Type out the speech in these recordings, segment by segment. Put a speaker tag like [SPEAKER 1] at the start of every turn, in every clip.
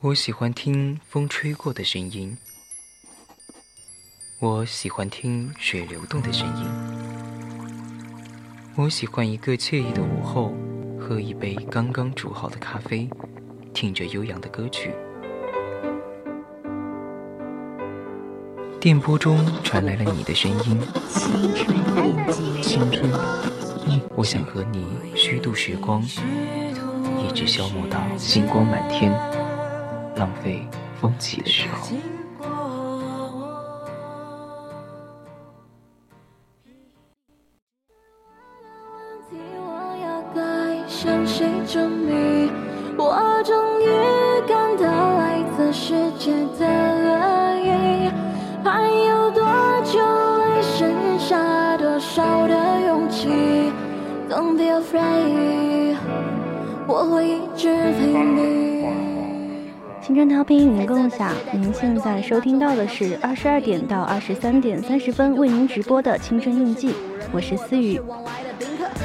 [SPEAKER 1] 我喜欢听风吹过的声音，我喜欢听水流动的声音，我喜欢一个惬意的午后，喝一杯刚刚煮好的咖啡，听着悠扬的歌曲。电波中传来了你的声音，青春，我想和你虚度时光，一直消磨到星光满天，浪费风起的时候。
[SPEAKER 2] 我终于感到来自世界的恶意，还有多久会剩下多少的勇气？Don't be afraid，我会一直陪你。
[SPEAKER 3] 青春调频与您共享，您现在收听到的是二十二点到二十三点三十分为您直播的《青春印记》，我是思雨。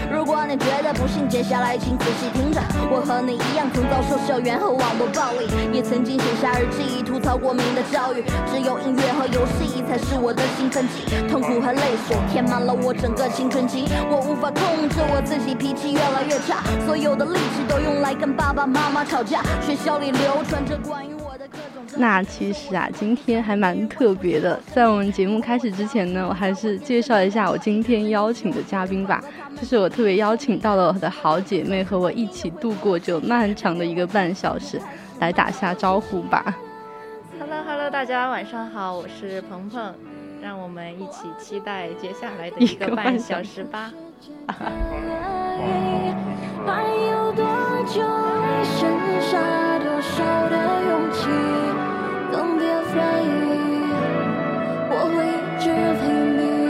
[SPEAKER 2] 如果你觉得不信，接下来请仔细听着。我和你一样，曾遭受校园和网络暴力，也曾经写下日记，吐槽过民的教育。只有音乐和游戏才是我的兴奋剂，痛苦和泪水填满了我整个青春期。我无法控制我自己，脾气越来越差，所有的力气都用来跟爸爸妈妈吵架。学校里流传着关于我的各种。
[SPEAKER 3] 那其实啊，今天还蛮特别的。在我们节目开始之前呢，我还是介绍一下我今天邀请的嘉宾吧。就是我特别邀请到了我的好姐妹，和我一起度过这漫长的一个半小时，来打下招呼吧。
[SPEAKER 4] Hello Hello，大家晚上好，我是鹏鹏，让我们一起期待接下来的一个半小时吧。
[SPEAKER 2] 还有多久会剩下多少的勇气？Don't be afraid，我会一直陪你。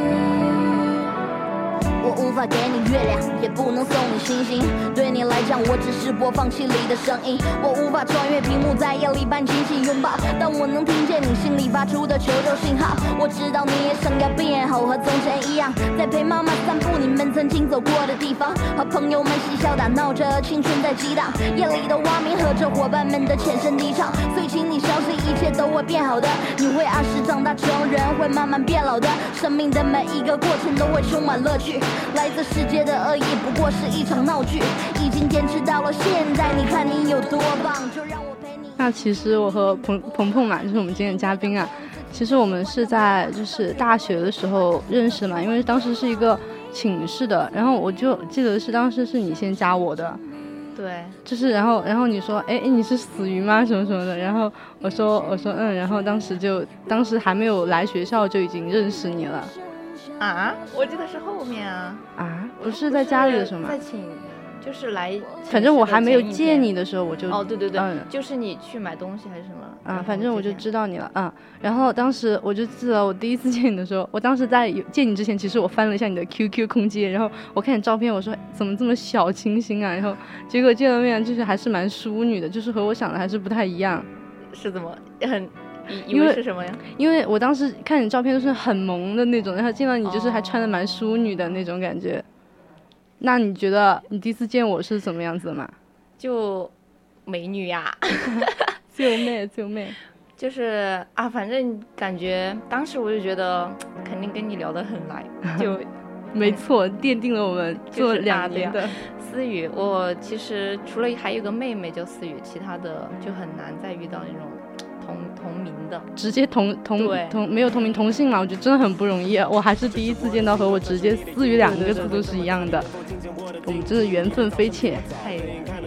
[SPEAKER 2] 我无法给你月亮，也不能送你星星。对你来讲，我只是播放器里的声音。我无法穿越屏幕，在夜里半清醒拥抱，但我能听见你心里发出的求救信号。我知道你也想要变好，和从前一样，在陪妈妈散步，你们曾经走过的地方，和朋友们嬉笑打闹着，青春在激荡。夜里的蛙鸣和着伙伴们的浅声低唱，所以请你相信，一切都会变好的。你会按时长大成人，会慢慢变老的。生命的每一个过程都会充满乐趣。来自世界的恶意不过是一场闹剧，已经坚持到了现在，你看你有多棒，就让我陪你。
[SPEAKER 3] 那其实我和鹏鹏鹏嘛，就是我们今天的嘉宾啊。其实我们是在就是大学的时候认识嘛，因为当时是一个寝室的，然后我就记得是当时是你先加我的，
[SPEAKER 4] 对，
[SPEAKER 3] 就是然后然后你说哎你是死鱼吗什么什么的，然后我说我说嗯，然后当时就当时还没有来学校就已经认识你了
[SPEAKER 4] 啊，我记得是后面啊
[SPEAKER 3] 啊，不是在家里的时候吗？
[SPEAKER 4] 哦在寝就是来，
[SPEAKER 3] 反正我还没有见你的时候我就
[SPEAKER 4] 哦对对对，
[SPEAKER 3] 嗯、
[SPEAKER 4] 就是你去买东西还是什么
[SPEAKER 3] 啊，反正我就知道你了啊、嗯。然后当时我就记得我第一次见你的时候，我当时在见你之前，其实我翻了一下你的 QQ 空间，然后我看你照片，我说怎么这么小清新啊？然后结果见了面，就是还是蛮淑女的，就是和我想的还是不太一样。
[SPEAKER 4] 是怎么很？因为是什么呀？
[SPEAKER 3] 因为我当时看你照片都是很萌的那种，然后见到你就是还穿的蛮淑女的那种感觉。哦、那你觉得你第一次见我是怎么样子的嘛？
[SPEAKER 4] 就美女呀、啊！
[SPEAKER 3] 救妹，救妹！
[SPEAKER 4] 就是啊，反正感觉当时我就觉得肯定跟你聊得很来，就
[SPEAKER 3] 没错，奠定了我们做两年的、
[SPEAKER 4] 就是啊啊、思雨。我其实除了还有个妹妹叫思雨，其他的就很难再遇到那种同同名的，
[SPEAKER 3] 直接同同同没有同名同姓嘛，我觉得真的很不容易。啊我还是第一次见到和我直接思雨两个字都是一样的，我们真的缘分匪浅。
[SPEAKER 4] 太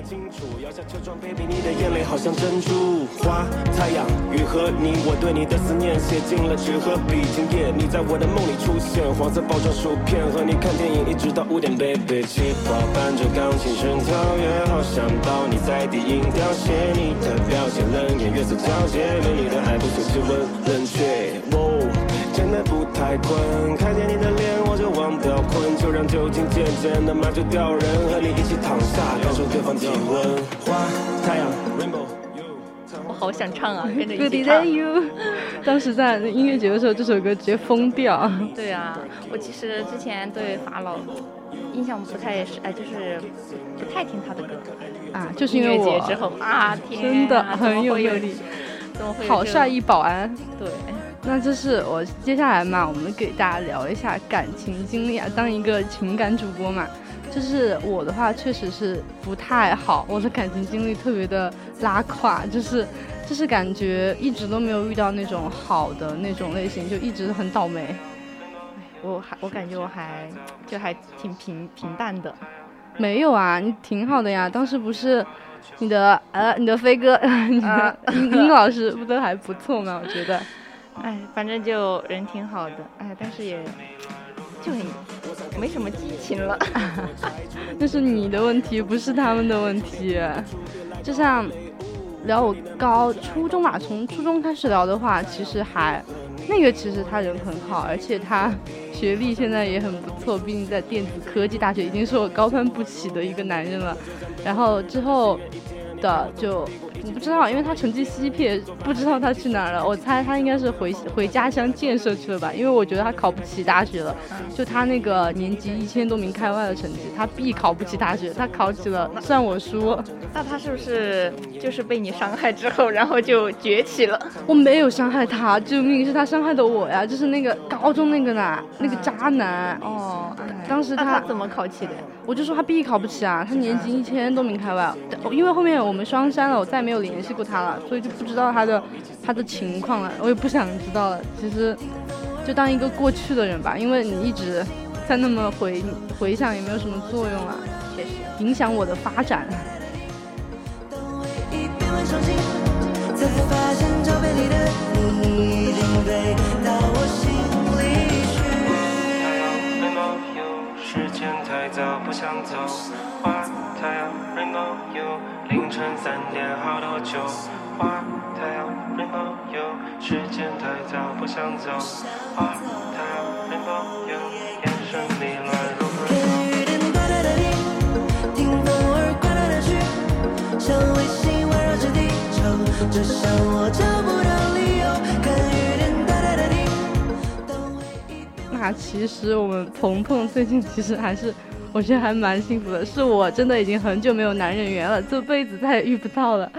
[SPEAKER 5] 清楚，摇下车窗，baby，你的眼泪好像珍珠花。太阳、雨和你，我对你的思念写进了纸和笔。今夜你在我的梦里出现，黄色包装薯片，和你看电影一直到五点，baby。气泡伴着钢琴声跳跃，好想抱你在低音凋谢，你的表情冷艳，月色皎洁，对你的爱不随气温冷却。哦，真的不太困，看见你的脸我就忘掉困，就让酒精渐渐的麻醉掉人，和你一起躺下，感受对方。花太阳
[SPEAKER 4] 我好想唱啊，跟着一
[SPEAKER 3] Good
[SPEAKER 4] 起唱。
[SPEAKER 3] Day you，当时在音啊乐节的时候，这首歌直接疯掉。
[SPEAKER 4] 对啊，我其实之前对法老印象不太是，哎，就是不太听他的歌。
[SPEAKER 3] 啊，就是因为
[SPEAKER 4] 音乐
[SPEAKER 3] 我
[SPEAKER 4] 节之后啊，天啊
[SPEAKER 3] 真的
[SPEAKER 4] 怎么
[SPEAKER 3] 很
[SPEAKER 4] 会
[SPEAKER 3] 有
[SPEAKER 4] 有
[SPEAKER 3] 魅力，
[SPEAKER 4] 怎么会有
[SPEAKER 3] 好
[SPEAKER 4] 这
[SPEAKER 3] 帅
[SPEAKER 4] 种
[SPEAKER 3] 一保安。
[SPEAKER 4] 对，
[SPEAKER 3] 那就是我接下来嘛，我们给大家聊一下感情经历啊，当一个情感主播嘛。就是我的话，确实是不太好，我的感情经历特别的拉胯，就是就是感觉一直都没有遇到那种好的那种类型，就一直很倒霉。
[SPEAKER 4] 我还我感觉我还就还挺平平淡 的，
[SPEAKER 3] 没有啊，你挺好的呀，当时不是你的呃你的飞哥， 你
[SPEAKER 4] 呃
[SPEAKER 3] 的英英老师不都还不错吗？我觉得。
[SPEAKER 4] 哎，反正就人挺好的，哎，但是也就很没什么激情了。
[SPEAKER 3] 那是你的问题，不是他们的问题。就像聊我高初中吧，从初中开始聊的话，其实还那个其实他人很好，而且他学历现在也很不错，毕竟在电子科技大学，已经是我高攀不起的一个男人了。然后之后的就我不知道，因为他成绩稀撇，不知道他去哪儿了。我猜他应该是回回家乡建设去了吧，因为我觉得他考不起大学了。就他那个年级一千多名开外的成绩，他必考不起大学，他考起了，虽然我输，
[SPEAKER 4] 那他是不是就是被你伤害之后，然后就崛起了？
[SPEAKER 3] 我没有伤害他，救命，是他伤害的我呀！就是那个高中那个男，那个渣男，
[SPEAKER 4] 哦，哎
[SPEAKER 3] 当时
[SPEAKER 4] 那
[SPEAKER 3] 他
[SPEAKER 4] 他怎么考起的？
[SPEAKER 3] 我就说他必考不起啊，他年级一千多名开外，啊但因为后面我们双删了，我再也没有联系过他了，所以就不知道他的他的情况了，我也不想知道了。其实就当一个过去的人吧，因为你一直在那么回回想，也没有什么作用啊，
[SPEAKER 4] 确实，
[SPEAKER 3] 影响我的发展。
[SPEAKER 6] 一变为伤心，再次发现照片里的你已经飞到我心里去。
[SPEAKER 7] 太阳 rainbow you，时间太早不想走。花太阳 rainbow you，凌晨三点好多酒。花太阳 rainbow you，时间太早不想走。花太阳 rainbow you，眼神迷乱如
[SPEAKER 6] 给
[SPEAKER 7] rainbow。
[SPEAKER 6] 雨点快乐的你，听风儿快乐的去，像卫星环绕着地球，就像我找不到理由。看雨点哒哒哒滴，当回忆 变
[SPEAKER 3] 那其实我们鹏鹏最近其实还是，我觉得还蛮幸福的，是我真的已经很久没有男人缘了，这辈子再也遇不到了。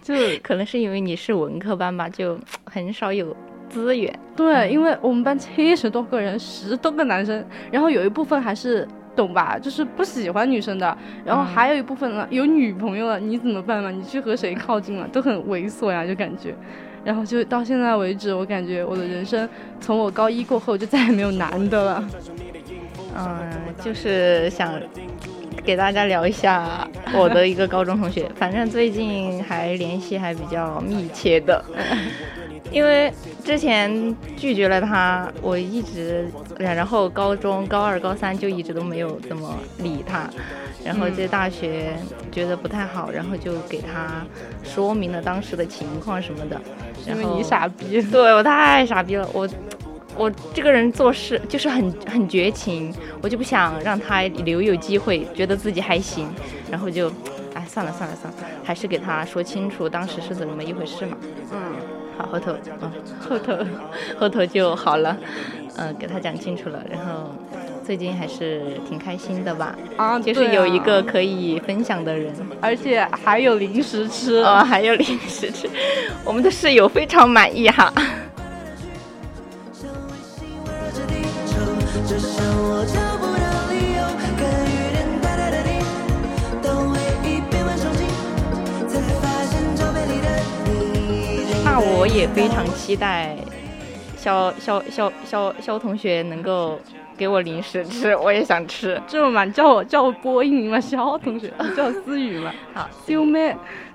[SPEAKER 3] 就
[SPEAKER 4] 可能是因为你是文科班吧，就很少有资源。
[SPEAKER 3] 对，因为我们班七十多个人，十多个男生，然后有一部分还是懂吧，就是不喜欢女生的，然
[SPEAKER 4] 嗯
[SPEAKER 3] 后还有一部分呢有女朋友了，你怎么办嘛？你去和谁靠近了？都很猥琐呀，就感觉。然后就到现在为止，我感觉我的人生从我高一过后就再也没有男的了。
[SPEAKER 4] 嗯，就是想给大家聊一下我的一个高中同学，反正最近还联系还比较密切的，因为之前拒绝了他，我一直，然后高中高二、高三就一直都没有怎么理他，然后这大学觉得不太好，然后就给他说明了当时的情况什么的，
[SPEAKER 3] 因
[SPEAKER 4] 然
[SPEAKER 3] 为
[SPEAKER 4] 后
[SPEAKER 3] 你傻逼，
[SPEAKER 4] 对我太傻逼了，我我这个人做事就是很很绝情，我就不想让他留有机会，觉得自己还行，然后就，哎，算了算了算了，还是给他说清楚当时是怎么一回事嘛。
[SPEAKER 3] 嗯。
[SPEAKER 4] 好，后头，嗯，后头， 后头就好了，嗯、给他讲清楚了，然后最近还是挺开心的吧，
[SPEAKER 3] 啊，
[SPEAKER 4] 就是
[SPEAKER 3] 对
[SPEAKER 4] 有一
[SPEAKER 3] 啊
[SPEAKER 4] 个可以分享的人。
[SPEAKER 3] 而且还有零食吃。
[SPEAKER 4] 呃，还有零食吃，我们的室友非常满意哈。
[SPEAKER 6] 像卫星围绕着地球，就像我找不到理由。看雨点哒哒哒滴，当回忆变为伤心，才发现照片里的你已经
[SPEAKER 4] 那我也非常期待肖肖肖肖肖同学能够给我零食吃，我也想吃。
[SPEAKER 3] 这么嘛，你叫我叫我播音名嘛，肖同学，你叫我思雨嘛。
[SPEAKER 4] 好，
[SPEAKER 3] 丢妹，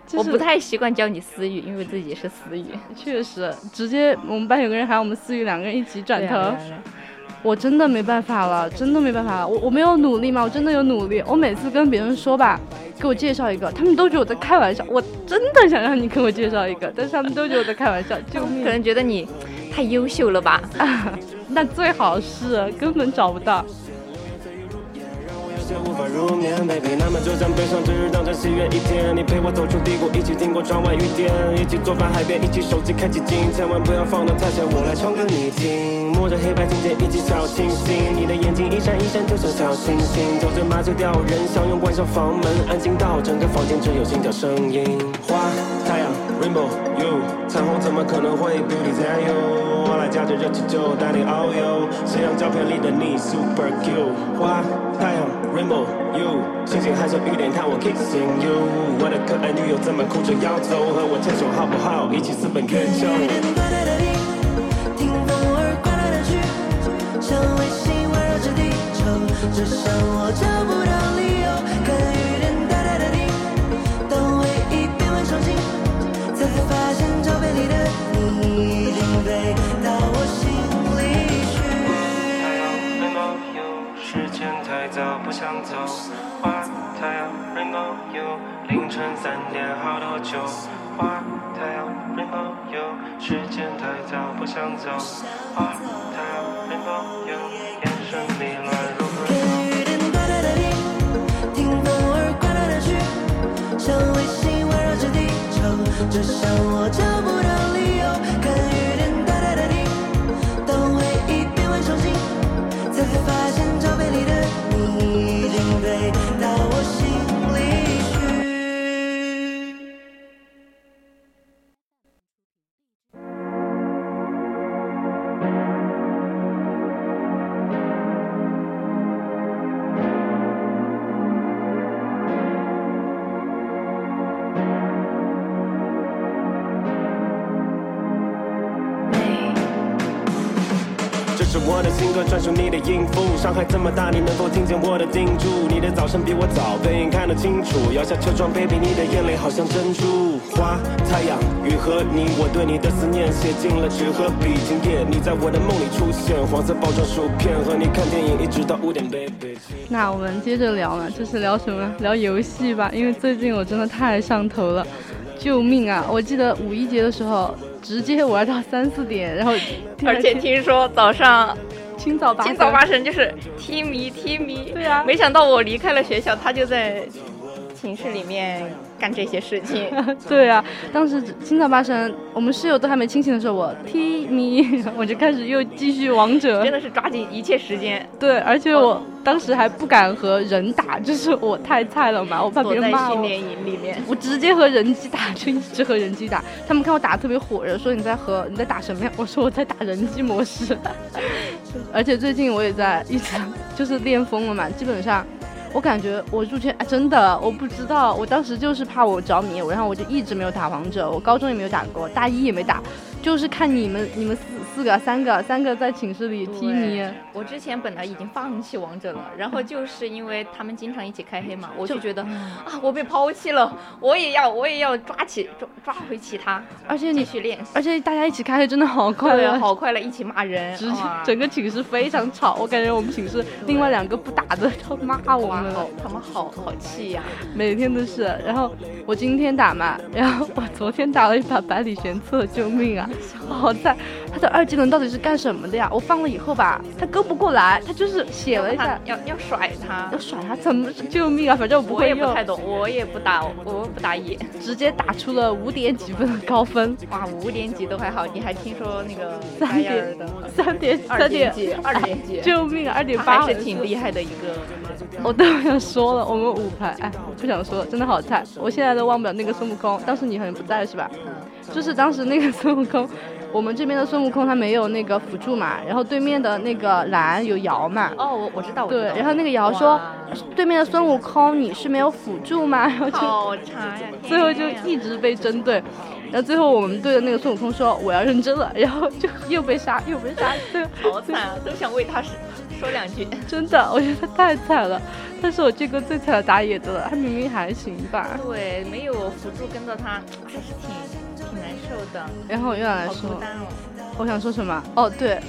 [SPEAKER 3] 就是、
[SPEAKER 4] 我不太习惯叫你思雨，因为自己是思雨。
[SPEAKER 3] 确实，直接我们班有个人喊我们思雨，两个人一起转
[SPEAKER 4] 对
[SPEAKER 3] 头，
[SPEAKER 4] 啊对啊对啊
[SPEAKER 3] 我真的没办法了，真的没办法了。我我没有努力嘛，我真的有努力。我每次跟别人说吧，给我介绍一个，他们都觉得我在开玩笑。我真的想让你给我介绍一个，但是他们都觉得我在开玩 笑，救
[SPEAKER 4] 可
[SPEAKER 3] 命！
[SPEAKER 4] 能觉得你太优秀 了吧？
[SPEAKER 3] 那最好是根本找不到。
[SPEAKER 7] 我
[SPEAKER 5] 些无法入眠，baby。那么就将悲伤之日当成喜悦一天，你陪我走出低谷，一起听过窗外雨点，一起坐翻海边，一起手机开启静音，千万不要放得太响，我来唱歌你听。摸着黑白琴键，一起小清新，你的眼睛一闪一闪就像小星星，酒精麻醉掉人，相拥关上房门，安静到整个房间只有心跳声音。花、太阳、rainbow、you，彩虹怎么可能会 beauty 在 you？我来驾着热气球带你遨游，谁让照片里的你 super cute？花、太阳、rainbow、you，星星害羞雨点看我 kissing you，我的可爱女友怎么哭着要走？和我牵手好不好？一起私奔月球。
[SPEAKER 6] 雨点哒哒哒滴，听风儿刮来去，像卫星环绕着地球，只剩我找不到理由。看雨点哒哒哒滴，当回忆变为伤心，才发现照片里的你已经飞到我心里去。
[SPEAKER 7] 太阳 rainbow you，时间太早不想走。花太阳 rainbow you，凌晨三点好多酒。花太阳 rainbow you，时间太早不想走。花太阳 rainbow you，眼神迷乱如
[SPEAKER 6] 看雨点哒哒哒
[SPEAKER 7] 歌
[SPEAKER 6] 滴，
[SPEAKER 7] 手。
[SPEAKER 6] 听风儿刮来来去，像卫星环绕着地球，只剩我找不到理由。看雨点哒哒哒滴，当回忆变为伤心，才发现照片里的你已经飞到我心里去。
[SPEAKER 5] 这是我的新歌，专属你的音符。伤害这么大，你能否听见我的叮嘱？你的早晨比我早，背影看得清楚。摇下车窗，baby，你的眼泪好像珍珠。花、太阳、雨和你，我对你的思念写进了纸和笔。今夜你在我的梦里出现，黄色包装薯片，和你看电影一直到五点，baby。
[SPEAKER 3] 那我们接着聊嘛，就是聊什么？聊游戏吧，因为最近我真的太上头了，救命啊！我记得五一节的时候，直接玩到三四点，然后第二
[SPEAKER 4] 而且
[SPEAKER 3] 天
[SPEAKER 4] 听说早上
[SPEAKER 3] 清早八
[SPEAKER 4] 清早
[SPEAKER 3] 晨
[SPEAKER 4] 八晨就是踢迷踢迷，
[SPEAKER 3] 对啊
[SPEAKER 4] 没想到我离开了学校，他就在寝室里面干这些事 情。
[SPEAKER 3] 对啊，
[SPEAKER 4] 嗯
[SPEAKER 3] 当时清早八晨，我们室友都还没清醒的时候，我踢你， 我就开始又继续王者
[SPEAKER 4] 真。的是抓紧一切 时间，
[SPEAKER 3] 对，而且我当时还不敢和人打，就是我太菜了嘛，我怕别
[SPEAKER 4] 躲
[SPEAKER 3] 人
[SPEAKER 4] 在
[SPEAKER 3] 骂
[SPEAKER 4] 训
[SPEAKER 3] 我。
[SPEAKER 4] 练营里面。
[SPEAKER 3] 我直接和人机打，就一直和人机打。他们看我打得特别火热，说你在和你在打什么呀？ 我说我在打人机模式。 而且最近我也在一直就是练疯了嘛，基本上我感觉我入圈、啊、真的我不知道，我当时就是怕我着迷，然后我就一直没有打王者，我高中也没有打过，大一也没打，就是看你们你们四四个三个三个在寝室里踢你，
[SPEAKER 4] 我之前本来已经放弃王者了，然后就是因为他们经常一起开黑嘛，我就
[SPEAKER 3] 嗯
[SPEAKER 4] 觉得啊，我被抛弃了，我也要我也要抓起抓抓回其他，
[SPEAKER 3] 而且
[SPEAKER 4] 继
[SPEAKER 3] 你
[SPEAKER 4] 续练。
[SPEAKER 3] 而且大家一起开黑真的好快
[SPEAKER 4] 对 啊
[SPEAKER 3] 乐，，
[SPEAKER 4] 好快乐，一起骂 人，
[SPEAKER 3] 直
[SPEAKER 4] 哇
[SPEAKER 3] 整个寝室非常吵，我感觉我们寝室另外两个不打的都骂我
[SPEAKER 4] 哇
[SPEAKER 3] 们，
[SPEAKER 4] 好，他们好好气呀、
[SPEAKER 3] 每天都是。然后我今天打嘛，然后我昨天打了一把百里玄策，救命 啊！好在他的二技能到底是干什么的呀？我放了以后吧，他勾不过来，他就是写了一
[SPEAKER 4] 他
[SPEAKER 3] 下
[SPEAKER 4] 要要甩他
[SPEAKER 3] 要。甩他，怎么救命啊？反正我不
[SPEAKER 4] 我
[SPEAKER 3] 会
[SPEAKER 4] 也不
[SPEAKER 3] 用
[SPEAKER 4] 太，懂，我也不打，我不打野。
[SPEAKER 3] 直接打出了五点几分的高分，
[SPEAKER 4] 哇，五点几都还好，你还听说那个
[SPEAKER 3] 三
[SPEAKER 4] 白眼
[SPEAKER 3] 点
[SPEAKER 4] 儿的
[SPEAKER 3] 三点
[SPEAKER 4] 二
[SPEAKER 3] 三点。
[SPEAKER 4] 点几，二点几，
[SPEAKER 3] 救命啊！二点
[SPEAKER 4] 他
[SPEAKER 3] 八
[SPEAKER 4] 还是挺厉害的一个。
[SPEAKER 3] 我都想说了，我们五排，哎，不想说了，真的好菜，我现在都忘不了那个孙悟空。当时你好像不在是吧？就是当时那个 孙悟空，我们这边的孙悟空他没有那个辅助嘛，然后对面的那个蓝有瑶嘛。
[SPEAKER 4] 哦，我我知道，我知
[SPEAKER 3] 对
[SPEAKER 4] 道，
[SPEAKER 3] 然后那个瑶说
[SPEAKER 4] 哇，
[SPEAKER 3] 对面的孙悟空你是没有辅助吗？ 然后就
[SPEAKER 4] 好差呀！
[SPEAKER 3] 最后就
[SPEAKER 4] 天呀
[SPEAKER 3] 一直被针对，然后最后我们队的那个孙悟空说我要认真了，然后就又被杀又被杀，对，
[SPEAKER 4] 好惨啊，都想为他是说两句。
[SPEAKER 3] 真的，我觉得他太惨了，他是我这个最惨的打野的了，他明明还行吧。
[SPEAKER 4] 对，没有辅助跟着他，还是挺挺难受的，
[SPEAKER 3] 然后我又想来
[SPEAKER 4] 好孤
[SPEAKER 3] 说，
[SPEAKER 4] 单哦。
[SPEAKER 3] 我想说什么？哦，对，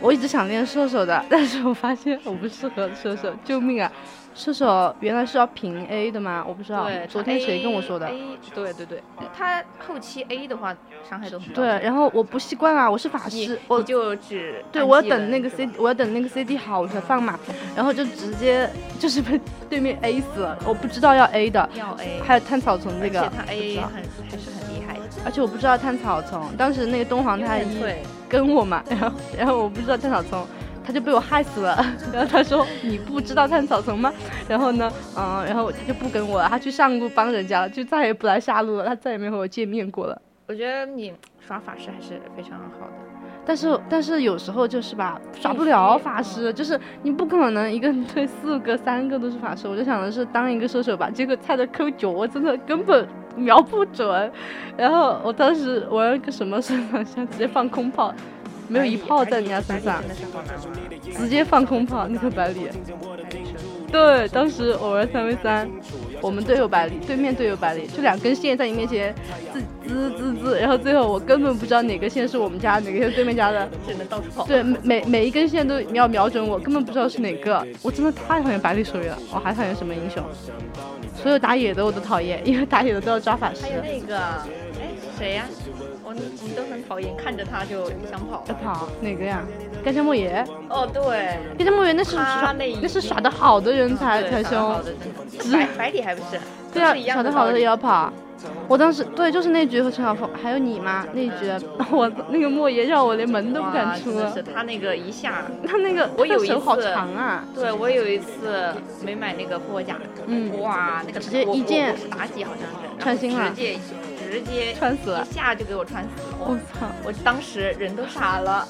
[SPEAKER 3] 我一直想练射手的，但是我发现我不适合射 手，救命啊！射手原来是要平 A 的吗？我不知道
[SPEAKER 4] 对，，
[SPEAKER 3] 昨天谁跟我说的？
[SPEAKER 4] A, 对对对，他后期 A 的话伤害都很高。
[SPEAKER 3] 对，然后我不习惯啊，我是法
[SPEAKER 4] 你
[SPEAKER 3] 师，
[SPEAKER 4] 你
[SPEAKER 3] 我
[SPEAKER 4] 就只
[SPEAKER 3] 对
[SPEAKER 4] 按
[SPEAKER 3] 我
[SPEAKER 4] 技
[SPEAKER 3] 要等
[SPEAKER 4] 能
[SPEAKER 3] 那个
[SPEAKER 4] 是
[SPEAKER 3] CD，
[SPEAKER 4] 吧
[SPEAKER 3] 我要等那个 CD 好我才放嘛，然后就直接就是被对面 A 死了，我不知道要 A 的，
[SPEAKER 4] 要 A，
[SPEAKER 3] 还有探草丛这
[SPEAKER 4] 而
[SPEAKER 3] 个，
[SPEAKER 4] 且他
[SPEAKER 3] 不知
[SPEAKER 4] A
[SPEAKER 3] 道
[SPEAKER 4] 很还是很厉害的，
[SPEAKER 3] 而且我不知道探草丛，当时那个东皇太一
[SPEAKER 4] 对，
[SPEAKER 3] 跟我嘛， 然后然后我不知道探草丛，他就被我害死了。 然后他说你不知道探草丛吗？然后呢，嗯，然后他就不跟我了，他去上路帮人家了，就再也不来下路了，他再也没和我见面过了。
[SPEAKER 4] 我觉得你耍法师还是非常好的。
[SPEAKER 3] 但是但是有时候就是吧，耍不了法师，就是你不可能一个人对四个、三个都是法师。我就想的是当一个射手吧，结果菜的扣九，我真的根本瞄不准。然后我当时玩了个什么身上下，直接放空炮，没有一炮在人家身上。
[SPEAKER 4] 真的是好难玩。
[SPEAKER 3] 直接放空炮，那个百里。对，当时我玩三 v 三，我们队友百里，对面队友百里，就两根线在你面前自滋滋滋，然后最后我根本不知道哪个线是我们家，哪个是对面家的，
[SPEAKER 4] 只能到处跑。
[SPEAKER 3] 对，每每每一根线都要瞄准我，根本不知道是哪个。我真的太讨厌百里守约了，我还讨厌什么英雄？所有打野的我都讨厌，因为打野的都要抓法师
[SPEAKER 4] 还。有那个，哎，谁呀、我你你都很讨厌，看着他就想 跑。
[SPEAKER 3] 要哎跑哪个呀？干将莫邪，
[SPEAKER 4] 哦，对，
[SPEAKER 3] 干将莫邪那是
[SPEAKER 4] 他
[SPEAKER 3] 耍
[SPEAKER 4] 那一
[SPEAKER 3] 那是耍的好的人才
[SPEAKER 4] 对
[SPEAKER 3] 才
[SPEAKER 4] 长得
[SPEAKER 3] 凶
[SPEAKER 4] 好。的真的白白底还不是？
[SPEAKER 3] 对啊
[SPEAKER 4] 都是一，样
[SPEAKER 3] 小的
[SPEAKER 4] 道
[SPEAKER 3] 好的
[SPEAKER 4] 理
[SPEAKER 3] 也要跑。啊我当时对，就是那局和陈晓峰，还有你嘛那一局， 我那个莫言让我连门都不
[SPEAKER 4] 哇
[SPEAKER 3] 敢出
[SPEAKER 4] 真的
[SPEAKER 3] 了
[SPEAKER 4] 是。他那个一下，
[SPEAKER 3] 他那个
[SPEAKER 4] 我有
[SPEAKER 3] 他
[SPEAKER 4] 一
[SPEAKER 3] 手好
[SPEAKER 4] 次
[SPEAKER 3] 长啊，
[SPEAKER 4] 对我有一次没买那个复活甲，
[SPEAKER 3] 嗯
[SPEAKER 4] 哇，那个
[SPEAKER 3] 直接
[SPEAKER 4] 我
[SPEAKER 3] 一剑
[SPEAKER 4] 我我是妲己好像是，然后
[SPEAKER 3] 穿心了
[SPEAKER 4] 直接直接
[SPEAKER 3] 穿死了
[SPEAKER 4] 一下就给我穿死了，
[SPEAKER 3] 我
[SPEAKER 4] 我
[SPEAKER 3] 操！
[SPEAKER 4] 我当时人都傻了，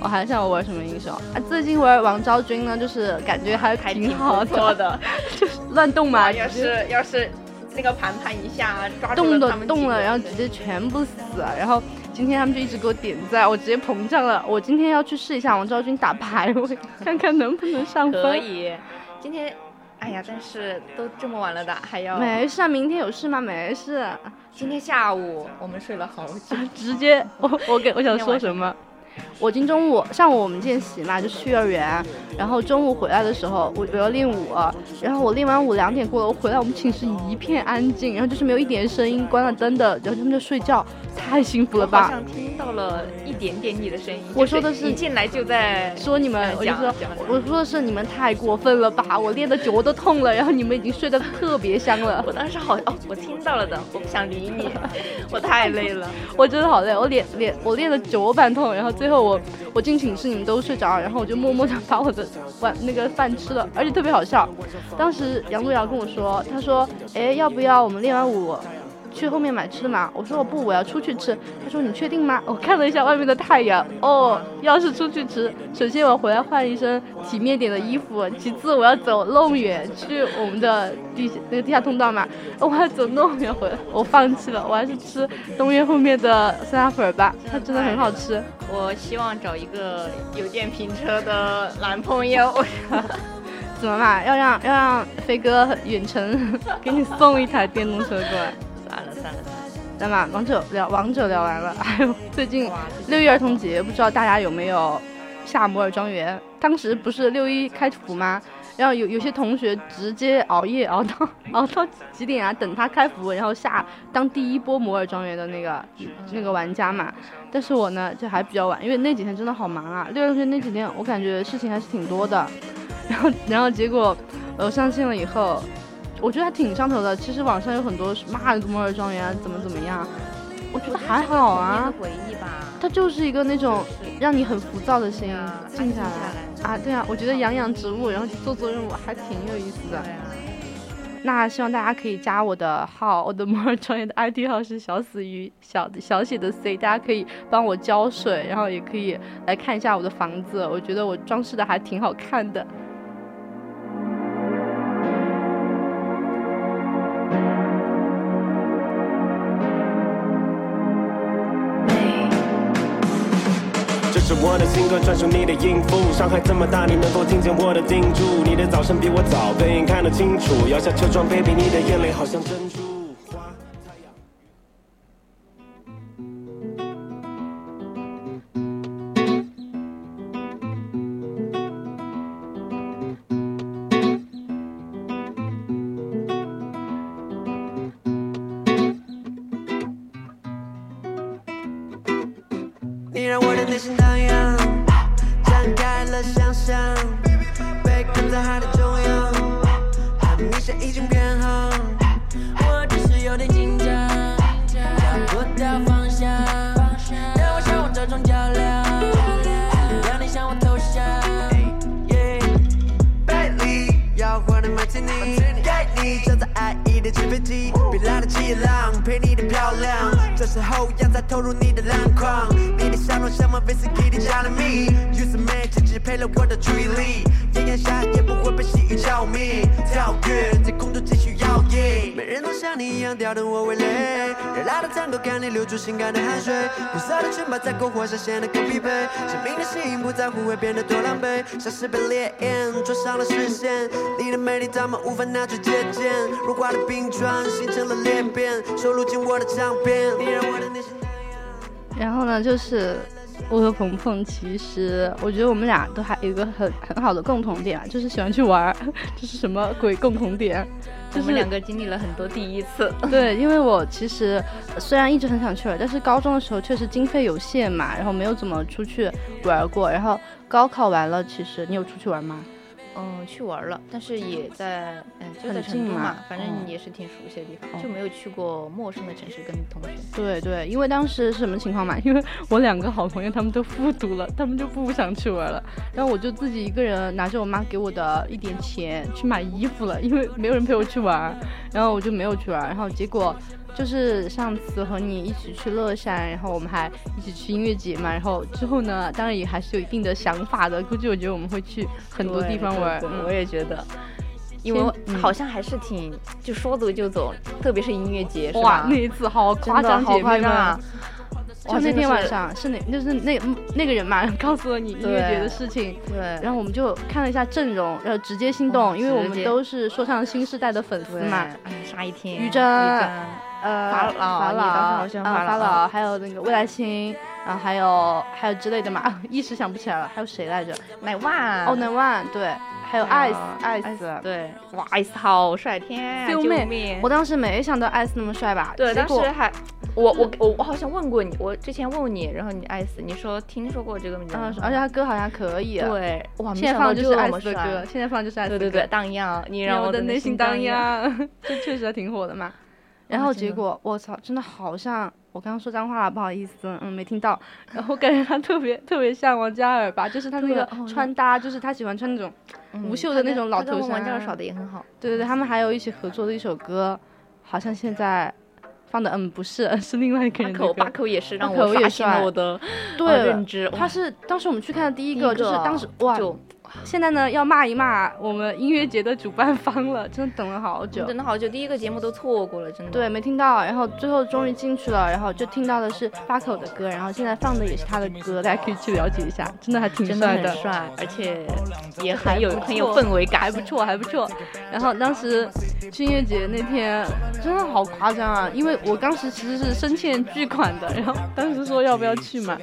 [SPEAKER 3] 我还想我玩什么英雄啊？最近玩王昭君呢，就是感觉还
[SPEAKER 4] 还
[SPEAKER 3] 挺好
[SPEAKER 4] 不错
[SPEAKER 3] 的，
[SPEAKER 4] 的。
[SPEAKER 3] 乱动嘛，
[SPEAKER 4] 啊要
[SPEAKER 3] 直接
[SPEAKER 4] 是要是那个盘盘一下抓住
[SPEAKER 3] 动
[SPEAKER 4] 了
[SPEAKER 3] 的
[SPEAKER 4] 他们
[SPEAKER 3] 动
[SPEAKER 4] 几个
[SPEAKER 3] 了，然后
[SPEAKER 4] 对
[SPEAKER 3] 直接全部死了。然后今天他们就一直给我点赞，我直接膨胀了。我今天要去试一下王昭君打排位，看看能不能上分。
[SPEAKER 4] 可以。今天，哎呀，但是都这么晚了的，还要
[SPEAKER 3] 没事啊，明天有事吗？没事啊、
[SPEAKER 4] 今天下午我们睡了好久，
[SPEAKER 3] 直接我我给我想说什么？我今中午上午我们见习嘛，就是去幼儿园，然后中午回来的时候，我我要练舞，然后我练完舞两点过了，我回来我们寝室一片安静，然后就是没有一点声音，关了灯的，然后他们就睡觉，太幸福了
[SPEAKER 4] 好
[SPEAKER 3] 吧？
[SPEAKER 4] 像听到了一点点你的声音。
[SPEAKER 3] 我说的
[SPEAKER 4] 就是
[SPEAKER 3] 是
[SPEAKER 4] 一进来就在
[SPEAKER 3] 说你们，我就
[SPEAKER 4] 讲
[SPEAKER 3] 说
[SPEAKER 4] 讲，
[SPEAKER 3] 我说的是你们太过分了吧？我练的脚都痛了，然后你们已经睡得特别香了
[SPEAKER 4] 我，当时好哦，我听到了的，我不想 理你，我太累了。
[SPEAKER 3] 我真的好累，我脸脸我练了九板痛，然后最后我我进寝室，你们都睡着，然后我就默默的把我的晚那个饭吃了，而且特别好笑。当时杨璐瑶跟我说，她说，哎，要不要我们练完舞？去后面买吃的嘛？我说我哦不，我要出去吃。她说你确定吗？我看了一下外面的太阳，哦，要是出去吃，首先我回来换一身体面点的衣服，其次我要走弄远去我们的地那个地下通道嘛，我还走弄远回来，我放弃了，我还是吃东岳后面的酸辣粉儿吧，它真的很好吃。
[SPEAKER 4] 我希望找一个有电瓶车的男朋友。
[SPEAKER 3] 怎么嘛？要让要让飞哥远程 给你送一台电动车过来，
[SPEAKER 4] 算了算了，
[SPEAKER 3] 那嘛，王者聊王者聊完了，还有最近
[SPEAKER 4] 哇，
[SPEAKER 3] 六一儿童节，不知道大家有没有下摩尔庄园？当时不是六一开服吗？然后有有些同学直接熬夜熬到 熬到几点啊？等他开服，然后下当第一波摩尔庄园的那个那个玩家嘛。但是我呢就还比较晚，因为那几天真的好忙啊。六一儿童节那几天我感觉事情还是挺多的， 然后然后结果呃我上线了以后，我觉得还挺上头的。其实网上有很多骂摩尔庄园啊怎么怎么样，我觉得还好啊。
[SPEAKER 4] 回忆吧。
[SPEAKER 3] 它就是一个那种
[SPEAKER 4] 是
[SPEAKER 3] 让你很浮躁的声音
[SPEAKER 4] 啊
[SPEAKER 3] 静下
[SPEAKER 4] 安静下
[SPEAKER 3] 来啊，对啊，我觉得养养植物，然后去做做任务还挺有意思的。
[SPEAKER 4] 啊，
[SPEAKER 3] 那希望大家可以加我的号，我的 摩尔庄园的 ID 号是小死鱼，小小写的 C，大家可以帮我浇水，然后也可以来看一下我的房子，我觉得我装饰的还挺好看的。
[SPEAKER 5] 这是我的新歌，专属你的音符。伤害这么大，你能否听见我的叮嘱？你的早晨比我早，背影看得清楚。摇下车窗，baby，你的眼泪好像珍珠。花太阳
[SPEAKER 8] 你让我的内心荡漾，展开了想象，被困在海的中央，你现已经变好，我只是有点紧张，找不到方向，但我想我这种较量，让你向我投降。贝利摇晃的马提尼，给你装在爱意的纸飞机，别拉得起浪，陪你的漂亮。这时候阳才投入你的篮筐，你的笑容像玩威士忌的加勒比，u s e magic 支配了我的注意力，炎炎夏也不会被细雨浇灭，跳跃在空中继续摇曳。没人能像你一样调动我味蕾，热辣的tango 看你流出性感的汗水，红色的裙摆在篝火下显得更疲惫，生命的吸引不在乎会变得多狼狈，像是被烈焰灼伤了视线，你的美丽他们无法拿去借鉴，融化的冰川形成了裂变，收录进我的唱片，你让我的内心荡漾。
[SPEAKER 3] 然后呢，就是我和鹏鹏，其实我觉得我们俩都还有一个很很好的共同点啊，就是喜欢去玩儿， 这是什么鬼共同点？就
[SPEAKER 4] 我
[SPEAKER 3] 是
[SPEAKER 4] 们两个经历了很多第一次，
[SPEAKER 3] 对，因为我其实呃虽然一直很想去玩，但是高中的时候确实经费有限嘛，然后没有怎么出去玩过。然后高考完了，其实你有出去玩吗？
[SPEAKER 4] 嗯，去玩了，但是也在，嗯，就
[SPEAKER 3] 很
[SPEAKER 4] 在
[SPEAKER 3] 近
[SPEAKER 4] 成都
[SPEAKER 3] 嘛
[SPEAKER 4] 嘛，反
[SPEAKER 3] 哦
[SPEAKER 4] 正也是挺熟悉的地
[SPEAKER 3] 哦
[SPEAKER 4] 方，就没有去过陌生的城市跟同学。
[SPEAKER 3] 对对，因为当时是什么情况嘛？ 因为我两个好朋友他们都复读了，他们就不想去玩了，然后我就自己一个人拿着我妈给我的一点钱去买衣服了，因为没有人陪我去玩，然后我就没有去玩，然后结果。就是上次和你一起去乐山，然后我们还一起去音乐节嘛，然后之后呢，当然也还是有一定的想法的，估计我觉得我们会去很多地方玩。
[SPEAKER 4] 对对
[SPEAKER 3] 嗯
[SPEAKER 4] 我也觉得，因为我
[SPEAKER 3] 嗯
[SPEAKER 4] 好像还是挺就说走就走，特别是音乐节，是
[SPEAKER 3] 哇
[SPEAKER 4] 吧，
[SPEAKER 3] 那一次好
[SPEAKER 4] 真
[SPEAKER 3] 夸
[SPEAKER 4] 的
[SPEAKER 3] 张，
[SPEAKER 4] 好夸张啊！！
[SPEAKER 3] 就
[SPEAKER 4] 哇
[SPEAKER 3] 那
[SPEAKER 4] 真的
[SPEAKER 3] 天晚
[SPEAKER 4] 是
[SPEAKER 3] 上是哪？就是那嗯那个人嘛， 告诉了你音乐节的
[SPEAKER 4] 对
[SPEAKER 3] 事情，
[SPEAKER 4] 对，
[SPEAKER 3] 然后我们就看了一下阵容，然后直接心动，
[SPEAKER 4] 嗯
[SPEAKER 3] 因为我
[SPEAKER 4] 直
[SPEAKER 3] 们
[SPEAKER 4] 接
[SPEAKER 3] 都是说唱新时代的粉丝
[SPEAKER 4] 对，
[SPEAKER 3] 嘛
[SPEAKER 4] 哎，，啥一天，
[SPEAKER 3] 于
[SPEAKER 4] 于
[SPEAKER 3] 真
[SPEAKER 4] 真，
[SPEAKER 3] 呃，
[SPEAKER 4] 法老
[SPEAKER 3] 法
[SPEAKER 4] 你
[SPEAKER 3] 老，
[SPEAKER 4] 当时好喜
[SPEAKER 3] 嗯
[SPEAKER 4] 欢
[SPEAKER 3] 法
[SPEAKER 4] 法老
[SPEAKER 3] 老，还有那个未来星，然后还有还有之类的嘛， 啊，一时想不起来了，还有谁来着？
[SPEAKER 4] 奶袜，
[SPEAKER 3] 哦，南万，对，还有
[SPEAKER 4] 哎
[SPEAKER 3] ice
[SPEAKER 4] 呀
[SPEAKER 3] ice，
[SPEAKER 4] 对，哇，ice 好帅，天啊，
[SPEAKER 3] 救
[SPEAKER 4] 救
[SPEAKER 3] 命
[SPEAKER 4] 命！
[SPEAKER 3] 我当时没想到 ice 那么帅吧？
[SPEAKER 4] 对，
[SPEAKER 3] 结
[SPEAKER 4] 当时
[SPEAKER 3] 果
[SPEAKER 4] 还，我我我我好像问过你，我之前问过你，然后你 ice，你说听说过这个名字，
[SPEAKER 3] 嗯，
[SPEAKER 4] 然后
[SPEAKER 3] 而且他歌好像可以，，
[SPEAKER 4] 对，哇，没
[SPEAKER 3] 现在
[SPEAKER 4] 想
[SPEAKER 3] 放
[SPEAKER 4] 到
[SPEAKER 3] 的就是
[SPEAKER 4] 这么
[SPEAKER 3] ice 的
[SPEAKER 4] 帅
[SPEAKER 3] 歌，，现在放的就是 ice 的歌，
[SPEAKER 4] 对对对，荡漾，你让
[SPEAKER 3] 我
[SPEAKER 4] 的
[SPEAKER 3] 内
[SPEAKER 4] 心
[SPEAKER 3] 荡
[SPEAKER 4] 漾。
[SPEAKER 3] 漾，这确实还挺火的嘛。然
[SPEAKER 4] 哇
[SPEAKER 3] 后
[SPEAKER 4] 真
[SPEAKER 3] 结
[SPEAKER 4] 的
[SPEAKER 3] 果我操，真的好像我刚刚说脏话了，不好意思，嗯，没听到。然后感觉他特别特别像王嘉尔吧，就是他那
[SPEAKER 4] 对
[SPEAKER 3] 个
[SPEAKER 4] 哦
[SPEAKER 3] 穿搭，就是他喜欢穿那种，无袖的那种老头
[SPEAKER 4] 文
[SPEAKER 3] 衫
[SPEAKER 4] 章少的也很好。
[SPEAKER 3] 对对对，他们还有一起合作的一首歌，好像现在放的嗯不是，是另外一个
[SPEAKER 4] 八
[SPEAKER 3] 人的
[SPEAKER 4] 口
[SPEAKER 3] 歌
[SPEAKER 4] 八口也是
[SPEAKER 3] 八
[SPEAKER 4] 让
[SPEAKER 3] 口
[SPEAKER 4] 我
[SPEAKER 3] 也
[SPEAKER 4] 刷新
[SPEAKER 3] 帅
[SPEAKER 4] 了我的
[SPEAKER 3] 对
[SPEAKER 4] 认知
[SPEAKER 3] 他
[SPEAKER 4] 哇
[SPEAKER 3] 是当时我们去看的第一
[SPEAKER 4] 第
[SPEAKER 3] 个，就是当时哇，
[SPEAKER 4] 就
[SPEAKER 3] 现在呢要骂一骂我们音乐节的主办方了，真的等了好久。
[SPEAKER 4] 等了好久，第一个节目都错过了，真的。
[SPEAKER 3] 对，没听到，然后最后终于进去了，然后就听到的是八口的歌，然后现在放的也是他的歌，大家可以去了解一下，真的还挺
[SPEAKER 4] 真的
[SPEAKER 3] 帅
[SPEAKER 4] 很
[SPEAKER 3] 的，
[SPEAKER 4] 帅，而且也很有很有氛围感，
[SPEAKER 3] 还不错，还不错。然后当时去音乐节那天真的好夸张啊，因为我当时其实是深欠巨款的，然后当时说要不要去嘛，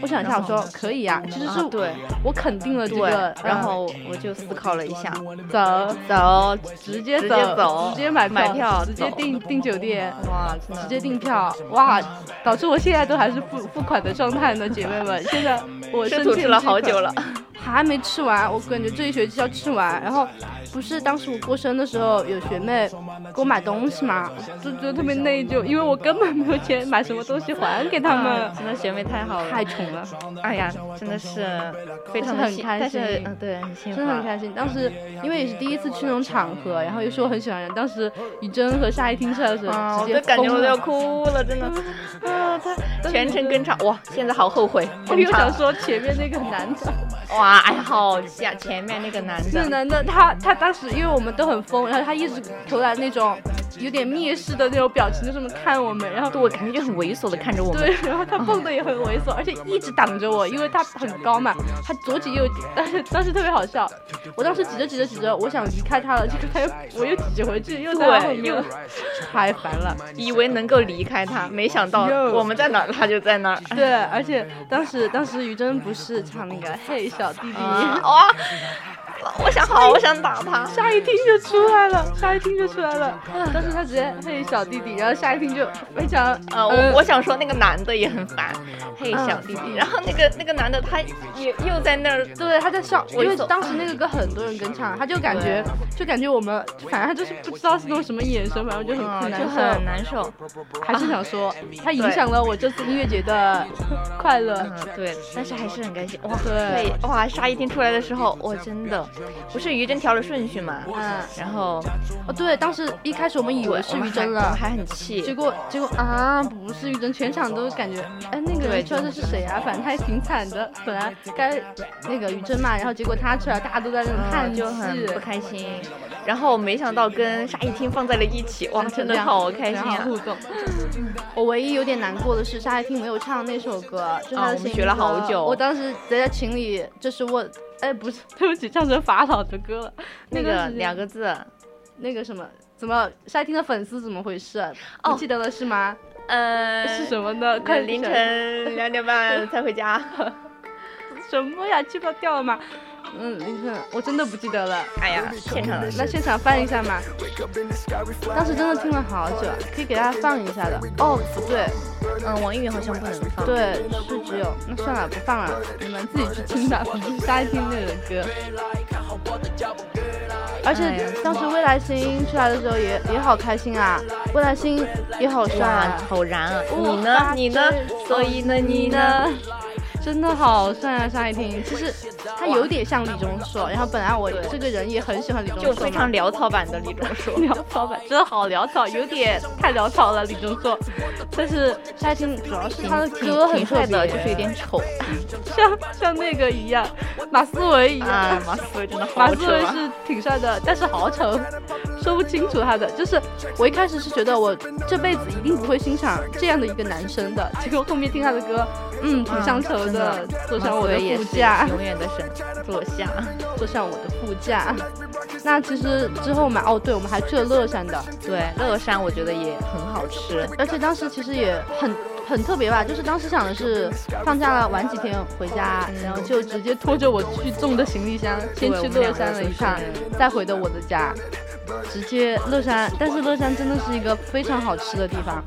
[SPEAKER 3] 我想一下，我说可以啊，其实是
[SPEAKER 4] 啊对
[SPEAKER 3] 我肯定了这
[SPEAKER 4] 对
[SPEAKER 3] 个，，
[SPEAKER 4] 然后我就思考了一下，
[SPEAKER 3] 走
[SPEAKER 4] 走，
[SPEAKER 3] 直接
[SPEAKER 4] 直接
[SPEAKER 3] 走
[SPEAKER 4] 走
[SPEAKER 3] 直接买
[SPEAKER 4] 买票
[SPEAKER 3] 直接
[SPEAKER 4] 走
[SPEAKER 3] 订订酒店。
[SPEAKER 4] 哇，真
[SPEAKER 3] 直
[SPEAKER 4] 的
[SPEAKER 3] 接订票，哇！导致我现在都还是付付款的状态呢，姐妹们。现在我
[SPEAKER 4] 是
[SPEAKER 3] 申
[SPEAKER 4] 吐
[SPEAKER 3] 请
[SPEAKER 4] 出了好久了，
[SPEAKER 3] 还没吃完，我感觉这一学期要吃完。然后不是当时我过生的时候，有学妹给我买东西嘛，就觉得特别内疚，因为我根本没有钱买什么东西还给他们，
[SPEAKER 4] 真的学妹太好了，
[SPEAKER 3] 太宠了，
[SPEAKER 4] 哎呀，真的是非常
[SPEAKER 3] 但是
[SPEAKER 4] 的
[SPEAKER 3] 很
[SPEAKER 4] 幸，
[SPEAKER 3] 开
[SPEAKER 4] 但是
[SPEAKER 3] 心
[SPEAKER 4] 嗯，对，很幸福
[SPEAKER 3] 真的很
[SPEAKER 4] 啊，
[SPEAKER 3] 开心。当时因为也是第一次去那种场合，然后又是我很喜欢的人，当时雨珍和夏一听出来的时
[SPEAKER 4] 啊，
[SPEAKER 3] 候，
[SPEAKER 4] 我
[SPEAKER 3] 直
[SPEAKER 4] 都
[SPEAKER 3] 接
[SPEAKER 4] 感觉
[SPEAKER 3] 疯
[SPEAKER 4] 我都
[SPEAKER 3] 了
[SPEAKER 4] 要哭了， 真的， 啊，他全程跟唱，哇，现在好后 悔，
[SPEAKER 3] 我
[SPEAKER 4] 跟
[SPEAKER 3] 又想
[SPEAKER 4] 唱，
[SPEAKER 3] 说前面那个男的。
[SPEAKER 4] 哇，哎呀，好气啊，前面那个男
[SPEAKER 3] 那
[SPEAKER 4] 的，
[SPEAKER 3] 男的他他当时因为我们都很疯，然后他一直投来那种有点蔑视的那种表情，就这么看我们，然后
[SPEAKER 4] 对我感觉就很猥琐的看着我们，
[SPEAKER 3] 对，然后他蹦的也很猥琐，而且一直挡着我，因为他很高嘛，他左挤右挤，但是当时特别好笑。我当时挤着挤着挤着，我想离开他了，结果他又我又挤回去，又在他后
[SPEAKER 4] 对，
[SPEAKER 3] 面
[SPEAKER 4] 又，
[SPEAKER 3] 太烦了。
[SPEAKER 4] 以为能够离开他，没想到
[SPEAKER 3] 哟
[SPEAKER 4] 我们在哪儿，他就在哪儿。
[SPEAKER 3] 对，而且当时当时于真不是唱那个嘿小弟弟，
[SPEAKER 4] 啊哇！了，我想好，我想打他。
[SPEAKER 3] 下一听就出来了，下一听就出来了。当时他直接嘿小弟弟，然后下一听就非常
[SPEAKER 4] 呃，我我想说那个男的也很烦，嘿，
[SPEAKER 3] 嗯
[SPEAKER 4] 小弟弟。然后那个那个男的他也又在那儿，
[SPEAKER 3] 对，他在笑，嗯
[SPEAKER 4] 我
[SPEAKER 3] 因为
[SPEAKER 4] 走
[SPEAKER 3] 当时那个歌很多人跟唱，他就感觉就感觉我们反正他就是不知道是那种什么眼神，反正就很很
[SPEAKER 4] 嗯，
[SPEAKER 3] 难
[SPEAKER 4] 就很
[SPEAKER 3] 受。
[SPEAKER 4] 难受。
[SPEAKER 3] 还是想说，他影响了我这次音乐节的快乐。
[SPEAKER 4] 嗯，对，但是还是很开心。哇，
[SPEAKER 3] 对
[SPEAKER 4] 对，哇，沙一听出来的时候，我真的不是于真调了顺序嘛，
[SPEAKER 3] 嗯，
[SPEAKER 4] 然后
[SPEAKER 3] 哦对，当时一开始我们以为是于真
[SPEAKER 4] 我们
[SPEAKER 3] 了，
[SPEAKER 4] 还我们还很气，
[SPEAKER 3] 结果结果啊，不是于真，全场都感觉，哎，那个人
[SPEAKER 4] 对
[SPEAKER 3] 出来的是谁啊？反正他也挺惨的，本来该那个于真嘛，然后结果他出来，大家都在那
[SPEAKER 4] 嗯
[SPEAKER 3] 里叹气
[SPEAKER 4] 就，很不开心。然后没想到跟沙一听放在了一起，哇，真的
[SPEAKER 3] 这样
[SPEAKER 4] 好开心
[SPEAKER 3] 很好
[SPEAKER 4] 啊！
[SPEAKER 3] 互动。 我唯一有点难过的是沙一听没有唱那首歌，就是
[SPEAKER 4] 啊
[SPEAKER 3] 他的
[SPEAKER 4] 我们
[SPEAKER 3] 新
[SPEAKER 4] 学了好
[SPEAKER 3] 歌
[SPEAKER 4] 久
[SPEAKER 3] 我当时在在群里，就是我，哎，不是，对不起，唱成法老的歌了。
[SPEAKER 4] 那
[SPEAKER 3] 段
[SPEAKER 4] 个
[SPEAKER 3] 时间
[SPEAKER 4] 两个字，
[SPEAKER 3] 那个什么，怎么沙一听的粉丝怎么回事？
[SPEAKER 4] 哦
[SPEAKER 3] 你记得了是吗？
[SPEAKER 4] 呃，
[SPEAKER 3] 是什么呢？快
[SPEAKER 4] 快凌
[SPEAKER 3] 想
[SPEAKER 4] 晨两点半才回家。
[SPEAKER 3] 什么呀？气泡掉了吗？嗯，凌晨，我真的不记得了。
[SPEAKER 4] 哎呀，现场的
[SPEAKER 3] 那现场翻一下嘛。当时真的听了好久，可以给大家放一下的。哦，不对，
[SPEAKER 4] 嗯，网易云好像不能放。
[SPEAKER 3] 对，是只有那算了，不放了，你们自己去听吧，不是瞎听那种歌。而
[SPEAKER 4] 哎呀
[SPEAKER 3] 且当时未来星出来的时候也也好开心啊，未来星也好帅
[SPEAKER 4] 哇，
[SPEAKER 3] 啊，
[SPEAKER 4] 好燃啊！
[SPEAKER 3] 哇
[SPEAKER 4] 你呢？你呢
[SPEAKER 3] 真？
[SPEAKER 4] 所以呢？你呢？？
[SPEAKER 3] 真的好帅啊，沙一听，其实他有点像李钟硕，然后本来我这个人也很喜欢李钟硕
[SPEAKER 4] 就
[SPEAKER 3] 嘛，。
[SPEAKER 4] 非常潦草版的李钟硕
[SPEAKER 3] 潦草版，真的好潦草，有点太潦草了，李钟硕。但是沙青主要是他的歌很
[SPEAKER 4] 挺帅的，
[SPEAKER 3] 特别
[SPEAKER 4] 就是有点丑
[SPEAKER 3] 像像那个一样，马思唯一样。
[SPEAKER 4] 啊。马思唯真的
[SPEAKER 3] 马
[SPEAKER 4] 好
[SPEAKER 3] 思
[SPEAKER 4] 丑
[SPEAKER 3] 唯
[SPEAKER 4] 啊！
[SPEAKER 3] 是挺帅的，但是好丑，说不清楚他的。就是我一开始是觉得我这辈子一定不会欣赏这样的一个男生的，结果后面听他的歌，嗯，挺像丑
[SPEAKER 4] 真
[SPEAKER 3] 的
[SPEAKER 4] 的，
[SPEAKER 3] 坐
[SPEAKER 4] 马
[SPEAKER 3] 上
[SPEAKER 4] 思
[SPEAKER 3] 我的
[SPEAKER 4] 唯也
[SPEAKER 3] 副
[SPEAKER 4] 是
[SPEAKER 3] 驾。
[SPEAKER 4] 永远的神座下。
[SPEAKER 3] 坐上我的副驾。那其实之后嘛，哦，对，我们还去了乐山的，
[SPEAKER 4] 对，乐山我觉得也很好吃。
[SPEAKER 3] 而且当时其实也很很特别吧，就是当时想的是放假了晚几天回家，
[SPEAKER 4] 嗯
[SPEAKER 3] 然后就直接拖着我去重的行李箱，先去乐山了一趟，再回的我的家。直接乐山，但是乐山真的是一个非常好吃的地方。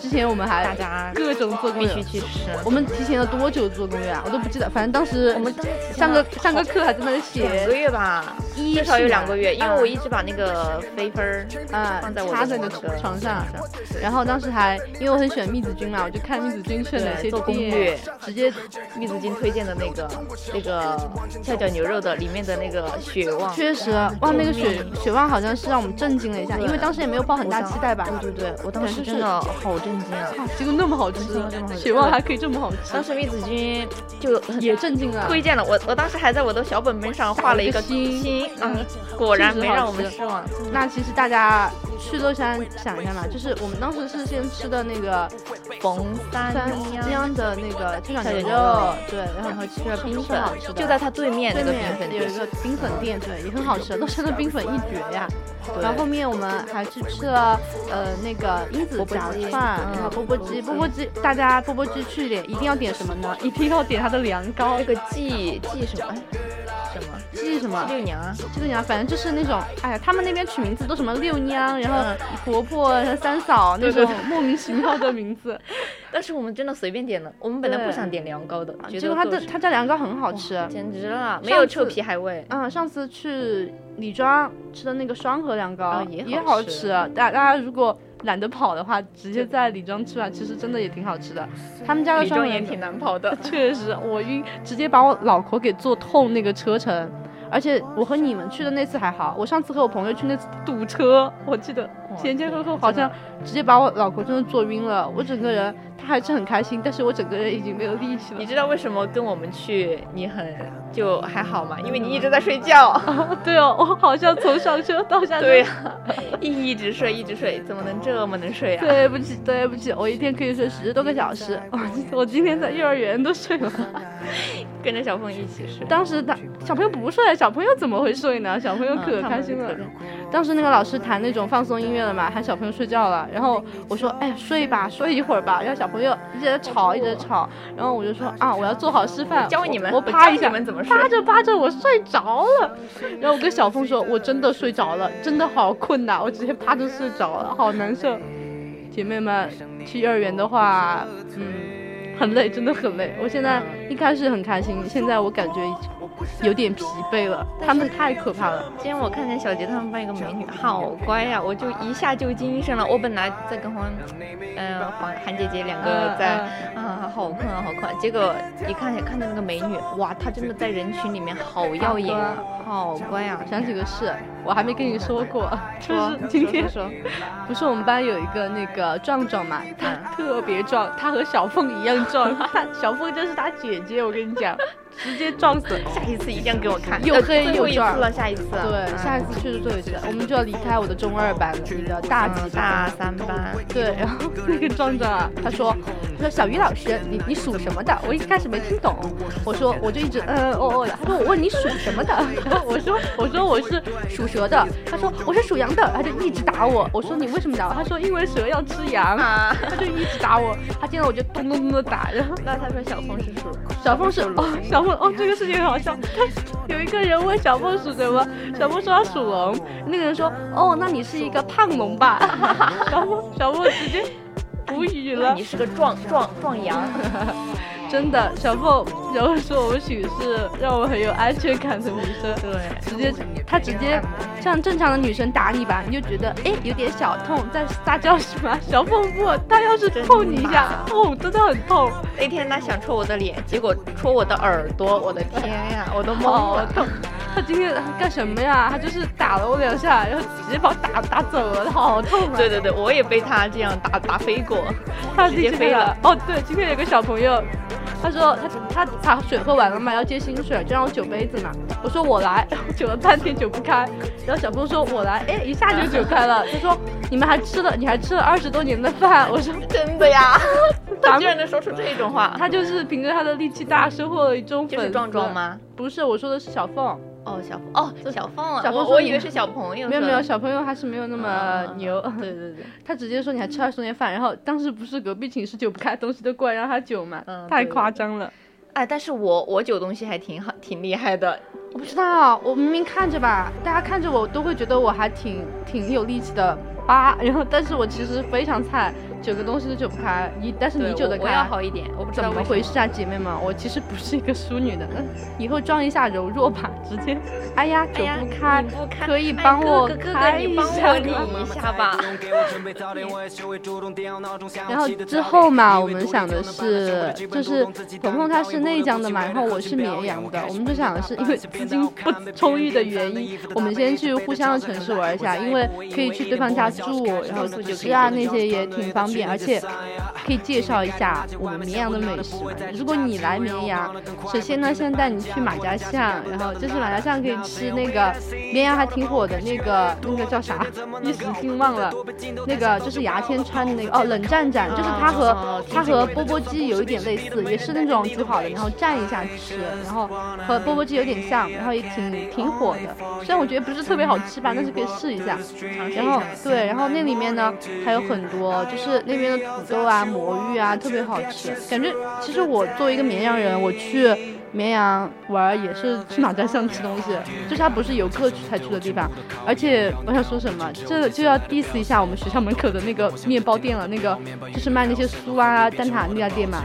[SPEAKER 3] 之前我们还
[SPEAKER 4] 大家
[SPEAKER 3] 各种做攻
[SPEAKER 4] 必
[SPEAKER 3] 略
[SPEAKER 4] 须，去吃。
[SPEAKER 3] 我们提前了多久做攻略啊？我都不记得，反正当时我们上个上个课还在那里写
[SPEAKER 4] 两个月吧，
[SPEAKER 3] 一
[SPEAKER 4] 至少有
[SPEAKER 3] 是
[SPEAKER 4] 两
[SPEAKER 3] 吗
[SPEAKER 4] 个月，因
[SPEAKER 3] 嗯
[SPEAKER 4] 为我一直把那个飞分儿
[SPEAKER 3] 啊，
[SPEAKER 4] 啊放在我
[SPEAKER 3] 插
[SPEAKER 4] 的
[SPEAKER 3] 在
[SPEAKER 4] 那
[SPEAKER 3] 你
[SPEAKER 4] 个
[SPEAKER 3] 的床上
[SPEAKER 4] 上。
[SPEAKER 3] 然后当时还因为我很喜欢蜜子君嘛，我就看蜜子君去了哪些
[SPEAKER 4] 对做攻
[SPEAKER 3] 店
[SPEAKER 4] 略
[SPEAKER 3] 直接
[SPEAKER 4] 密子君推荐的那个那个跳脚牛肉的里面的那个血旺，
[SPEAKER 3] 确实哇，那个雪雪旺好像是让我们震惊了一下，因为当时也没有抱很大期待吧。
[SPEAKER 4] 对对对，我当时
[SPEAKER 3] 对就是
[SPEAKER 4] 真的好震惊啊！
[SPEAKER 3] 啊结果那么好吃，雪旺还可以这么好
[SPEAKER 4] 当
[SPEAKER 3] 吃，
[SPEAKER 4] 时密子君就很
[SPEAKER 3] 也震惊了。
[SPEAKER 4] 推荐了我，我当时还在我的小本本上画了一
[SPEAKER 3] 画
[SPEAKER 4] 个
[SPEAKER 3] 了一个心
[SPEAKER 4] 心，嗯，果然没让我们
[SPEAKER 3] 确实
[SPEAKER 4] 失望。
[SPEAKER 3] 那其实大家去乐山想一下嘛，就是我们当时是先吃的那个
[SPEAKER 4] 冯三
[SPEAKER 3] 三
[SPEAKER 4] 娘，
[SPEAKER 3] 江的那个跳
[SPEAKER 4] 小
[SPEAKER 3] 小牛
[SPEAKER 4] 牛
[SPEAKER 3] 肉
[SPEAKER 4] 肉，
[SPEAKER 3] 对，然
[SPEAKER 4] 然
[SPEAKER 3] 后
[SPEAKER 4] 后吃了冰
[SPEAKER 3] 是好吃的
[SPEAKER 4] 粉，就在他对面那
[SPEAKER 3] 对
[SPEAKER 4] 个冰粉
[SPEAKER 3] 面有一
[SPEAKER 4] 店。
[SPEAKER 3] 个冰粉店，对，也很好吃，乐山的冰粉一绝呀。然后后面我们还去吃了呃那个英子夹
[SPEAKER 4] 钵钵鸡
[SPEAKER 3] 饭，然后
[SPEAKER 4] 嗯
[SPEAKER 3] 钵钵鸡，钵钵
[SPEAKER 4] 钵钵
[SPEAKER 3] 鸡，大家钵钵鸡去点一定要点什么呢？一定要点它的凉糕
[SPEAKER 4] 那，个季季什么？哎什么？
[SPEAKER 3] 鸡什么
[SPEAKER 4] 季？六娘啊？
[SPEAKER 3] 这个娘，反正就是那种，哎呀，他们那边取名字都什么六娘，然后婆婆、然后三嫂那
[SPEAKER 4] 嗯对对
[SPEAKER 3] 种莫名其妙的名字。
[SPEAKER 4] 但是我们真的随便点的，我们本来
[SPEAKER 3] 对啊
[SPEAKER 4] 不想点凉糕的， 觉
[SPEAKER 3] 结
[SPEAKER 4] 得
[SPEAKER 3] 果它
[SPEAKER 4] 做
[SPEAKER 3] 的
[SPEAKER 4] 成
[SPEAKER 3] 它家凉糕很好吃。
[SPEAKER 4] 简直了，没有
[SPEAKER 3] 上次
[SPEAKER 4] 臭皮海味。
[SPEAKER 3] 嗯，上次去李庄吃的那个双河凉糕、
[SPEAKER 4] 啊
[SPEAKER 3] 也
[SPEAKER 4] 也
[SPEAKER 3] 好
[SPEAKER 4] 好
[SPEAKER 3] 吃
[SPEAKER 4] 吃。
[SPEAKER 3] 大大家如果懒得跑的话，直接在李庄吃吧，其实真的也挺好吃的。他们家的
[SPEAKER 4] 李
[SPEAKER 3] 双
[SPEAKER 4] 庄
[SPEAKER 3] 河
[SPEAKER 4] 也
[SPEAKER 3] 凉糕。
[SPEAKER 4] 挺难跑的
[SPEAKER 3] 确实，我晕，直接把我脑壳给坐痛那个车程。而且我和你们去的那次还好，我上次和我朋友去那次堵车，我记得前前后后好像直接把我脑壳真的坐晕了。我整个人，他还是很开心，但是我整个人已经没有力气了
[SPEAKER 4] 你。知道为什么跟我们去你很就还好吗？因为你一直在睡觉。
[SPEAKER 3] 对哦，我好像从上车到下车
[SPEAKER 4] 对 呀、一直睡一直睡，怎么能这么能睡啊？
[SPEAKER 3] 对不起，对不起，我一天可以睡十多个小 时，我我今天在幼儿园都睡了。
[SPEAKER 4] 跟着小凤一起睡。
[SPEAKER 3] 当时他小朋友不睡，小朋友怎么会睡呢？小朋友嗯可开心了。当时那个老师弹那种放松音乐了嘛，喊小朋友睡觉了。然后我说，哎，睡吧，睡一会儿吧。然后小朋友一直在吵，一直在吵。然后我就说啊，我要做好示范，
[SPEAKER 4] 教你们，
[SPEAKER 3] 我
[SPEAKER 4] 我
[SPEAKER 3] 我趴一
[SPEAKER 4] 教
[SPEAKER 3] 下
[SPEAKER 4] 你，们怎么睡。
[SPEAKER 3] 趴着趴着我睡着了。然后我跟小峰说，我真的睡着了，真的好困呐、我直接趴着睡着了，好难受。姐妹们，去幼儿园的话，嗯，很累，真的很累。我现在一开始很开心，现在我感觉有点疲惫了，他们太可怕了。
[SPEAKER 4] 今天我看见小杰他们班有个美女，好乖呀、我就一下就精神了。我本来在跟黄，嗯、黄韩姐姐两个
[SPEAKER 3] 嗯
[SPEAKER 4] 在啊，好困啊，好困啊、结果一看看到那个美女，哇，她真的在人群里面好耀眼啊，好乖啊！
[SPEAKER 3] 想起个事，我还没跟你说过，就
[SPEAKER 4] 说
[SPEAKER 3] 是今天
[SPEAKER 4] 说说说
[SPEAKER 3] 不是我们班有一个那个壮壮嘛，他
[SPEAKER 4] 嗯
[SPEAKER 3] 特别壮，他和小凤一样壮， 他小凤就是他姐姐，我跟你讲，直接撞死。
[SPEAKER 4] 下一次一定要给我看，
[SPEAKER 3] 又
[SPEAKER 4] 呃
[SPEAKER 3] 黑
[SPEAKER 4] 最
[SPEAKER 3] 又
[SPEAKER 4] 后一次
[SPEAKER 3] 壮
[SPEAKER 4] 了，下一次啊。
[SPEAKER 3] 对，
[SPEAKER 4] 嗯
[SPEAKER 3] 下一次去是最后一次，我们就要离开我的中二班了，你的大几班？
[SPEAKER 4] 嗯大三班，
[SPEAKER 3] 对，然后那个壮壮啊，他说，他说小于老师，你你属什么的？我一开始没听懂，我说我就一直嗯嗯哦哦的。他说我问你属什么的， 然后我说我说我是属蛇的，他说我是属羊的，他就一直打我。我说你为什么打我？他说因为蛇要吃羊，
[SPEAKER 4] 啊
[SPEAKER 3] 他就一直打我。他见到我就咚咚咚的打，然后
[SPEAKER 4] 那他说小峰是属
[SPEAKER 3] 小凤是哦，小凤哦，这个事情很好笑。有一个人问小凤属什么，小凤说她属龙，那个人说哦，那你是一个胖龙吧？ 小凤小凤直接无语
[SPEAKER 4] 那
[SPEAKER 3] 了
[SPEAKER 4] 你，是个壮壮壮阳，
[SPEAKER 3] 真的。小凤然后说我许是让我很有安全感的女生，
[SPEAKER 4] 对，
[SPEAKER 3] 直接她直接像正常的女生打你吧，你就觉得哎有点小痛，在撒娇是吗？ 小凤不，她要是碰你一下，痛真的很痛。
[SPEAKER 4] 那天他想戳我的脸，结果戳我的耳朵，我的天呀，我都懵
[SPEAKER 3] 好
[SPEAKER 4] 了。
[SPEAKER 3] 痛！他今天干什么呀？他就是打了我两下，然后直接把我打打走了，好痛啊！
[SPEAKER 4] 对对对，我也被他这样打打飞过。
[SPEAKER 3] 他自己
[SPEAKER 4] 直接
[SPEAKER 3] 去
[SPEAKER 4] 飞
[SPEAKER 3] 哪
[SPEAKER 4] 了。
[SPEAKER 3] 哦，对，今天有个小朋友，他说他他他水喝完了嘛，要接薪水，就让我酒杯子嘛。我说我来， 然后酒了半天酒不开。然后小朋友说我来，哎，一下就酒开了。他说你们还吃了，你还吃了二十多年的饭。我说
[SPEAKER 4] 真 的呀，
[SPEAKER 3] 咱
[SPEAKER 4] 他居然
[SPEAKER 3] 们。
[SPEAKER 4] 能说出这种话。
[SPEAKER 3] 啊他就是凭着他的力气大，收获了一众粉
[SPEAKER 4] 就是
[SPEAKER 3] 丝。
[SPEAKER 4] 壮壮？吗？
[SPEAKER 3] 不是，我说的是小凤。
[SPEAKER 4] 哦，小凤哦，小凤啊，
[SPEAKER 3] 小凤
[SPEAKER 4] 我
[SPEAKER 3] 说
[SPEAKER 4] 我
[SPEAKER 3] 你
[SPEAKER 4] 以为是小朋友。
[SPEAKER 3] 没有没有，
[SPEAKER 4] 是吧，
[SPEAKER 3] 小朋友还是没有那么
[SPEAKER 4] 啊
[SPEAKER 3] 牛。
[SPEAKER 4] 对对对，
[SPEAKER 3] 他直接说你还吃二十多年饭，然后当时不是隔壁寝室酒不开，东西都过来让他酒嘛，
[SPEAKER 4] 嗯
[SPEAKER 3] 太
[SPEAKER 4] 对
[SPEAKER 3] 夸张了。
[SPEAKER 4] 哎，但是我我酒东西还挺好，挺厉害的。
[SPEAKER 3] 我不知道，啊我明明看着吧，大家看着我都会觉得我还挺挺有力气的吧，啊然后但是我其实非常菜，酒个东西都酒不开，你但是
[SPEAKER 4] 对
[SPEAKER 3] 你酒
[SPEAKER 4] 我
[SPEAKER 3] 得
[SPEAKER 4] 我要
[SPEAKER 3] 开。
[SPEAKER 4] 好一点，我不知
[SPEAKER 3] 怎
[SPEAKER 4] 道
[SPEAKER 3] 么
[SPEAKER 4] 为什
[SPEAKER 3] 回事啊，姐妹们？我其实不是一个淑女的，嗯以后装一下柔弱吧，直接，哎呀，酒
[SPEAKER 4] 哎呀
[SPEAKER 3] 不开，
[SPEAKER 4] 你不开
[SPEAKER 3] 可以
[SPEAKER 4] 哎
[SPEAKER 3] 帮
[SPEAKER 4] 哥
[SPEAKER 3] 我
[SPEAKER 4] 哥哥哥
[SPEAKER 3] 开
[SPEAKER 4] 你
[SPEAKER 3] 一
[SPEAKER 4] 帮
[SPEAKER 3] 下
[SPEAKER 4] 我理
[SPEAKER 3] 吗
[SPEAKER 4] 一下吧。
[SPEAKER 5] 然
[SPEAKER 3] 然后之后嘛，我们想的是，就是鹏鹏他是内江的嘛，然后我是绵阳的，我们就想的是，因为资金不充裕的原因，我们先去互相的城市玩一下，因为可以去对方家住，然后吃啊那些也挺方便，而且可以介绍一下我们绵阳的美食嘛。如果你来绵阳，首先呢，先带你去马家巷，然后就是马家巷可以吃那个绵阳还挺火的那个那个叫啥，一时兴忘了，那个就是牙签穿的那个哦冷战展，就是它和它和钵钵鸡有一点类似，也是那种煮好的，然后蘸一下吃，然后和钵钵鸡有点像，然后也挺挺火的。虽然我觉得不是特别好吃吧，但是可以试一下。然后对，然后那里面呢还有很多，就是那边的土豆啊、魔芋啊，特别好吃。感觉其实我作为一个绵阳人，我去绵阳玩儿也是去马家巷吃东西，就是它不是游客去才去的地方。而且我想说什么，这就要 diss 一下我们学校门口的那个面包店了，那个就是卖那些酥啊、蛋挞那家店嘛。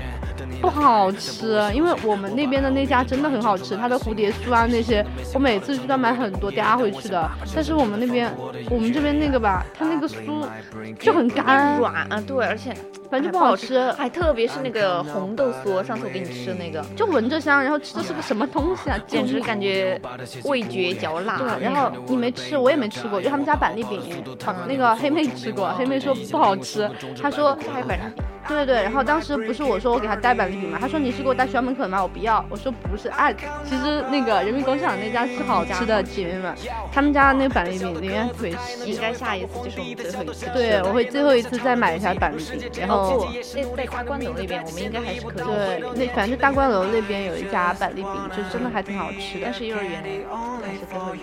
[SPEAKER 3] 不好吃，因为我们那边的那家真的很好吃，它的蝴蝶酥啊那些，我每次去都买很多带回去的。但是我们那边，我们这边那个吧，它那个酥就很干，
[SPEAKER 4] 软啊，对，而且
[SPEAKER 3] 反正就不
[SPEAKER 4] 还不
[SPEAKER 3] 好
[SPEAKER 4] 好
[SPEAKER 3] 吃，
[SPEAKER 4] 还特别是那个红豆酥，上次我给你吃的那个，
[SPEAKER 3] 就闻着香，然后吃的是个什么东西啊？
[SPEAKER 4] 简直
[SPEAKER 3] 救命
[SPEAKER 4] 感觉味觉嚼蜡。
[SPEAKER 3] 对，然后嗯你没吃，我也没吃过，就呃他们家板栗饼，那个黑妹吃过，黑妹说不好吃，她说
[SPEAKER 4] 还反正
[SPEAKER 3] 对对，然后当时不是我说我给他带百丽饼嘛，他说你是给我带学校门口的吗？我不要，我说不是啊，其实那个人民广场那家是好吃的，姐妹们，他们家那个板栗饼里面特别
[SPEAKER 4] 应
[SPEAKER 3] 细。
[SPEAKER 4] 该下一次就是我们最后一次吃了。
[SPEAKER 3] 对，我会最后一次再买一条板栗饼，然后、
[SPEAKER 4] 哦不，那在大关楼那边，我们应该还是可以去的。
[SPEAKER 3] 对，那反正大观楼那边有一家板栗饼，就真的还挺好吃的
[SPEAKER 4] 但。是幼儿园还是最后一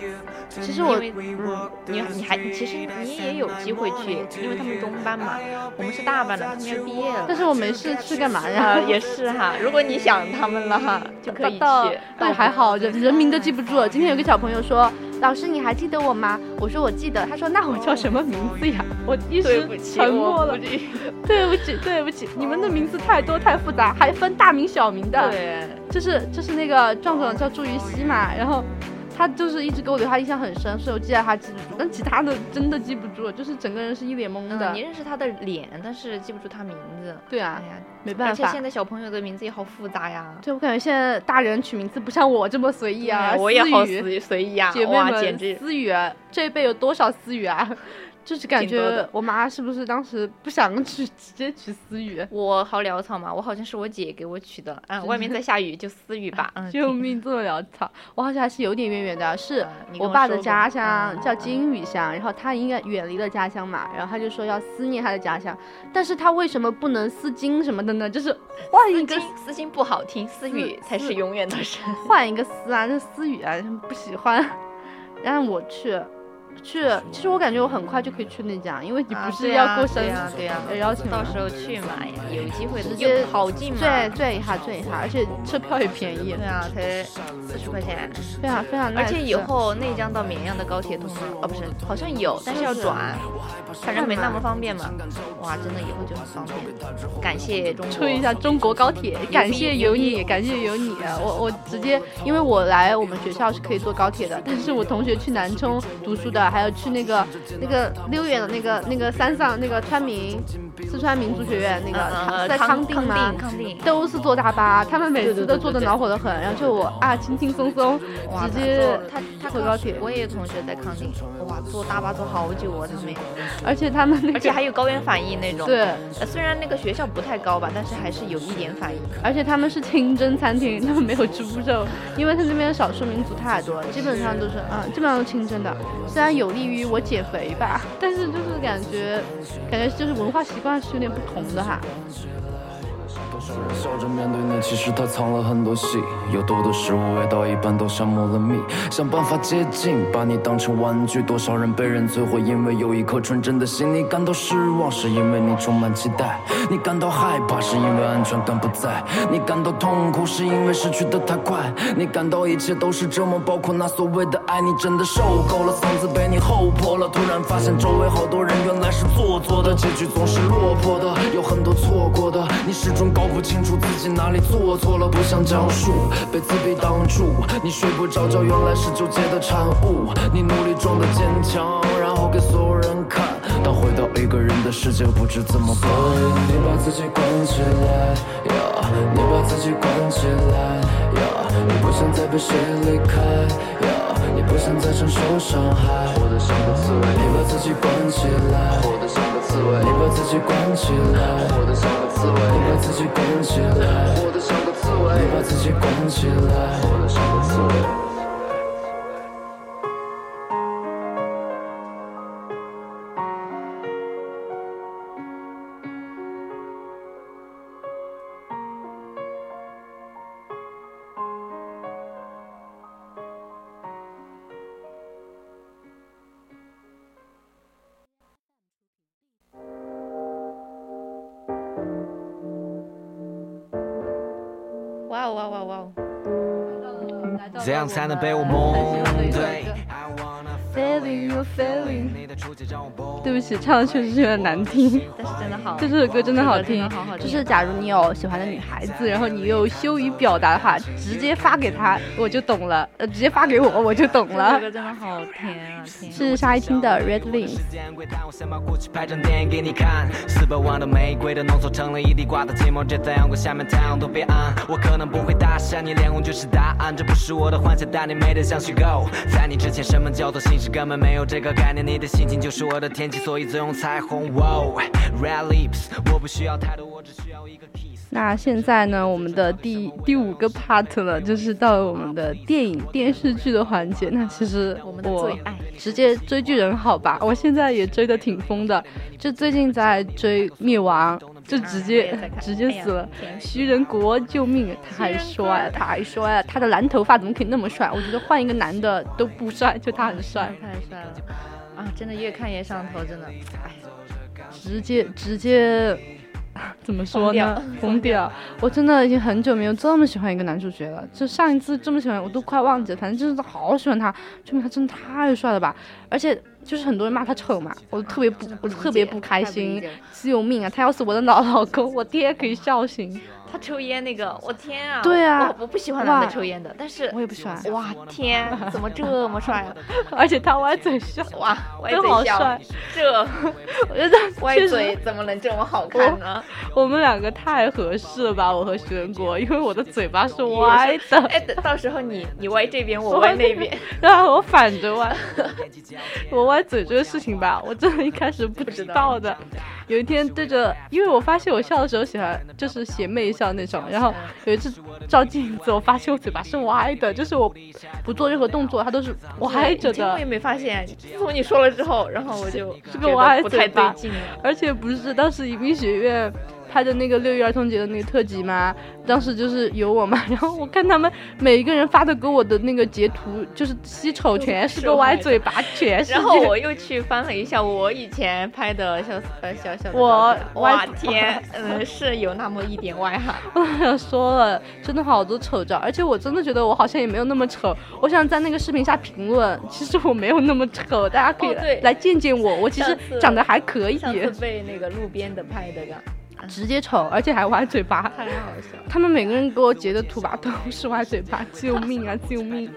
[SPEAKER 4] 次。
[SPEAKER 3] 其实我
[SPEAKER 4] 因为嗯，你你还其实你也有机会去，因为他们中班嘛，我们是大班的，他们要毕业
[SPEAKER 3] 但
[SPEAKER 4] 了。
[SPEAKER 3] 是我没事去干嘛
[SPEAKER 4] 啊
[SPEAKER 3] 呀？，
[SPEAKER 4] 也是哈，如果你想他们了哈， 就可以去。
[SPEAKER 3] 啊到但还好，人人名都记不住。今天有个小朋友说：“老师，你还记得我吗？”我说：“我记得。”他说：“那我叫什么名字呀？”我一
[SPEAKER 4] 对
[SPEAKER 3] 时
[SPEAKER 4] 不起，
[SPEAKER 3] 沉默
[SPEAKER 4] 我
[SPEAKER 3] 了
[SPEAKER 4] 不。至于
[SPEAKER 3] 对不起，对不起，你们的名字太多太复杂，还分大名小名的。
[SPEAKER 4] 对，
[SPEAKER 3] 就是就是那个壮壮叫朱雨曦嘛，然后他就是一直给我留下印象很深，所以我记得他记得住，但其他的真的记不住，就是整个人是一脸懵的。
[SPEAKER 4] 嗯，你认识他的脸，但是记不住他名字。
[SPEAKER 3] 对啊
[SPEAKER 4] 哎，呀，
[SPEAKER 3] 没办
[SPEAKER 4] 而且
[SPEAKER 3] 法
[SPEAKER 4] 现。在小朋友的名字也好复杂呀。
[SPEAKER 3] 对，我感觉现在大人取名字不像我这么随意啊，
[SPEAKER 4] 哎我也
[SPEAKER 3] 思
[SPEAKER 4] 好
[SPEAKER 3] 雨
[SPEAKER 4] 随随意啊，
[SPEAKER 3] 姐妹
[SPEAKER 4] 哇，
[SPEAKER 3] 们，
[SPEAKER 4] 简直
[SPEAKER 3] 思雨啊这一辈有多少思雨啊？ 就是感
[SPEAKER 4] 挺多
[SPEAKER 3] 觉
[SPEAKER 4] 的
[SPEAKER 3] 我妈是不是当时不想取， 直接取思雨？
[SPEAKER 4] 我好潦草嘛，我好像是我姐给我取的。啊，外面在下雨，就私雨吧。嗯，
[SPEAKER 3] 救命，这么潦草！我好像还是啊有点啊渊源的，是
[SPEAKER 4] 嗯你跟
[SPEAKER 3] 我
[SPEAKER 4] 我
[SPEAKER 3] 爸
[SPEAKER 4] 说
[SPEAKER 3] 的
[SPEAKER 4] 过
[SPEAKER 3] 家乡
[SPEAKER 4] 嗯
[SPEAKER 3] 叫金屿乡，然后他应该远离了家乡嘛，然后他就说要思念他的家乡，但是他为什么不能思京什么的呢？就是换一
[SPEAKER 4] 私
[SPEAKER 3] 个
[SPEAKER 4] 心私心不好听，私语才是永远的神。
[SPEAKER 3] 换一个思啊，这思雨啊不喜欢，让我去去，其实我感觉我很快就可以去那家，因为你不是要过生日、
[SPEAKER 4] 嗯啊啊对呀、对呀、
[SPEAKER 3] 邀请
[SPEAKER 4] 到
[SPEAKER 3] 吗
[SPEAKER 4] 时候去嘛，有机会的，
[SPEAKER 3] 直接
[SPEAKER 4] 又好近嘛。
[SPEAKER 3] 最最一下最一下，而且车票也便宜啊
[SPEAKER 4] 对，啊，才四十块钱，
[SPEAKER 3] 非常非常 nice。
[SPEAKER 4] 而且以后内江到绵阳的高铁通吗？哦，不是，好像有，但是要转，反正没那么方便嘛。哇，真的以后就很方便，感谢中国。
[SPEAKER 3] 啊
[SPEAKER 4] 嗯
[SPEAKER 3] 吹一下中国高铁，感谢有你，感谢有你。啊我我直接，因为我来我们学校是可以坐高铁的，但是我同学去南充读书的，还有去那个那个六院的那个那个山上那个川民四川民族学院那个
[SPEAKER 4] 呃，
[SPEAKER 3] 在
[SPEAKER 4] 康
[SPEAKER 3] 康定吗？
[SPEAKER 4] 康定，
[SPEAKER 3] 都是坐大巴，他们每次都坐的恼火的很，然后就我啊轻轻松松
[SPEAKER 4] 哇
[SPEAKER 3] 直接
[SPEAKER 4] 他他
[SPEAKER 3] 坐高铁，
[SPEAKER 4] 我也有同学在康定，哇，坐大巴坐好久啊，他们，
[SPEAKER 3] 而且他们那个
[SPEAKER 4] 而且还有高原反应那种。
[SPEAKER 3] 对，
[SPEAKER 4] 呃，虽然那个学校不太高吧，但是还是有一点反应。
[SPEAKER 3] 而且他们是清真餐厅，他们没有猪肉，因为他那边少数民族太多了，基本上都是嗯，基本上都清真的。虽然有利于我减肥吧，但是就是感觉，感觉就是文化习惯是有点不同的哈。
[SPEAKER 9] 多少人笑着面对你，其实他藏了很多戏。有多的食物味道一般都消磨了蜜，想办法接近，把你当成玩具。多少人被人摧毁，因为有一颗纯真的心。你感到失望，是因为你充满期待；你感到害怕，是因为安全感不在；你感到痛苦，是因为失去的太快；你感到一切都是折磨，包括那所谓的爱。你真的受够了，嗓子被你吼破了。突然发现周围好多人原来是做作的，结局总是落魄的，有很多错过的。你始终搞不清楚自己哪里做错了，不想讲述，被自卑挡住。你睡不着觉，原来是纠结的产物。你努力装的坚强，然后给所有人看，但回到一个人的世界，不知怎么办。所以你把自己关起来呀，你把自己关起来呀，你不想再被谁离开呀，你不想再承受伤害，活得像个刺猬。你把自己关起来，活得像个刺猬。你把自己关起来，活得像个刺猬。你把自己关起来，活得像个刺猬。你把自己关起来，活得像个刺猬。
[SPEAKER 4] 哇哦哇哦哇哦哇哦！
[SPEAKER 10] 怎样才能被我蒙对？
[SPEAKER 3] Failing you, failing。
[SPEAKER 10] 你的出击让我崩
[SPEAKER 3] 对不起，唱的确实有点难听。
[SPEAKER 4] 但是真的好，
[SPEAKER 3] 这首歌真的好听
[SPEAKER 4] 好好，听
[SPEAKER 3] 就是假如你有喜欢的女孩子，然后你又羞于表达的话，直接发给她，我就懂了。呃，直接发给我，我就懂
[SPEAKER 4] 这首
[SPEAKER 3] 了。
[SPEAKER 4] 歌真的好甜啊甜。
[SPEAKER 3] 是沙一听的 Red Wings。
[SPEAKER 10] 时间归档，我先把过去拍张电影给你看。四百万的玫瑰都浓缩成了一地瓜的寂寞，这在阳光下面太阳多悲哀。我可能不会搭讪你，脸红就是答案，这不是我的幻想，但你美得像虚构。在你之前，什么叫做新世时根本没有这个概念，你的心情就是我的天气，所以只用彩虹。Wow, red lips，我不需要太多，我只需要一个 kiss。
[SPEAKER 3] 那现在呢，我们的第第五个 part 了，就是到了我们的电影电视剧的环节。那其实
[SPEAKER 4] 我们的
[SPEAKER 3] 我
[SPEAKER 4] 最爱
[SPEAKER 3] 直接追剧人好吧，我现在也追的挺疯的，就最近在追《灭亡》，就直接、
[SPEAKER 4] 啊我也在看
[SPEAKER 3] 直接死了
[SPEAKER 4] 哎呀。天
[SPEAKER 3] 徐仁国，救命！太帅了，太帅了！他的蓝头发怎么可以那么帅？我觉得换一个男的都不帅，就他很帅，
[SPEAKER 4] 太帅了啊！真的越看越上头，真的，哎，
[SPEAKER 3] 直接直接。 怎么说呢？疯
[SPEAKER 4] 疯
[SPEAKER 3] 掉！我真的已经很久没有这么喜欢一个男主角了。就上一次这么喜欢，我都快忘记了。反正就是好喜欢他，就因为他真的太帅了吧！而且就是很多人骂他丑嘛，我特别不，我特别不开
[SPEAKER 4] 太不理
[SPEAKER 3] 心
[SPEAKER 4] 解了。
[SPEAKER 3] 救命啊！他要是我的老老公，我爹可以笑醒。
[SPEAKER 4] 他抽烟那个，我天啊！
[SPEAKER 3] 对啊
[SPEAKER 4] 我我不喜欢男的
[SPEAKER 3] 哇
[SPEAKER 4] 抽烟的，但是
[SPEAKER 3] 我也不喜欢，
[SPEAKER 4] 哇天，怎么这么帅啊？
[SPEAKER 3] 而且他歪嘴笑，
[SPEAKER 4] 哇，歪
[SPEAKER 3] 真好
[SPEAKER 4] 嘴
[SPEAKER 3] 帅
[SPEAKER 4] 笑，！这
[SPEAKER 3] 我觉得
[SPEAKER 4] 歪
[SPEAKER 3] 确实
[SPEAKER 4] 嘴怎么能这么好看呢？
[SPEAKER 3] 我们两个太合适了吧？我和徐仁国，因为我的嘴巴是歪的。
[SPEAKER 4] 哎，等到时候你你歪这边，我歪那 边，
[SPEAKER 3] 然后啊我反着 歪，我歪嘴这个事情 吧，我真的一开始不知道的。有一天对着，因为我发现我笑的时候喜欢就是邪魅笑那种，然后有一次照镜子，我发现我嘴巴是歪 的，就是我不做任何动作，它都是歪着
[SPEAKER 4] 这我也
[SPEAKER 3] 的。
[SPEAKER 4] 没发现，自从你说了之后，然后我就
[SPEAKER 3] 这
[SPEAKER 4] 这
[SPEAKER 3] 个歪
[SPEAKER 4] 不太
[SPEAKER 3] 嘴巴
[SPEAKER 4] 对劲了。
[SPEAKER 3] 而且不是当时宜宾学院拍的那个六一儿童节的那个特辑嘛，当时就是有我嘛，然 后我看他们每一个人发的给我的那个截图，就是吸丑全是个歪嘴巴，全是这
[SPEAKER 4] 然
[SPEAKER 3] 个。
[SPEAKER 4] 后我又去翻了一下我以前拍的小呃小小的
[SPEAKER 3] 我
[SPEAKER 4] 照片哇
[SPEAKER 3] 歪
[SPEAKER 4] 天，嗯，是有那么一点歪哈。
[SPEAKER 3] 想说了，真的好多丑照，而且我真的觉得我好像也没有那么丑。我想在那个视频下评论，其实我没有那么丑，大家可以
[SPEAKER 4] 哦对
[SPEAKER 3] 来见见我，我其实
[SPEAKER 4] 上次
[SPEAKER 3] 长得还 可以，
[SPEAKER 4] 上次被那个路边的拍的个，
[SPEAKER 3] 直接丑，而且还歪嘴巴。
[SPEAKER 4] 太好笑了。
[SPEAKER 3] 他们每个人给我截的图吧都是歪嘴巴，救命啊，救命！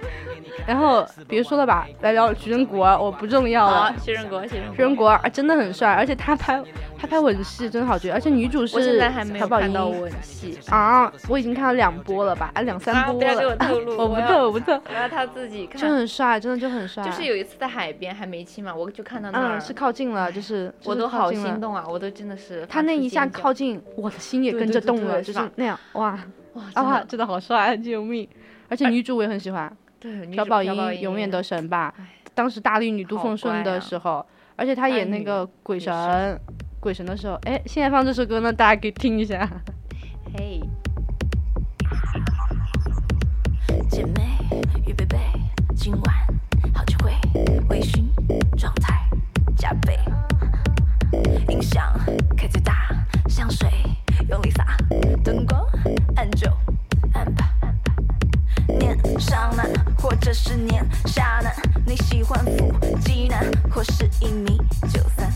[SPEAKER 3] 然后别说了吧，来聊徐仁国，我不重要了
[SPEAKER 4] 好，。徐仁国，徐仁
[SPEAKER 3] 徐仁国啊真的很帅，而且他拍他拍吻戏真的好绝，而且女主
[SPEAKER 4] 我现
[SPEAKER 3] 是
[SPEAKER 4] 在还没
[SPEAKER 3] 曹
[SPEAKER 4] 有
[SPEAKER 3] 宝
[SPEAKER 4] 看
[SPEAKER 3] 仪。
[SPEAKER 4] 到吻戏，
[SPEAKER 3] 啊，我已经看了两波了吧？啊，两三
[SPEAKER 4] 啊
[SPEAKER 3] 波了。
[SPEAKER 4] 不要给 我透露
[SPEAKER 3] 我不
[SPEAKER 4] 我要
[SPEAKER 3] 透，我不透。
[SPEAKER 4] 然后他自己
[SPEAKER 3] 就
[SPEAKER 4] 看，
[SPEAKER 3] 很帅，真的就很帅。
[SPEAKER 4] 就是有一次在海边还没亲嘛，我就看到那儿，
[SPEAKER 3] 嗯，是靠近了，就是
[SPEAKER 4] 我都好。
[SPEAKER 3] 就是靠
[SPEAKER 4] 心
[SPEAKER 3] 近了
[SPEAKER 4] 动啊，我都真的是
[SPEAKER 3] 他
[SPEAKER 4] 发
[SPEAKER 3] 那
[SPEAKER 4] 出
[SPEAKER 3] 一下
[SPEAKER 4] 尖叫
[SPEAKER 3] 靠近，我的心也
[SPEAKER 4] 对
[SPEAKER 3] 跟
[SPEAKER 4] 对
[SPEAKER 3] 着
[SPEAKER 4] 对
[SPEAKER 3] 动了，
[SPEAKER 4] 对
[SPEAKER 3] 就是是
[SPEAKER 4] 吧
[SPEAKER 3] 那样，哇
[SPEAKER 4] 哇 真
[SPEAKER 3] 啊，
[SPEAKER 4] 的
[SPEAKER 3] 真的好帅，救命！而且女主我也很喜欢，
[SPEAKER 4] 对女
[SPEAKER 3] 朴
[SPEAKER 4] 主
[SPEAKER 3] 宝
[SPEAKER 4] 朴
[SPEAKER 3] 英永远都神吧
[SPEAKER 4] 哎。
[SPEAKER 3] 当时大力女杜
[SPEAKER 4] 好
[SPEAKER 3] 奉顺
[SPEAKER 4] 乖
[SPEAKER 3] 的
[SPEAKER 4] 啊
[SPEAKER 3] 时候，而且她演
[SPEAKER 4] 大力
[SPEAKER 3] 那
[SPEAKER 4] 女
[SPEAKER 3] 个鬼
[SPEAKER 4] 也是
[SPEAKER 3] 神，鬼神的时候，哎，现在放这首歌呢，大家可以听一下。
[SPEAKER 4] 嘿，
[SPEAKER 6] 姐妹预备备，今晚好机会，微醺状态加倍，音响开最大，香水用力洒，灯光按就按吧。年上男或者是年下男，你喜欢腹肌男或是一米九三。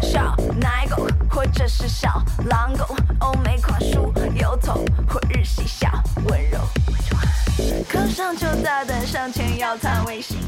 [SPEAKER 6] 小奶狗或者是小狼狗，欧美款梳油头或日系小温柔。坑上就在等上前要探微信。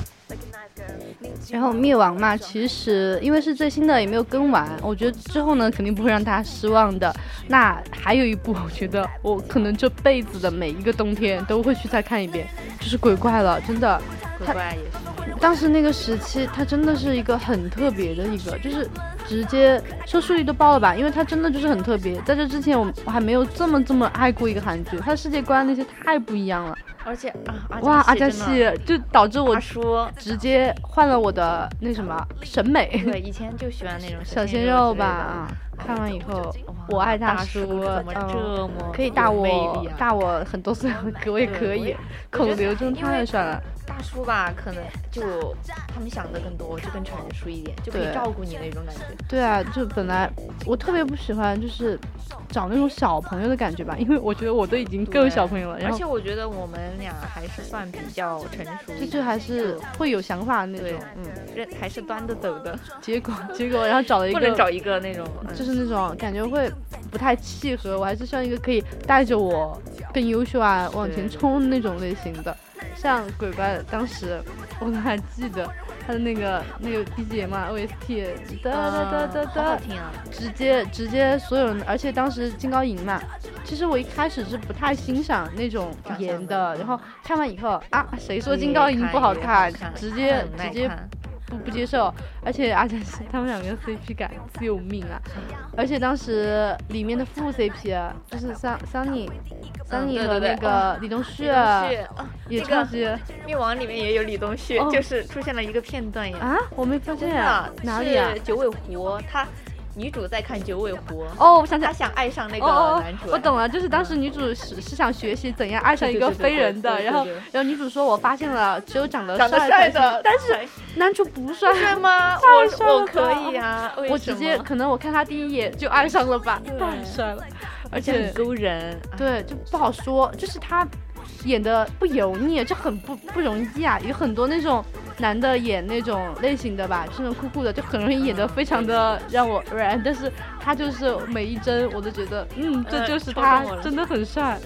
[SPEAKER 3] 然后灭亡嘛，其实因为是最新的，也没有更完，我觉得之后呢肯定不会让大家失望的。那还有一部，我觉得我可能这辈子的每一个冬天都会去再看一遍，就是鬼怪了，真的。
[SPEAKER 4] 鬼
[SPEAKER 3] 他
[SPEAKER 4] 怪也是，
[SPEAKER 3] 当时那个时期，它真的是一个很特别的一个，就是直接收视率都爆了吧，因为它真的就是很特别。在这之前我，我还没有这么这么爱过一个韩剧，它的世界观那些太不一样了。
[SPEAKER 4] 而且啊，
[SPEAKER 3] 哇，阿加
[SPEAKER 4] 真的
[SPEAKER 3] 西就导致我
[SPEAKER 4] 他说。
[SPEAKER 3] 直接换了我的那什么审美。
[SPEAKER 4] 对，以前就喜欢那种
[SPEAKER 3] 小鲜
[SPEAKER 4] 鲜
[SPEAKER 3] 肉
[SPEAKER 4] 之类
[SPEAKER 3] 吧，
[SPEAKER 4] 的嗯
[SPEAKER 3] 啊，看完以后，
[SPEAKER 4] 哇
[SPEAKER 3] 我爱
[SPEAKER 4] 大
[SPEAKER 3] 叔，
[SPEAKER 4] 怎么这
[SPEAKER 3] 嗯，
[SPEAKER 4] 么
[SPEAKER 3] 可以
[SPEAKER 4] 有
[SPEAKER 3] 大
[SPEAKER 4] 魅
[SPEAKER 3] 我
[SPEAKER 4] 力啊
[SPEAKER 3] 大我很多岁，我也可
[SPEAKER 4] 对我
[SPEAKER 3] 以
[SPEAKER 4] 也。
[SPEAKER 3] 孔刘真的太帅了，
[SPEAKER 4] 大叔吧，可能就他们想的更多，就更成熟一点，就可
[SPEAKER 3] 对
[SPEAKER 4] 以照顾你那种感觉。
[SPEAKER 3] 对啊，就本来我特别不喜欢就是找那种小朋友的感觉吧，因为我觉得我都已经够
[SPEAKER 4] 对
[SPEAKER 3] 小朋友了，然
[SPEAKER 4] 而
[SPEAKER 3] 后
[SPEAKER 4] 且我觉得我们俩还是算比较成熟一
[SPEAKER 3] 就
[SPEAKER 4] 点，
[SPEAKER 3] 是还是会有想法的那
[SPEAKER 4] 对
[SPEAKER 3] 种， 嗯，
[SPEAKER 4] 认还是端得走的，
[SPEAKER 3] 结果结果然后找了一
[SPEAKER 4] 不能
[SPEAKER 3] 个
[SPEAKER 4] 找一个那种嗯
[SPEAKER 3] 就是那种感觉会不太契合，我还是像一个可以带着我更优秀啊往前冲的那种类型的。像鬼怪当时我都还记得他的那个那个 BGM 啊 OST，哒哒哒哒
[SPEAKER 4] 呃嗯好好
[SPEAKER 3] 哒，
[SPEAKER 4] 听啊，
[SPEAKER 3] 直接直接所有人，而且当时金高银嘛，其实我一开始是不太欣赏那种演的，然后看完以后啊，谁说金高银不好看，直接直接不不接受，而且而且是他们两个 CP 感，救命啊！而且当时里面的副 CP 啊就是桑桑尼、桑尼
[SPEAKER 4] 嗯对
[SPEAKER 3] 和
[SPEAKER 4] 对哦
[SPEAKER 3] 那
[SPEAKER 4] 对
[SPEAKER 3] 个李东旭
[SPEAKER 4] 是
[SPEAKER 3] 啊也
[SPEAKER 4] 那
[SPEAKER 3] 超
[SPEAKER 4] 个
[SPEAKER 3] 级
[SPEAKER 4] 灭亡里面也有李东旭
[SPEAKER 3] 哦，
[SPEAKER 4] 就是出现了一个片段呀，
[SPEAKER 3] 啊，我没发
[SPEAKER 4] 真
[SPEAKER 3] 现啊
[SPEAKER 4] 的，
[SPEAKER 3] 哪里啊？
[SPEAKER 4] 是九尾狐，他女主在看九尾狐，
[SPEAKER 3] 哦，我想起来
[SPEAKER 4] 她，想爱上那
[SPEAKER 3] 哦
[SPEAKER 4] 个
[SPEAKER 3] 哦
[SPEAKER 4] 男主，嗯
[SPEAKER 3] 我懂了，就是当时女主是是想学习怎样爱上一个非人的，
[SPEAKER 4] 对对对对对
[SPEAKER 3] 然后
[SPEAKER 4] 对对对
[SPEAKER 3] 然后女主说我发现了，只有长得
[SPEAKER 4] 长得
[SPEAKER 3] 才
[SPEAKER 4] 帅的，
[SPEAKER 3] 但是男主不帅。
[SPEAKER 4] 帅吗？
[SPEAKER 3] 太帅了
[SPEAKER 4] 我我可
[SPEAKER 3] 吧
[SPEAKER 4] 以啊，为
[SPEAKER 3] 我
[SPEAKER 4] 什
[SPEAKER 3] 直接
[SPEAKER 4] 么
[SPEAKER 3] 可能我看他第一眼就爱上了吧，
[SPEAKER 4] 对
[SPEAKER 3] 太帅了，而
[SPEAKER 4] 这
[SPEAKER 3] 且
[SPEAKER 4] 很勾人，啊，
[SPEAKER 3] 对就不好说，就是他演的不油腻，这很不不容易啊，有很多那种男的演那种类型的吧，这种酷酷的就很容易演的非常的让我 然，但是他就是每一帧我都觉得，嗯，这
[SPEAKER 4] 呃
[SPEAKER 3] 就是
[SPEAKER 4] 戳中
[SPEAKER 3] 他
[SPEAKER 4] 我，了
[SPEAKER 3] 真的很帅。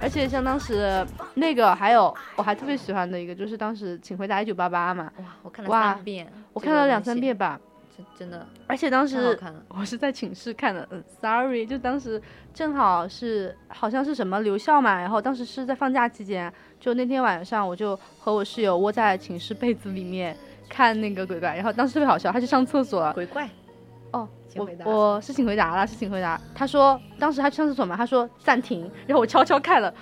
[SPEAKER 3] 而且像当时那个，还有我还特别喜欢的一个，就是当时《请回答一九八八》嘛，
[SPEAKER 4] 哇，我看了
[SPEAKER 3] 哇
[SPEAKER 4] 三遍，
[SPEAKER 3] 我
[SPEAKER 4] 这
[SPEAKER 3] 看
[SPEAKER 4] 个
[SPEAKER 3] 了
[SPEAKER 4] 东
[SPEAKER 3] 两三
[SPEAKER 4] 西
[SPEAKER 3] 遍，吧。
[SPEAKER 4] 真真的
[SPEAKER 3] 而且当
[SPEAKER 4] 太好
[SPEAKER 3] 时
[SPEAKER 4] 看了。
[SPEAKER 3] 我是在寝室看的，嗯，sorry，就当时正好是好像是什么留校嘛，然后当时是在放假期间，就那天晚上我就和我室友窝在寝室被子里面看那个鬼怪，然后当时特别好笑，他去上厕所，
[SPEAKER 4] 鬼怪，
[SPEAKER 3] 哦，
[SPEAKER 4] 请
[SPEAKER 3] 我
[SPEAKER 4] 回答
[SPEAKER 3] 我是请回答了，是请回答，他说当时他去上厕所嘛，他说暂停，然后我悄悄看了，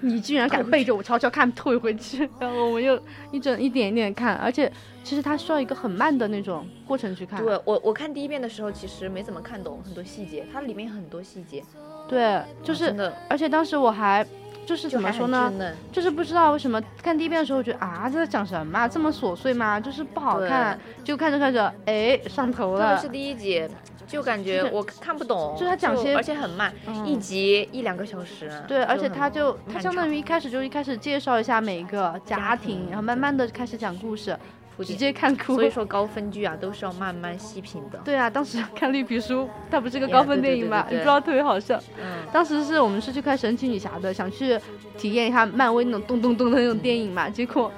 [SPEAKER 3] 你居然敢背着我悄悄看退回去， 然后我们又一整一点一点看，而且其实他需要一个很慢的那种过程去看，
[SPEAKER 4] 对我我看第一遍的时候，其实没怎么看懂很多细节，它里面很多细节，
[SPEAKER 3] 对，就是
[SPEAKER 4] 真。的
[SPEAKER 3] 而且当时我还就是
[SPEAKER 4] 就
[SPEAKER 3] 怎么
[SPEAKER 4] 还很
[SPEAKER 3] 说呢
[SPEAKER 4] 稚，嫩
[SPEAKER 3] 就是不知道为什么看第一遍的时候觉得啊这在讲什么啊，这么琐碎吗？就是不好
[SPEAKER 4] 对
[SPEAKER 3] 看，就看着看着哎上头
[SPEAKER 4] 特别
[SPEAKER 3] 了
[SPEAKER 4] 是。第一集，就感觉
[SPEAKER 3] 就是
[SPEAKER 4] 我看不懂，
[SPEAKER 3] 就是它讲些
[SPEAKER 4] 而且很慢，
[SPEAKER 3] 嗯
[SPEAKER 4] 一集一两个小时。
[SPEAKER 3] 对，而且
[SPEAKER 4] 很
[SPEAKER 3] 他就他
[SPEAKER 4] 漫
[SPEAKER 3] 相当于一开始就一开始介绍一下每一个家
[SPEAKER 4] 家
[SPEAKER 3] 庭，
[SPEAKER 4] 庭
[SPEAKER 3] 然后慢慢的开始讲故事，
[SPEAKER 4] 铺
[SPEAKER 3] 直
[SPEAKER 4] 垫
[SPEAKER 3] 接看哭
[SPEAKER 4] 所。以说高分剧啊都是要慢慢细品的。
[SPEAKER 3] 对啊，当时 看绿皮书，它不是个
[SPEAKER 4] 呀
[SPEAKER 3] 高分
[SPEAKER 4] 对对
[SPEAKER 3] 电影
[SPEAKER 4] 对
[SPEAKER 3] 嘛，
[SPEAKER 4] 对
[SPEAKER 3] 你
[SPEAKER 4] 对
[SPEAKER 3] 不知道特别好笑。
[SPEAKER 4] 嗯，
[SPEAKER 3] 当时是我们是去看神奇女侠的，想去体验一下漫威那种咚咚咚的那种电影嘛，结果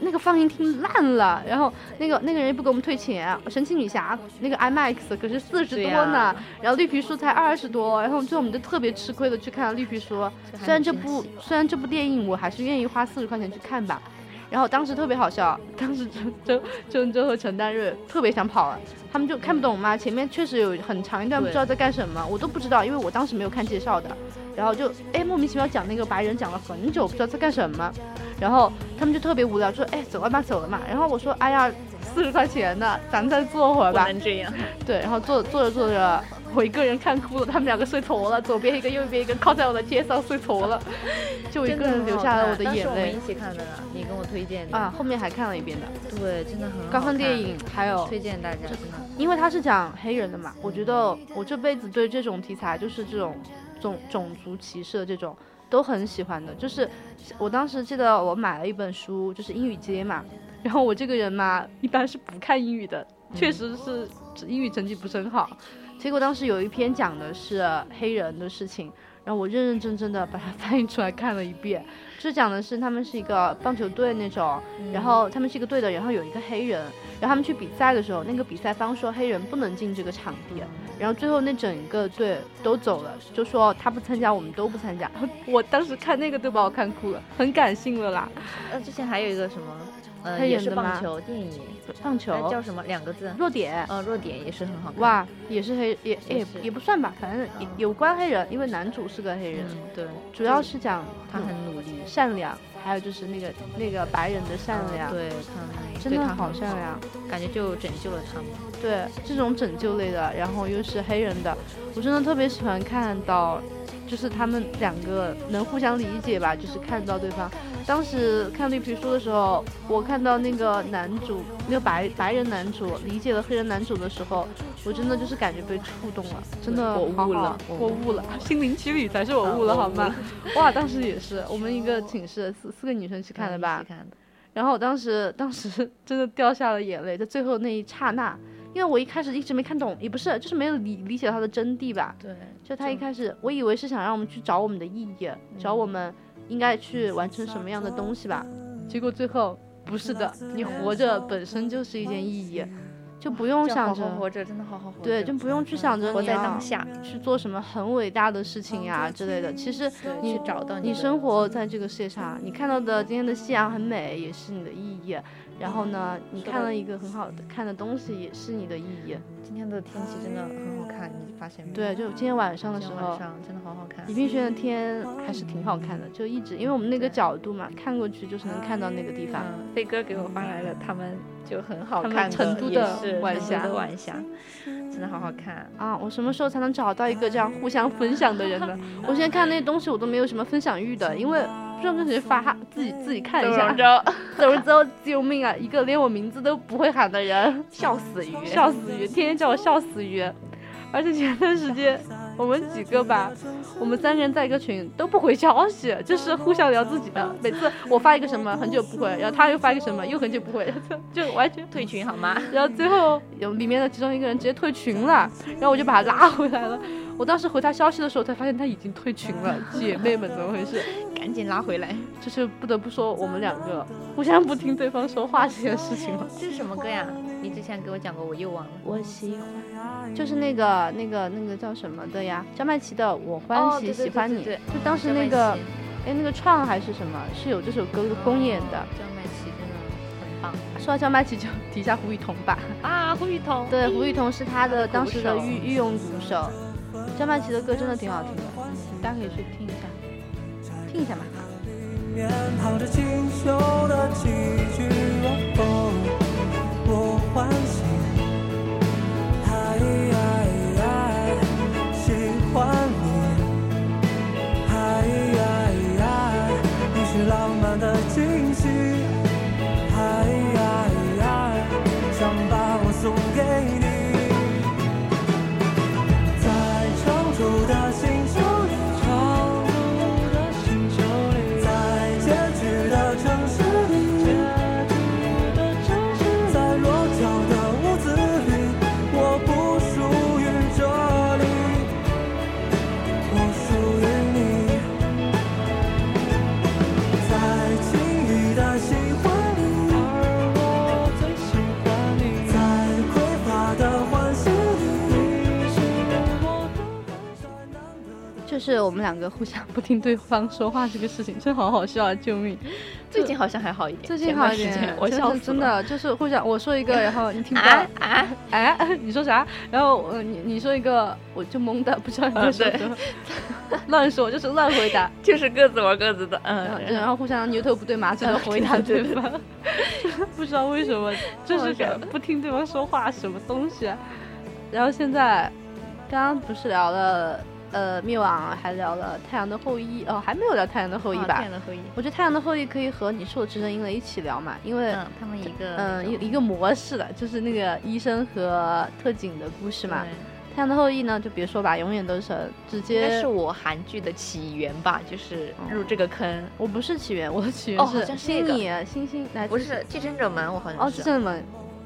[SPEAKER 3] 那个放映厅烂了，然后那个那个人也不给我们退钱，神奇女侠那个 IMAX 可是四十
[SPEAKER 4] 对
[SPEAKER 3] 多
[SPEAKER 4] 呀
[SPEAKER 3] 呢，然后绿皮书才二十多，然后最后我们就特别吃亏的去看了绿皮书，
[SPEAKER 4] 这还
[SPEAKER 3] 虽然
[SPEAKER 4] 很
[SPEAKER 3] 这
[SPEAKER 4] 神
[SPEAKER 3] 部
[SPEAKER 4] 奇
[SPEAKER 3] 虽然这部电影我还是愿意花四十块钱去看吧。然后当时特别好笑，当时周周周周和陈丹瑞特别想跑了，他们就看不懂嘛，前面确实有很长一段不
[SPEAKER 4] 对
[SPEAKER 3] 知道在干什么，我都不知道，因为我当时没有看介绍的。然后就哎莫名其妙讲那个白人讲了很久，不知道在干什么。然后他们就特别无聊，说哎走了吧走了嘛。然后我说哎呀四十块钱呢，咱们再坐会儿
[SPEAKER 4] 不
[SPEAKER 3] 吧。
[SPEAKER 4] 能这 样，
[SPEAKER 3] 对，然后坐坐着坐着，我一个人看哭了，他们两个睡头了，左边一个右边一个靠在我的肩上睡头了，就我一
[SPEAKER 4] 真
[SPEAKER 3] 个
[SPEAKER 4] 的
[SPEAKER 3] 人
[SPEAKER 4] 很
[SPEAKER 3] 流
[SPEAKER 4] 好
[SPEAKER 3] 下了
[SPEAKER 4] 看
[SPEAKER 3] 我的
[SPEAKER 4] 当时
[SPEAKER 3] 眼
[SPEAKER 4] 我
[SPEAKER 3] 泪
[SPEAKER 4] 们一起看的啦，你跟我推荐的
[SPEAKER 3] 啊。，后面还看了一遍的
[SPEAKER 4] 对，真的很好看
[SPEAKER 3] 高分电影，，还有
[SPEAKER 4] 推荐大家真的。
[SPEAKER 3] 因为他是讲黑人的嘛，我觉得我这辈子对这种题材，就是这种种种族歧视的这种，都很喜欢的。就是我当时记得我买了一本书，就是英语街嘛，然后我这个人嘛，一般是不看英语的，确实是英语成绩不是很好。结果当时有一篇讲的是黑人的事情，然后我认认真真的把它 翻译出来看了一遍，就是讲的是他们是一个棒球队那种，然后他们是一个队的，然后有一个黑人，然后他们去比赛的时候，那个比赛方说黑人不能进这个场地，然后最后那整个队都走了，就说他不参加，我们都不参加。 我当时看那个都把我看哭了，很感性了啦，
[SPEAKER 4] 呃，之前还有一个什么，呃，
[SPEAKER 3] 黑
[SPEAKER 4] 也
[SPEAKER 3] 人
[SPEAKER 4] 是
[SPEAKER 3] 的吗
[SPEAKER 4] 棒球电影，
[SPEAKER 3] 棒
[SPEAKER 4] 哎
[SPEAKER 3] 球
[SPEAKER 4] 叫什么？两个字，
[SPEAKER 3] 弱点。
[SPEAKER 4] 呃，弱点也是很好看。，
[SPEAKER 3] 哇，也是黑，也
[SPEAKER 4] 也
[SPEAKER 3] 也
[SPEAKER 4] 是
[SPEAKER 3] 也不算吧，反正也有关黑人，因为男主是个黑人，
[SPEAKER 4] 嗯，对，
[SPEAKER 3] 主要是讲
[SPEAKER 4] 他很
[SPEAKER 3] 嗯
[SPEAKER 4] 努力，
[SPEAKER 3] 善良，还有就是那个那个白人的善良，
[SPEAKER 4] 嗯对他
[SPEAKER 3] 真
[SPEAKER 4] 对
[SPEAKER 3] 的
[SPEAKER 4] 他
[SPEAKER 3] 好
[SPEAKER 4] 很
[SPEAKER 3] 善良。
[SPEAKER 4] 感觉就拯救了他们。
[SPEAKER 3] 对这种拯救类的，然后又是黑人的，我真的特别喜欢看到，就是他们两个能互相理解吧，就是看到对方。当时看绿皮书的时候，我看到那个男主，那个白白人男主理解了黑人男主的时候，我真的就是感觉被触动了，真的
[SPEAKER 4] 我悟
[SPEAKER 3] 好好
[SPEAKER 4] 了我
[SPEAKER 3] 我悟了， 心灵奇旅才是我悟了，
[SPEAKER 4] 啊我
[SPEAKER 3] 好
[SPEAKER 4] 悟
[SPEAKER 3] 吗
[SPEAKER 4] 了？
[SPEAKER 3] 哇，当时也是我们一个寝室四四个女生去看的吧
[SPEAKER 4] 一起，看的，
[SPEAKER 3] 然后我当时当时 真的掉下了眼泪，在最后那一刹那，因为我一开始一直没看懂，也不是，就是没有理理解到它的真谛吧。
[SPEAKER 4] 对，
[SPEAKER 3] 就他一开始，我以为是想让我们去找我们的意
[SPEAKER 4] 嗯
[SPEAKER 3] 义，找我们应该去完成什么样的东
[SPEAKER 4] 嗯
[SPEAKER 3] 西吧。结果最后不是的，你活着本身就是一件意义。就不用
[SPEAKER 4] 就
[SPEAKER 3] 想
[SPEAKER 4] 好
[SPEAKER 3] 着
[SPEAKER 4] 好活着，真的好好活着，嗯
[SPEAKER 3] 对，就不用去想着
[SPEAKER 4] 活
[SPEAKER 3] 你
[SPEAKER 4] 在
[SPEAKER 3] 要
[SPEAKER 4] 当下，
[SPEAKER 3] 去做什么很伟大的事情呀、之类的。其实你
[SPEAKER 4] 去找到你
[SPEAKER 3] 你
[SPEAKER 4] 的
[SPEAKER 3] 生活在这个世界上，你看到的今天的夕阳很美，也是你的意义。然后呢，你
[SPEAKER 4] 是的
[SPEAKER 3] 看了一个很好的看的东西，也是你的意义。
[SPEAKER 4] 今天的天气真的很好看，你发现没有？
[SPEAKER 3] 对，就今天晚上的
[SPEAKER 4] 今
[SPEAKER 3] 时
[SPEAKER 4] 天
[SPEAKER 3] 候
[SPEAKER 4] 晚，上真的好好看嗯
[SPEAKER 3] 宜。宾学院的天还是挺好看的，就一直因为我们那个角度嘛，看过去就是能看到那个地方。
[SPEAKER 4] 嗯，飞哥给我发来了他们就很好
[SPEAKER 3] 他们
[SPEAKER 4] 看
[SPEAKER 3] 成都
[SPEAKER 4] 也
[SPEAKER 3] 的
[SPEAKER 4] 是
[SPEAKER 3] 晚
[SPEAKER 4] 成都
[SPEAKER 3] 霞
[SPEAKER 4] 的晚霞，真的好好看。
[SPEAKER 3] 啊，我什么时候才能找到一个这样互相分享的人呢？ 我现在看那些东西，我都没有什么分享欲的，因为不知道跟谁发，自己自己 看一下。
[SPEAKER 4] 州，
[SPEAKER 3] 走了之后，救命啊！一个连我名字都不会喊的人，
[SPEAKER 4] 笑死鱼，
[SPEAKER 3] 笑死鱼，天天叫我笑死鱼。而且前段时间，我们几个吧，我们三个人在一个群都不回消息，就是互相聊自己的。每次我发一个什么，很久不回，然后他又发一个什么，又很久不回， 就就完全
[SPEAKER 4] 退群好吗？
[SPEAKER 3] 然后最后有里面的其中一个人直接退群了，然后我就把他拉回来了。我当时回他消息的时候，才发现他已经退群了。姐妹们，怎么回事？
[SPEAKER 4] 赶紧拉回来。
[SPEAKER 3] 就是不得不说，我们两个互相不听对方说话这件事情了。
[SPEAKER 4] 这是什么歌呀？你之前给我讲过，我又忘了。
[SPEAKER 3] 我喜欢，就是那个那个那个叫什么的呀？张曼琪的《我 欢
[SPEAKER 4] 哦
[SPEAKER 3] 喜
[SPEAKER 4] 对对
[SPEAKER 3] 喜欢你》
[SPEAKER 4] 对对
[SPEAKER 3] 就当时那个哎那个创还是什么，是有这首歌公演的。
[SPEAKER 4] 张曼琪真的很棒
[SPEAKER 3] 说到张曼琪，就提一下胡雨桐吧。
[SPEAKER 4] 啊！胡雨桐
[SPEAKER 3] 对，胡雨桐是他的当时的
[SPEAKER 4] 鼓手
[SPEAKER 3] 御御用鼓手。张曼琪的歌真的挺好听的，大家可以去听一下，听一下吧。
[SPEAKER 6] 年好的清秀的几句，哦，我欢喜，嗨嗨嗨，喜欢你，嗨嗨嗨，你是浪漫的惊喜，嗨嗨嗨，想把我送给你。在成熟的星球里，在结局的城市里，在落脚的屋子里，我不属于这里，我属于你。在轻易的喜欢里，而我最喜欢你，在匮乏的欢喜里。
[SPEAKER 3] 就是我们两个 互相不听对方说话这个事情，真好好笑啊！救命！
[SPEAKER 4] 最近好像还好一点，
[SPEAKER 3] 最近好一
[SPEAKER 4] 前段时
[SPEAKER 3] 点
[SPEAKER 4] 间，我
[SPEAKER 3] 就是
[SPEAKER 4] 笑死了
[SPEAKER 3] 真。的就是互相我说一 个，然后你听不到
[SPEAKER 4] 啊，啊！
[SPEAKER 3] 哎，你说啥？然后呃，你你说一个，我就懵的，不知道你
[SPEAKER 4] 啊
[SPEAKER 3] 在说什么，乱说就是乱回答，
[SPEAKER 4] 就是各自玩各自的，
[SPEAKER 3] 然后
[SPEAKER 4] 嗯，
[SPEAKER 3] 然后互相牛头不对马嘴的回答对方， 不知道为 什么就是敢不听对方说话，什么东西啊、然后现在刚刚不是聊了呃灭亡，还聊了太阳的后裔哦，还没有聊太阳的后裔吧？
[SPEAKER 4] 啊骗了后羿，
[SPEAKER 3] 我觉得太阳的后裔可以和你是我直升鹰的一起聊嘛，因为
[SPEAKER 4] 嗯，他们一个
[SPEAKER 3] 嗯一一个模式的，就是那个医生和特警的故事
[SPEAKER 4] 对
[SPEAKER 3] 嘛。太阳的后裔呢，就别说吧，永远都是直
[SPEAKER 4] 应
[SPEAKER 3] 接
[SPEAKER 4] 该是我韩剧的起源吧，就是入这个坑。
[SPEAKER 3] 我不是起源，我的起
[SPEAKER 4] 哦
[SPEAKER 3] 源
[SPEAKER 4] 好像是
[SPEAKER 3] 星
[SPEAKER 4] 那个
[SPEAKER 3] 你星星来
[SPEAKER 4] 不
[SPEAKER 3] 自
[SPEAKER 4] 是《寄生者们》，我好
[SPEAKER 3] 哦，
[SPEAKER 4] 像
[SPEAKER 3] 是
[SPEAKER 4] 是。
[SPEAKER 3] 这么，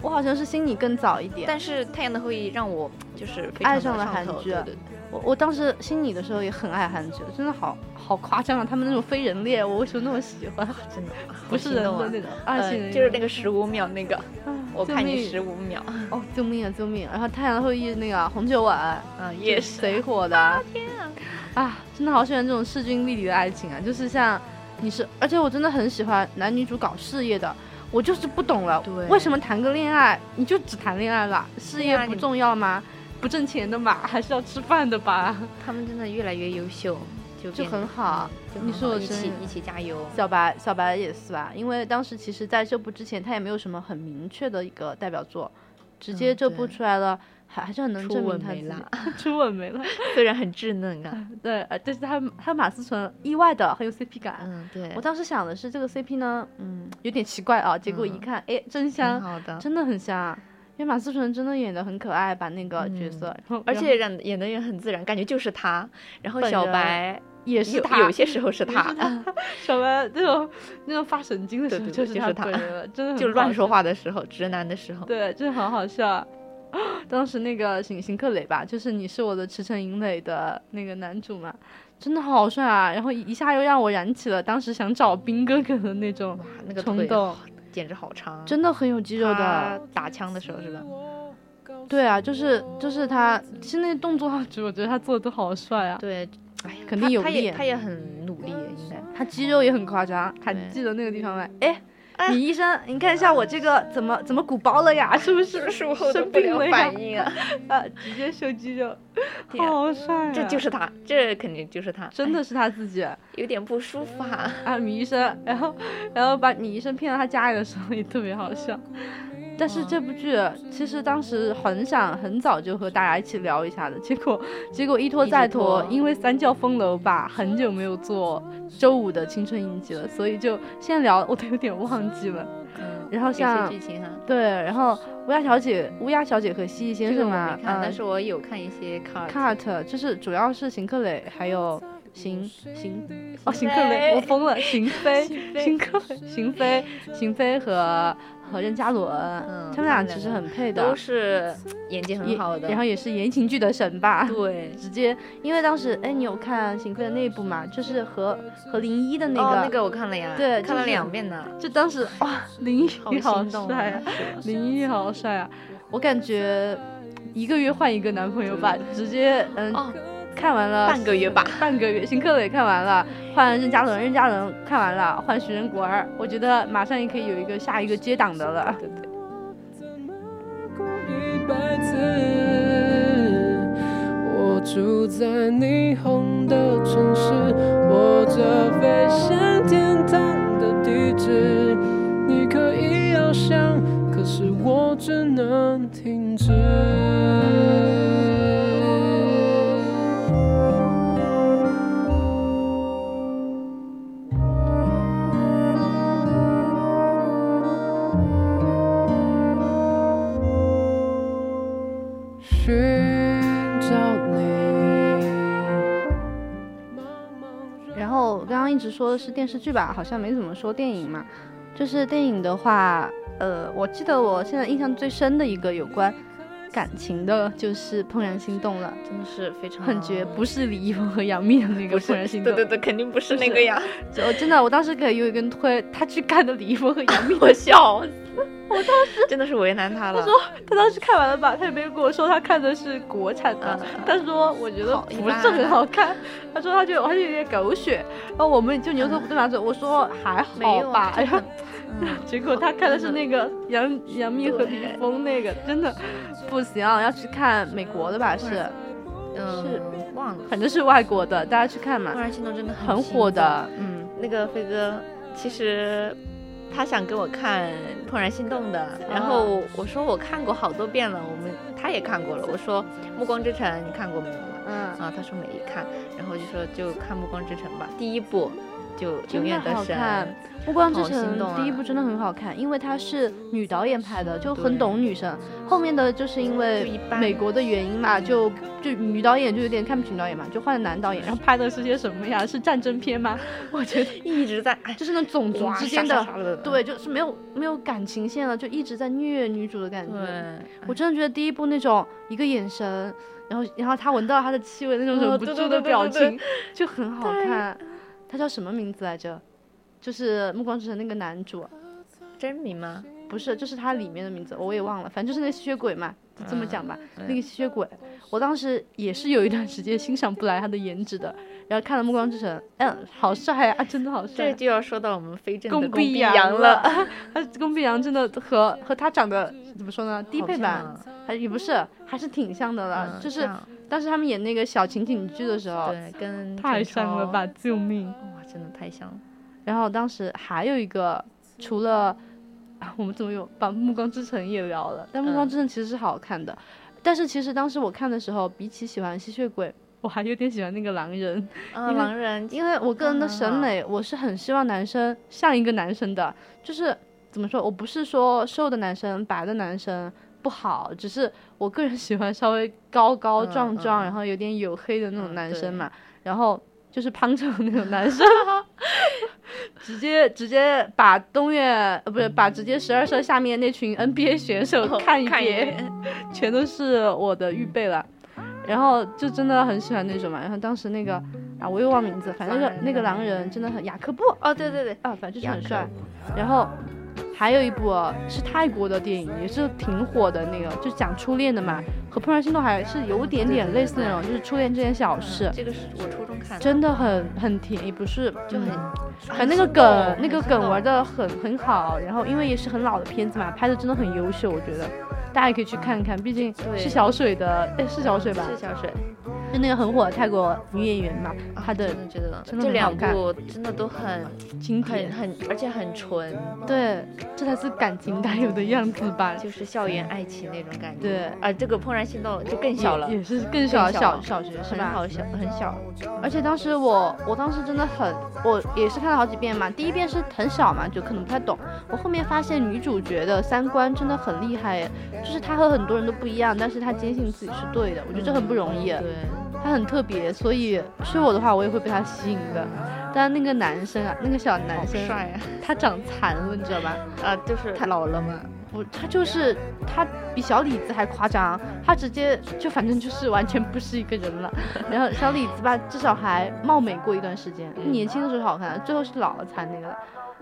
[SPEAKER 3] 我好像是心里更早一点。
[SPEAKER 4] 但是《太阳的后裔》让我就是非常
[SPEAKER 3] 爱
[SPEAKER 4] 地
[SPEAKER 3] 上了韩
[SPEAKER 4] 头
[SPEAKER 3] 剧
[SPEAKER 4] 对对对
[SPEAKER 3] 我我当时心里的时候也很爱韩剧，真的好好夸张啊！他们那种非人恋，我为什么那么喜欢？
[SPEAKER 4] 真 的啊
[SPEAKER 3] 不是人
[SPEAKER 4] 好
[SPEAKER 3] 的那
[SPEAKER 4] 心动
[SPEAKER 3] 种
[SPEAKER 4] 啊，
[SPEAKER 3] 二性
[SPEAKER 4] 呃，
[SPEAKER 3] 人，
[SPEAKER 4] 就是那个十五秒那个，
[SPEAKER 3] 啊
[SPEAKER 4] 我
[SPEAKER 3] 救
[SPEAKER 4] 看你
[SPEAKER 3] 命
[SPEAKER 4] 十五秒，
[SPEAKER 3] 哦，救命啊，救命！然后《太阳的后裔》那个红酒碗
[SPEAKER 4] 嗯，也是
[SPEAKER 3] 贼火的，天啊！真的好喜欢这种势均力敌的爱情啊！就是像你是，而且我真的很喜欢男女主搞事业的。我就是不懂了
[SPEAKER 4] 对，
[SPEAKER 3] 为什么谈个恋爱你就只谈恋爱了？事业
[SPEAKER 4] 对啊
[SPEAKER 3] 不
[SPEAKER 4] 你
[SPEAKER 3] 重要吗？不挣钱的嘛，还是要吃饭的 吧？
[SPEAKER 4] 他们真的越来越优秀，就
[SPEAKER 3] 就
[SPEAKER 4] 变得
[SPEAKER 3] 很好
[SPEAKER 4] 就很
[SPEAKER 3] 你
[SPEAKER 4] 好，
[SPEAKER 3] 说我
[SPEAKER 4] 一
[SPEAKER 3] 真
[SPEAKER 4] 起一起加油，
[SPEAKER 3] 小白，小白也是吧？因为当时其实在这部之前，他也没有什么很明确的一个代表作，直接
[SPEAKER 4] 嗯
[SPEAKER 3] 这部
[SPEAKER 4] 对
[SPEAKER 3] 出来了，还还是很能
[SPEAKER 4] 初
[SPEAKER 3] 证明
[SPEAKER 4] 吻
[SPEAKER 3] 他
[SPEAKER 4] 没
[SPEAKER 3] 自己
[SPEAKER 4] 啦，
[SPEAKER 3] 初吻没了。
[SPEAKER 4] 虽然很稚嫩啊，
[SPEAKER 3] 对，呃，但是他他马思纯意外的很有 CP 感。
[SPEAKER 4] 嗯，对
[SPEAKER 3] 我，当时想的是这个 CP 呢，嗯，有点奇怪啊，结果一
[SPEAKER 4] 嗯
[SPEAKER 3] 看，哎，真
[SPEAKER 4] 挺
[SPEAKER 3] 香，
[SPEAKER 4] 好的，
[SPEAKER 3] 真的很香啊。因为马思纯真的演的很可爱，把那
[SPEAKER 4] 嗯
[SPEAKER 3] 个角色，然后
[SPEAKER 4] 而
[SPEAKER 3] 然后
[SPEAKER 4] 且演演的也很自然，感觉就是他。然后
[SPEAKER 3] 本
[SPEAKER 4] 小
[SPEAKER 3] 人
[SPEAKER 4] 白
[SPEAKER 3] 也是
[SPEAKER 4] 有
[SPEAKER 3] 他，
[SPEAKER 4] 有些时候是
[SPEAKER 3] 也
[SPEAKER 4] 他
[SPEAKER 3] 是， 小白那种那种发神经的时
[SPEAKER 4] 对
[SPEAKER 3] 候，
[SPEAKER 4] 对
[SPEAKER 3] 就
[SPEAKER 4] 对
[SPEAKER 3] 是
[SPEAKER 4] 就
[SPEAKER 3] 他
[SPEAKER 4] 是他
[SPEAKER 3] 本人了，真的很
[SPEAKER 4] 就
[SPEAKER 3] 嗯
[SPEAKER 4] 乱
[SPEAKER 3] 好
[SPEAKER 4] 说
[SPEAKER 3] 笑
[SPEAKER 4] 话的时候，直男的时候，
[SPEAKER 3] 对，真的很好笑 啊。当时那个邢邢克磊吧，就是你是我的驰骋营垒的那个男主嘛，真的好帅啊！然后一一下又让我燃起了当时想找兵哥哥的那种
[SPEAKER 4] 哇，那个
[SPEAKER 3] 冲
[SPEAKER 4] 腿
[SPEAKER 3] 动，
[SPEAKER 4] 简直好长，
[SPEAKER 3] 真的很有肌肉
[SPEAKER 4] 他
[SPEAKER 3] 的。
[SPEAKER 4] 打枪的时候是吧？
[SPEAKER 3] 对啊，就是就是他，其实那动作 画质，我觉得他做的都好帅啊，
[SPEAKER 4] 对，哎，
[SPEAKER 3] 肯定有
[SPEAKER 4] 他他也
[SPEAKER 3] 练嗯
[SPEAKER 4] 他也很努力，应该。
[SPEAKER 3] 他肌肉也很夸张，还
[SPEAKER 4] 对
[SPEAKER 3] 记得那个地方吗？哎。
[SPEAKER 4] 哎
[SPEAKER 3] 李医生，你看一下我这个怎么怎么鼓包了呀？ 是不是？
[SPEAKER 4] 是我后
[SPEAKER 3] 生病了呀
[SPEAKER 4] 应啊！
[SPEAKER 3] 啊，直接秀肌肉，
[SPEAKER 4] 对啊
[SPEAKER 3] 好帅、啊！
[SPEAKER 4] 这就是他，这肯定就是他，
[SPEAKER 3] 真的
[SPEAKER 4] 哎
[SPEAKER 3] 是他自己啊，
[SPEAKER 4] 有点不舒服啊。
[SPEAKER 3] 米医生。然后，然后把米医生骗到他家里的时候也特别好笑。但是这部剧其实当时很想很早就和大家一起聊一下的，结果结果一拖再拖
[SPEAKER 4] 一直，拖
[SPEAKER 3] 因为《三教风楼》吧很久没有做周五的青春印记了，所以就现在聊我都有点忘记了。
[SPEAKER 4] 嗯
[SPEAKER 3] 然后
[SPEAKER 4] 有些
[SPEAKER 3] 像
[SPEAKER 4] 剧情哈，
[SPEAKER 3] 对，然后乌鸦小姐、乌鸦小姐和蜥蜴先
[SPEAKER 4] 这个
[SPEAKER 3] 生
[SPEAKER 4] 我
[SPEAKER 3] 嘛，
[SPEAKER 4] 没
[SPEAKER 3] 嗯
[SPEAKER 4] 看，但是我有看一些 cut。
[SPEAKER 3] Cut 就是主要是邢克磊，还有邢邢哦
[SPEAKER 4] 邢
[SPEAKER 3] 邢克磊，
[SPEAKER 4] 飞
[SPEAKER 3] 我疯了， 邢飞、
[SPEAKER 4] 邢飞
[SPEAKER 3] 邢克磊、邢飞、邢飞和和任嘉伦，
[SPEAKER 4] 嗯
[SPEAKER 3] 他们俩其实很配的
[SPEAKER 4] 都，是演技
[SPEAKER 3] 也
[SPEAKER 4] 很好的。
[SPEAKER 3] 然后也是言情剧的神吧。
[SPEAKER 4] 对，
[SPEAKER 3] 直接，因为当时哎，你有看邢克的那一部嘛？就是和和林一的那个，
[SPEAKER 4] 哦，那个我看了呀，
[SPEAKER 3] 对
[SPEAKER 4] 看
[SPEAKER 3] 就
[SPEAKER 4] 了
[SPEAKER 3] 是
[SPEAKER 4] 两遍呢，
[SPEAKER 3] 就当时哇，林
[SPEAKER 4] 好
[SPEAKER 3] 一好
[SPEAKER 4] 心动
[SPEAKER 3] 帅啊
[SPEAKER 4] 啊！！
[SPEAKER 3] 林一好帅啊！我感觉一个月换一个男朋友吧，直接嗯，
[SPEAKER 4] 哦，
[SPEAKER 3] 看完了
[SPEAKER 4] 半个月 吧，
[SPEAKER 3] 半个月，邢克伟看完了，换任嘉伦，任嘉伦看完了，换徐仁国儿，我觉得马上也可以有一个下一个接档的了。
[SPEAKER 4] 对对。
[SPEAKER 11] 一百次，我住在霓虹的城市，握着飞向天堂的地址。你可以翱翔，可是我只能停止。寻找你。
[SPEAKER 3] 然后刚刚一直说的是电视剧吧，好像没怎么说电影嘛。就是电影的话，呃，我记得我现在印象最深的一个有关感情的，就是《怦然心动》了，
[SPEAKER 4] 真的是非常
[SPEAKER 3] 很绝，不是李易峰和杨幂的那个
[SPEAKER 4] 不
[SPEAKER 3] 《怦然
[SPEAKER 4] 是，
[SPEAKER 3] 心
[SPEAKER 4] 对
[SPEAKER 3] 动》
[SPEAKER 4] 对对，肯定不是
[SPEAKER 3] 不是
[SPEAKER 4] 那个呀，
[SPEAKER 3] 就真的，我当时给有一根推，他去看的李易峰和杨 幂
[SPEAKER 4] 我笑死，我当时 真的是为难他了。
[SPEAKER 3] 他当时看完了吧，他也没有跟我说他看的是国产的，
[SPEAKER 4] 嗯
[SPEAKER 3] 他说我觉得
[SPEAKER 4] 好一
[SPEAKER 3] 不是
[SPEAKER 4] 般啊
[SPEAKER 3] 很好看，他说他就他就有点狗血，然后我们就牛头不对马嘴，我说还
[SPEAKER 4] 没
[SPEAKER 3] 好
[SPEAKER 4] 有
[SPEAKER 3] 吧
[SPEAKER 4] 啊，，
[SPEAKER 3] 然后
[SPEAKER 4] 真的嗯
[SPEAKER 3] 结果他看的是那个杨杨幂和李易峰那个，真 的不行，啊要去看美国的吧，是，
[SPEAKER 4] 嗯，忘了，
[SPEAKER 3] 反正是外国的，大家去看嘛
[SPEAKER 4] 《怦，然心动》真的
[SPEAKER 3] 很火
[SPEAKER 4] 心动
[SPEAKER 3] 的，嗯。
[SPEAKER 4] 那个飞哥，其实他想给我看《怦然心动》的，然后我说我看过好多遍了，我们他也看过了。我说《暮光之城》你看过没有啊？
[SPEAKER 3] 嗯，
[SPEAKER 4] 啊，他说没看，然后就说就看《暮光之城》吧，第一部就《
[SPEAKER 3] 真
[SPEAKER 4] 永
[SPEAKER 3] 的
[SPEAKER 4] 远
[SPEAKER 3] 好
[SPEAKER 4] 神》
[SPEAKER 3] 看，《暮光之
[SPEAKER 4] 好心
[SPEAKER 3] 城
[SPEAKER 4] 动》啊
[SPEAKER 3] 第一部真的很好看，因为它是女导演拍的，就很
[SPEAKER 4] 对
[SPEAKER 3] 懂女生。后面的就是因
[SPEAKER 4] 就
[SPEAKER 3] 为
[SPEAKER 4] 一般
[SPEAKER 3] 美国的原因嘛，就就女导演就有点看不起女导演嘛，就换了男导演，然后拍的是些什么呀？是战争片吗？ 我觉得
[SPEAKER 4] 一直在哎，
[SPEAKER 3] 就是那种族
[SPEAKER 4] 哇
[SPEAKER 3] 之间
[SPEAKER 4] 杀杀杀
[SPEAKER 3] 的，
[SPEAKER 4] 的
[SPEAKER 3] 对，就是没有没有感情线了，就一直在虐女主的感
[SPEAKER 4] 对，
[SPEAKER 3] 觉。
[SPEAKER 4] 哎
[SPEAKER 3] 我真的觉得第一部那种一个眼神，然后然后他闻到她的气味那种
[SPEAKER 4] 哦
[SPEAKER 3] 忍不
[SPEAKER 4] 对对
[SPEAKER 3] 住的
[SPEAKER 4] 对对
[SPEAKER 3] 表
[SPEAKER 4] 对对
[SPEAKER 3] 情，就很好看。他叫什么名字来着？就是《暮光之城》那个男主，
[SPEAKER 4] 真名吗？
[SPEAKER 3] 不是，就是他里面的名字，我也忘了，反正就是那个吸血鬼嘛，就这么
[SPEAKER 4] 嗯
[SPEAKER 3] 讲吧，那个吸血鬼，我当时也是有一段时间欣赏不来他的颜值的，然后看了《暮光之城》，嗯，好帅啊，真的好帅
[SPEAKER 4] 这，就要说到我们非正的
[SPEAKER 3] 宫
[SPEAKER 4] 碧
[SPEAKER 3] 碧阳
[SPEAKER 4] 了，，
[SPEAKER 3] 他宫碧阳真的和和他长得怎么说呢，低
[SPEAKER 4] 好
[SPEAKER 3] 配
[SPEAKER 4] 像
[SPEAKER 3] 版，还也不是，还是挺像的了，
[SPEAKER 4] 嗯
[SPEAKER 3] 就是
[SPEAKER 4] 像
[SPEAKER 3] 当时他们演那个小情景剧的时候，
[SPEAKER 4] 对，跟
[SPEAKER 3] 太
[SPEAKER 4] 陈
[SPEAKER 3] 像了
[SPEAKER 4] 超
[SPEAKER 3] 吧，，救命！
[SPEAKER 4] 哇，真的太像了。
[SPEAKER 3] 然后当时还有一个，除了、啊、我们怎么有把《暮光之城》也聊了，但《暮光之城》其实是好看的，但是其实当时我看的时候，比起喜欢吸血鬼，我还有点喜欢那个狼人，
[SPEAKER 4] 啊，
[SPEAKER 3] 因为
[SPEAKER 4] 狼人，
[SPEAKER 3] 因为我个
[SPEAKER 4] 嗯
[SPEAKER 3] 人的审美，我是很希望男生像一个男生的，就是怎么说，我不是说瘦的男生、白的男生。不好，只是我个人 喜欢稍微高高
[SPEAKER 4] 嗯
[SPEAKER 3] 壮壮，
[SPEAKER 4] 嗯
[SPEAKER 3] 然后有点黝黑的那种
[SPEAKER 4] 嗯
[SPEAKER 3] 男
[SPEAKER 4] 对
[SPEAKER 3] 生嘛， 然后就是胖成那种男 生，直接直接把东岳呃不是把直接十二社下面那群 NBA 选手看一遍，
[SPEAKER 4] 哦看一遍
[SPEAKER 3] 全都是我的预备了。然后就真的很喜欢那种嘛，然后当时那个啊我又忘名字，反正那个
[SPEAKER 4] 狼
[SPEAKER 3] 那个狼
[SPEAKER 4] 人
[SPEAKER 3] 人真的很雅克布
[SPEAKER 4] 哦，对对对，
[SPEAKER 3] 啊，反正就是很
[SPEAKER 4] 雅克
[SPEAKER 3] 帅。然后还有一部哦是泰国的电影，也是挺火的那个，就讲初恋的嘛，和《怦然心动》还是有点点类似那种，就是初恋这件小事，
[SPEAKER 4] 嗯这个是我初中看的，
[SPEAKER 3] 真的很很甜，也不是
[SPEAKER 4] 就很
[SPEAKER 3] 嗯
[SPEAKER 4] 很
[SPEAKER 3] 反正那个
[SPEAKER 4] 生动
[SPEAKER 3] 梗，那
[SPEAKER 4] 很
[SPEAKER 3] 个
[SPEAKER 4] 生
[SPEAKER 3] 梗
[SPEAKER 4] 动
[SPEAKER 3] 玩的很很好，然后因为也是很老的片子嘛，拍的真的很优秀，我觉得大家也可以去看看，毕竟
[SPEAKER 4] 对
[SPEAKER 3] 是小水的，哎，是小水吧？
[SPEAKER 4] 是小水，
[SPEAKER 3] 就那个很火的泰国女演员嘛，
[SPEAKER 4] 啊
[SPEAKER 3] 她的
[SPEAKER 4] 真的觉得
[SPEAKER 3] 真的很
[SPEAKER 4] 这
[SPEAKER 3] 好
[SPEAKER 4] 两
[SPEAKER 3] 看
[SPEAKER 4] 部真的都很
[SPEAKER 3] 经
[SPEAKER 4] 很
[SPEAKER 3] 典，
[SPEAKER 4] 很，而且很纯，
[SPEAKER 3] 对，这才是感情该有的样子吧？
[SPEAKER 4] 就是校园爱情那种感觉。
[SPEAKER 3] 对，
[SPEAKER 4] 啊，这个怦然心动就更
[SPEAKER 3] 也
[SPEAKER 4] 小了，
[SPEAKER 3] 也是更嗯小
[SPEAKER 4] 更小
[SPEAKER 3] 小
[SPEAKER 4] 了
[SPEAKER 3] 小学是
[SPEAKER 4] 很
[SPEAKER 3] 吧？
[SPEAKER 4] 好小很小，
[SPEAKER 3] 而且当时我，我当时真的很，我也是看了好几遍嘛。第一遍是很小嘛，就可能不太懂。我后面发现女主角的三观真的很厉害耶，就是她和很多人都不一样，但是她坚信自己是对的。我觉得这很不容易，
[SPEAKER 4] 对，
[SPEAKER 3] 她很特别，所以是我的话，我也会被她吸引的。但那个男生啊，那个小男生，
[SPEAKER 4] 帅啊！
[SPEAKER 3] 他长残了，你知道吧？
[SPEAKER 4] 啊，就是
[SPEAKER 3] 太
[SPEAKER 4] 老了嘛，
[SPEAKER 3] 我他就是他比小李子还夸张，他直接就反正就是完全不是一个人了。 然后小李子吧，至少还貌美过一段时间，
[SPEAKER 4] 嗯
[SPEAKER 3] 年轻的时候好看，最后是老了才那个，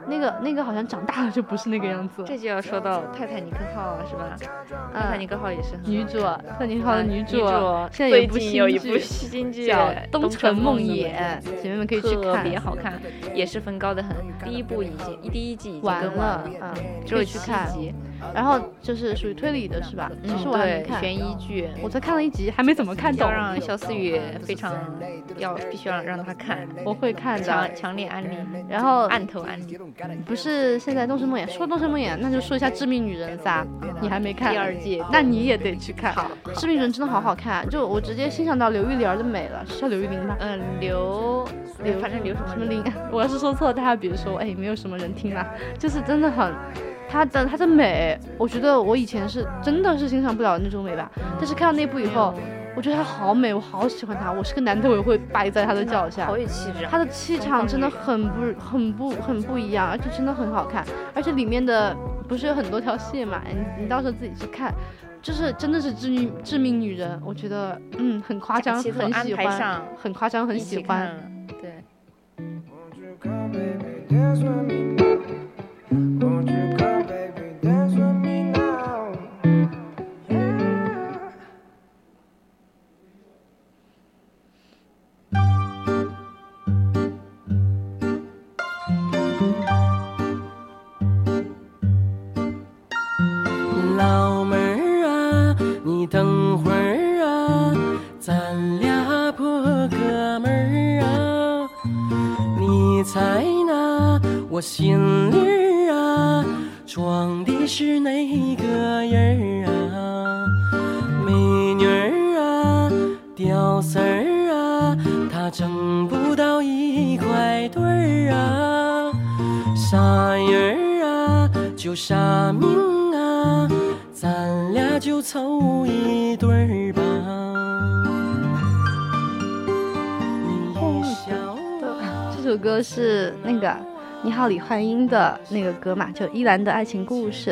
[SPEAKER 3] 那个那个好像长大了就不是那个样子了。
[SPEAKER 4] 这就要说到泰坦尼克号啊，是吧？泰坦尼克号也是很
[SPEAKER 3] 嗯
[SPEAKER 4] 啊
[SPEAKER 3] 女主，啊
[SPEAKER 4] 嗯
[SPEAKER 3] 特尼号的女主，啊现在有
[SPEAKER 4] 最
[SPEAKER 3] 一部
[SPEAKER 4] 近
[SPEAKER 3] 新
[SPEAKER 4] 有一部
[SPEAKER 3] 剧
[SPEAKER 4] 新剧
[SPEAKER 3] 叫
[SPEAKER 4] 《
[SPEAKER 3] 《东城梦
[SPEAKER 4] 野
[SPEAKER 3] 魇》》，姐妹们可以去
[SPEAKER 4] 特
[SPEAKER 3] 看，
[SPEAKER 4] 别好看，也是分高的很。第一部已经第一季已经
[SPEAKER 3] 完
[SPEAKER 4] 更
[SPEAKER 3] 了
[SPEAKER 4] 了，，
[SPEAKER 3] 嗯，
[SPEAKER 4] 只
[SPEAKER 3] 可
[SPEAKER 4] 有
[SPEAKER 3] 以去
[SPEAKER 4] 七
[SPEAKER 3] 看。
[SPEAKER 4] 集，
[SPEAKER 3] 然后就是属于推理的是吧？其实我还没
[SPEAKER 4] 嗯对
[SPEAKER 3] 看，
[SPEAKER 4] 悬疑剧，
[SPEAKER 3] 我才看了一集，还没怎么看懂
[SPEAKER 4] 要。让小思雨非常要必须要让她看，
[SPEAKER 3] 我会看的
[SPEAKER 4] 强。强烈安利，
[SPEAKER 3] 然后
[SPEAKER 4] 按头安利。
[SPEAKER 3] 不是现在《东城梦魇》说《东城梦魇》，那就说一下《致命女人三》，你还没看
[SPEAKER 4] 第二季
[SPEAKER 3] 那你也得去看。
[SPEAKER 4] 好
[SPEAKER 3] 《致命女人》真的好好看，啊就我直接欣赏到刘玉玲儿的美了，是叫刘玉玲吧？
[SPEAKER 4] 嗯，刘哎
[SPEAKER 3] 刘
[SPEAKER 4] 反正刘什么
[SPEAKER 3] 什么玲， 我要是说错了，大家别说，哎，没有什么人听啦，就是真的很。她的她的美，我觉得我以前是真的是欣赏不了那种美吧，但是看到那部以后，我觉得她好美，我好喜欢她，我是个男的，我也会掰在她的脚下。
[SPEAKER 4] 好有气质啊。
[SPEAKER 3] 他的气场真的很不、很不、很不一样，而且真的很好看，而且里面的不是有很多条线嘛，你你到时候自己去看，就是真的是致命致命女人，我觉得嗯很夸张，
[SPEAKER 4] 假期都
[SPEAKER 3] 很喜
[SPEAKER 4] 安排
[SPEAKER 3] 欢，
[SPEAKER 4] 上，
[SPEAKER 3] 很夸张，很
[SPEAKER 4] 一起
[SPEAKER 3] 喜欢。
[SPEAKER 4] 看了。对，
[SPEAKER 6] 老妹儿啊，你等会儿啊，咱俩破哥们儿啊，你猜呢？我心里儿啊，装的是哪个人儿啊？美女儿啊，屌丝儿啊，她挣不到一块堆儿啊，傻人儿啊，就傻命啊，咱俩就凑一对儿吧。你一笑啊。
[SPEAKER 3] 这首歌是那个你好李焕英的那个歌嘛，就《依兰的爱情故事》。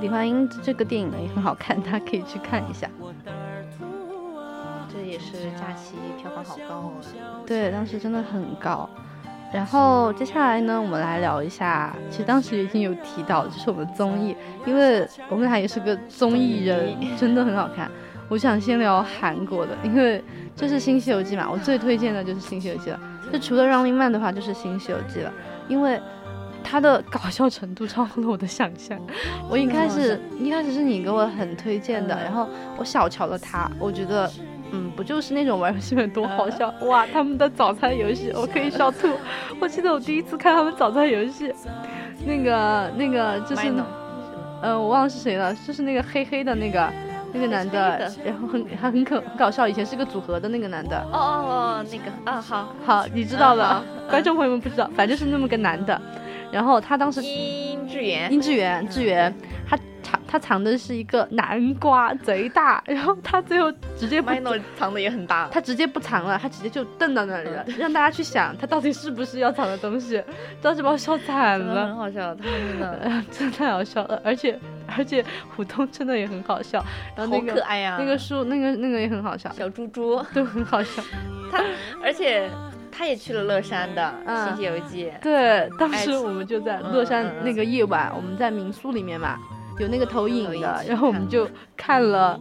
[SPEAKER 3] 李焕英这个电影呢也很好看， 大家可以去看一下。
[SPEAKER 4] 这也是假期票房好高 哦。
[SPEAKER 3] 对，当时真的很高。然后接下来呢，我们来聊一下，其实当时已经有提到，就是我们综艺，因为我们俩也是个综艺人，真的很好看。我想先聊韩国的，因为就是《新西游记》嘛，我最推荐的就是《新西游记》了。就除了《Running Man》的话，就是《新西游记》了，因为它的 搞笑程度超乎了我的想象。我一开始一开始是你给我很推荐的，然后我小瞧了它，我觉得嗯，不就是那种玩游戏的人多好笑哇！他们的早餐游戏，我可以笑 吐。我记得我第一次看他们早餐游戏，那个那个就是，
[SPEAKER 4] Mino
[SPEAKER 3] 嗯、我忘了是谁了，就是那个黑黑的那个那个男的，然后很还很可很搞笑，以前是个组合的那个男的。
[SPEAKER 4] 哦哦哦，那个啊好，
[SPEAKER 3] 好，你知道了，观众朋友们不知道，反正就是那么个男的，然后他 当时
[SPEAKER 4] 殷志源，
[SPEAKER 3] 殷志源，志源，他藏他藏的是一个南瓜，贼大，然后他最后直接不
[SPEAKER 4] Mino 藏的也很大，
[SPEAKER 3] 他直接不藏了，他直接就瞪到那里了，
[SPEAKER 4] 嗯
[SPEAKER 3] 让大家去想他到底是不是要藏的东西，当时把我笑惨
[SPEAKER 4] 真的很
[SPEAKER 3] 了，
[SPEAKER 4] 好笑，他真 的
[SPEAKER 3] 真的太好笑了，而且而且虎通真的也很好笑，然后
[SPEAKER 4] 好
[SPEAKER 3] 那个
[SPEAKER 4] 可爱啊呀，
[SPEAKER 3] 那个树那个那个也很好笑，
[SPEAKER 4] 小猪猪，
[SPEAKER 3] 都很好笑，
[SPEAKER 4] 他而且。他也去了乐山的《
[SPEAKER 3] 嗯
[SPEAKER 4] 新西游记》
[SPEAKER 3] 对，当
[SPEAKER 4] 哎
[SPEAKER 3] 时我们就在
[SPEAKER 4] 嗯
[SPEAKER 3] 乐山
[SPEAKER 4] 嗯嗯
[SPEAKER 3] 那个夜晚，我们在民宿里面嘛，有那个投影
[SPEAKER 4] 投影
[SPEAKER 3] 的，
[SPEAKER 4] 机
[SPEAKER 3] 然后我们就看了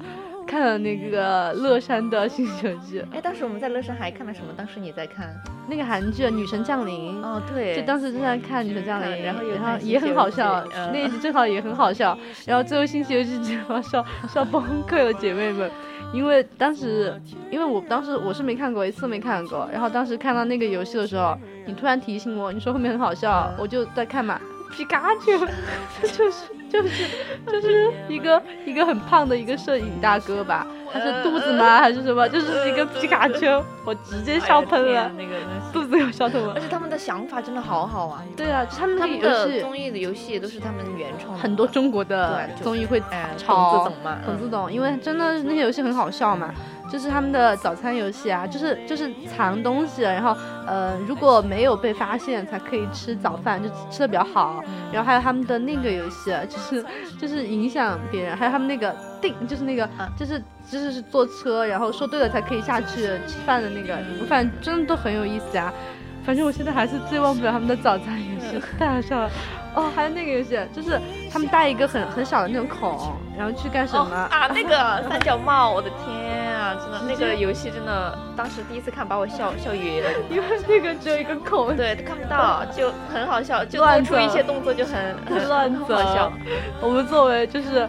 [SPEAKER 3] 看了那个乐山的《新喜剧》，
[SPEAKER 4] 哎，当时我们在乐山还看了什么？当时你在看？
[SPEAKER 3] 那个韩剧《女神降临》。
[SPEAKER 4] 哦，对，
[SPEAKER 3] 就当时正在看《女神降临》，
[SPEAKER 4] 然后有
[SPEAKER 3] 然
[SPEAKER 4] 看
[SPEAKER 3] 后
[SPEAKER 4] 新
[SPEAKER 3] 也
[SPEAKER 4] 西
[SPEAKER 3] 很
[SPEAKER 4] 游
[SPEAKER 3] 好
[SPEAKER 4] 记
[SPEAKER 3] 笑，
[SPEAKER 4] 嗯
[SPEAKER 3] 那一集正好也很好笑，然后最后《新西游记》正好笑笑崩溃了，姐妹们，因为当时因为我当时我是没看过，一次没看过，然后当时看到那个游戏的时候，你突然提醒我，你说后面很好
[SPEAKER 4] 嗯
[SPEAKER 3] 笑，我就在看嘛，皮卡丘， 就是就是就是一个一个很胖的一个摄影大哥吧，他是肚子
[SPEAKER 4] 嗯
[SPEAKER 3] 吗还是什么，就是一个皮卡丘，我直接
[SPEAKER 4] 哎
[SPEAKER 3] 笑喷了，
[SPEAKER 4] 啊那个东西。
[SPEAKER 3] 肚子又笑疼了
[SPEAKER 4] 而。且他们的想法真的好好啊！
[SPEAKER 3] 对啊，他们
[SPEAKER 4] 他
[SPEAKER 3] 那个
[SPEAKER 4] 们
[SPEAKER 3] 游
[SPEAKER 4] 的
[SPEAKER 3] 戏
[SPEAKER 4] 综艺的游戏都是他们原创的，
[SPEAKER 3] 很多中国的
[SPEAKER 4] 对就是
[SPEAKER 3] 综艺会
[SPEAKER 4] 哎
[SPEAKER 3] 炒
[SPEAKER 4] 董自懂嘛，
[SPEAKER 3] 董
[SPEAKER 4] 嗯
[SPEAKER 3] 自懂，因为真的那些游戏很好笑嘛，就是他们的早餐游戏啊，就是就是藏东西，然后呃如果没有被发现才可以吃早饭，就吃的比较好。然后还有他们的那个游戏，啊就是就是影响别人，还有他们那个定，就是那个
[SPEAKER 4] 啊
[SPEAKER 3] 就是就是是坐车，然后说对了才可以下去吃饭的那个，
[SPEAKER 4] 嗯
[SPEAKER 3] 反正真的都很有意思啊。反正我现在还是最忘不了他们的早餐游
[SPEAKER 4] 嗯
[SPEAKER 3] 戏，太好笑了。哦，还有那个游戏，就是他们戴一个很很小的那种孔，然后去干什
[SPEAKER 4] 哦
[SPEAKER 3] 么？
[SPEAKER 4] 啊？那 个三角帽，我的天啊！真的，那个游戏真的，当时第一次看把我笑笑晕了。
[SPEAKER 3] 因为那个只有一个孔，
[SPEAKER 4] 对，看不到，就很好笑，就做
[SPEAKER 3] 乱
[SPEAKER 4] 出一
[SPEAKER 3] 走
[SPEAKER 4] 些动作就很很
[SPEAKER 3] 乱
[SPEAKER 4] 很
[SPEAKER 3] 走
[SPEAKER 4] 好笑。。
[SPEAKER 3] 我们作为就是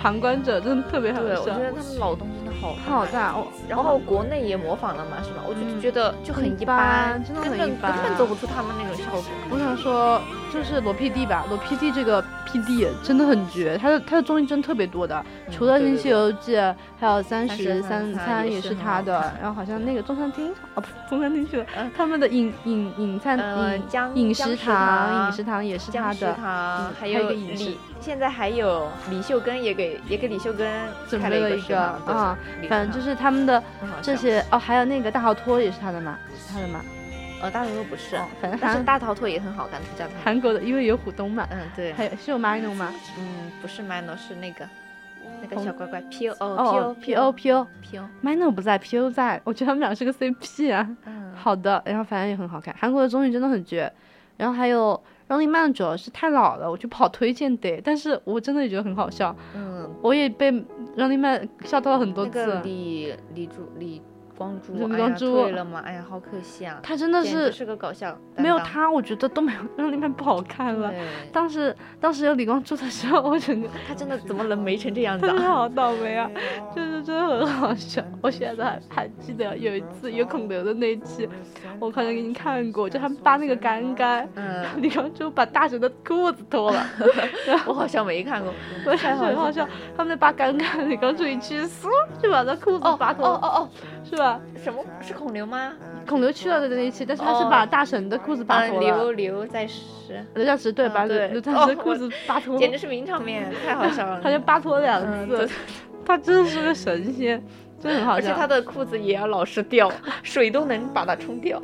[SPEAKER 3] 旁观者，真的特别好
[SPEAKER 4] 对，我觉
[SPEAKER 3] 笑。
[SPEAKER 4] 得他们脑洞真的好
[SPEAKER 3] 好大哦，
[SPEAKER 4] 然后国内也模仿了嘛，是吧？我就
[SPEAKER 3] 嗯
[SPEAKER 4] 觉得就很
[SPEAKER 3] 一
[SPEAKER 4] 一
[SPEAKER 3] 般
[SPEAKER 4] 般，
[SPEAKER 3] 真的
[SPEAKER 4] 根
[SPEAKER 3] 很
[SPEAKER 4] 本
[SPEAKER 3] 一般
[SPEAKER 4] 根本做不出他们那种效果。
[SPEAKER 3] 我想说，就是罗 PD 吧，罗 PD 这个 PD 真的很绝，他的他的综艺真的特别多的，除了《
[SPEAKER 4] 嗯对对
[SPEAKER 3] 新西游记》，还有《三十三
[SPEAKER 4] 三
[SPEAKER 3] 餐》
[SPEAKER 4] 也
[SPEAKER 3] 也
[SPEAKER 4] 是
[SPEAKER 3] 是
[SPEAKER 4] 很
[SPEAKER 3] 他
[SPEAKER 4] 好
[SPEAKER 3] 的
[SPEAKER 4] 看，
[SPEAKER 3] 然后好像那个中餐厅哦，不是中餐厅去了
[SPEAKER 4] 嗯，
[SPEAKER 3] 他们的饮饮饮餐
[SPEAKER 4] 呃
[SPEAKER 3] 饮
[SPEAKER 4] 江
[SPEAKER 3] 饮
[SPEAKER 4] 江
[SPEAKER 3] 食
[SPEAKER 4] 食
[SPEAKER 3] 堂
[SPEAKER 4] 堂
[SPEAKER 3] 饮食堂也是他
[SPEAKER 4] 僵尸
[SPEAKER 3] 的，
[SPEAKER 4] 堂
[SPEAKER 3] 嗯，还
[SPEAKER 4] 还
[SPEAKER 3] 有一
[SPEAKER 4] 有
[SPEAKER 3] 个影视
[SPEAKER 4] 李，现在还有李秀根也给也给李秀根
[SPEAKER 3] 准
[SPEAKER 4] 开
[SPEAKER 3] 备了
[SPEAKER 4] 了
[SPEAKER 3] 一
[SPEAKER 4] 食
[SPEAKER 3] 个
[SPEAKER 4] 堂对
[SPEAKER 3] 啊
[SPEAKER 4] 礼
[SPEAKER 3] 反正就
[SPEAKER 4] 堂
[SPEAKER 3] 是他们的
[SPEAKER 4] 很好
[SPEAKER 3] 这
[SPEAKER 4] 笑
[SPEAKER 3] 些哦，还有那个大豪托也是他的嘛，是他的嘛，
[SPEAKER 4] 呃大头头不是，
[SPEAKER 3] 反正
[SPEAKER 4] 但是
[SPEAKER 3] 韩
[SPEAKER 4] 大逃脱也很好看，土家团。
[SPEAKER 3] 韩国的，因为有虎东嘛，
[SPEAKER 4] 嗯，对，
[SPEAKER 3] 还有是有 Mino 吗？
[SPEAKER 4] 嗯，不是 Mano，是那个那个
[SPEAKER 3] 红
[SPEAKER 4] 小乖乖 P O O
[SPEAKER 3] 哦
[SPEAKER 4] P
[SPEAKER 3] ，P
[SPEAKER 4] O
[SPEAKER 3] O
[SPEAKER 4] P
[SPEAKER 3] P O
[SPEAKER 4] P O，
[SPEAKER 3] Mino 不在，P O 在，我觉得他们俩是个 CP 啊。
[SPEAKER 4] 嗯，
[SPEAKER 3] 好的，然后反正也很好看，韩国的综艺真的很绝。然后还有《让利曼》，主要是太老了，我就不好推荐的。但是我真的也觉得很好笑，
[SPEAKER 4] 嗯，
[SPEAKER 3] 我也被《让利曼》笑到了很多
[SPEAKER 4] 那
[SPEAKER 3] 次。
[SPEAKER 4] 个李李珠李光洙，
[SPEAKER 3] 李
[SPEAKER 4] 哎
[SPEAKER 3] 光
[SPEAKER 4] 呀
[SPEAKER 3] 洙
[SPEAKER 4] 退了吗？哎呀，好可惜啊，
[SPEAKER 3] 他真的
[SPEAKER 4] 简直
[SPEAKER 3] 是
[SPEAKER 4] 是个搞笑，
[SPEAKER 3] 没有，他，我觉得都没有《让利曼》不好看了。
[SPEAKER 4] 对，
[SPEAKER 3] 当时当时有李光洙的时候，我整个
[SPEAKER 4] 他真的怎么能没成这样子
[SPEAKER 3] 真的
[SPEAKER 4] 啊？
[SPEAKER 3] 好倒霉啊！就是真的很好笑，我现在还还记得有一次有孔刘的那一期，我好像给你看过，就他们扒那个杆杆，
[SPEAKER 4] 嗯，
[SPEAKER 3] 李光洙把大神的裤子脱 了，
[SPEAKER 4] 我好像没看过。
[SPEAKER 3] 我想很好笑，他们在扒杆杆，李光洙一 去嗖就把他裤子扒脱了，
[SPEAKER 4] 哦
[SPEAKER 3] 是吧？
[SPEAKER 4] 哦，什么是孔刘吗？啊
[SPEAKER 3] 孔刘去了的那一期，但是他是把大神的裤子扒
[SPEAKER 4] 嗯，
[SPEAKER 3] 脱了
[SPEAKER 4] 刘，刘在 石，
[SPEAKER 3] 刘教啊师对
[SPEAKER 4] 嗯
[SPEAKER 3] 把刘
[SPEAKER 4] 对
[SPEAKER 3] 刘教师
[SPEAKER 4] 哦
[SPEAKER 3] 裤子扒脱
[SPEAKER 4] 简
[SPEAKER 3] 了
[SPEAKER 4] 直，是名场面，太好 笑了。
[SPEAKER 3] 他就扒脱两
[SPEAKER 4] 嗯对
[SPEAKER 3] 次， 他真的是个神仙，真的很好
[SPEAKER 4] 而
[SPEAKER 3] 笑
[SPEAKER 4] 且。他的裤子也要老是 掉，水都能把它冲掉。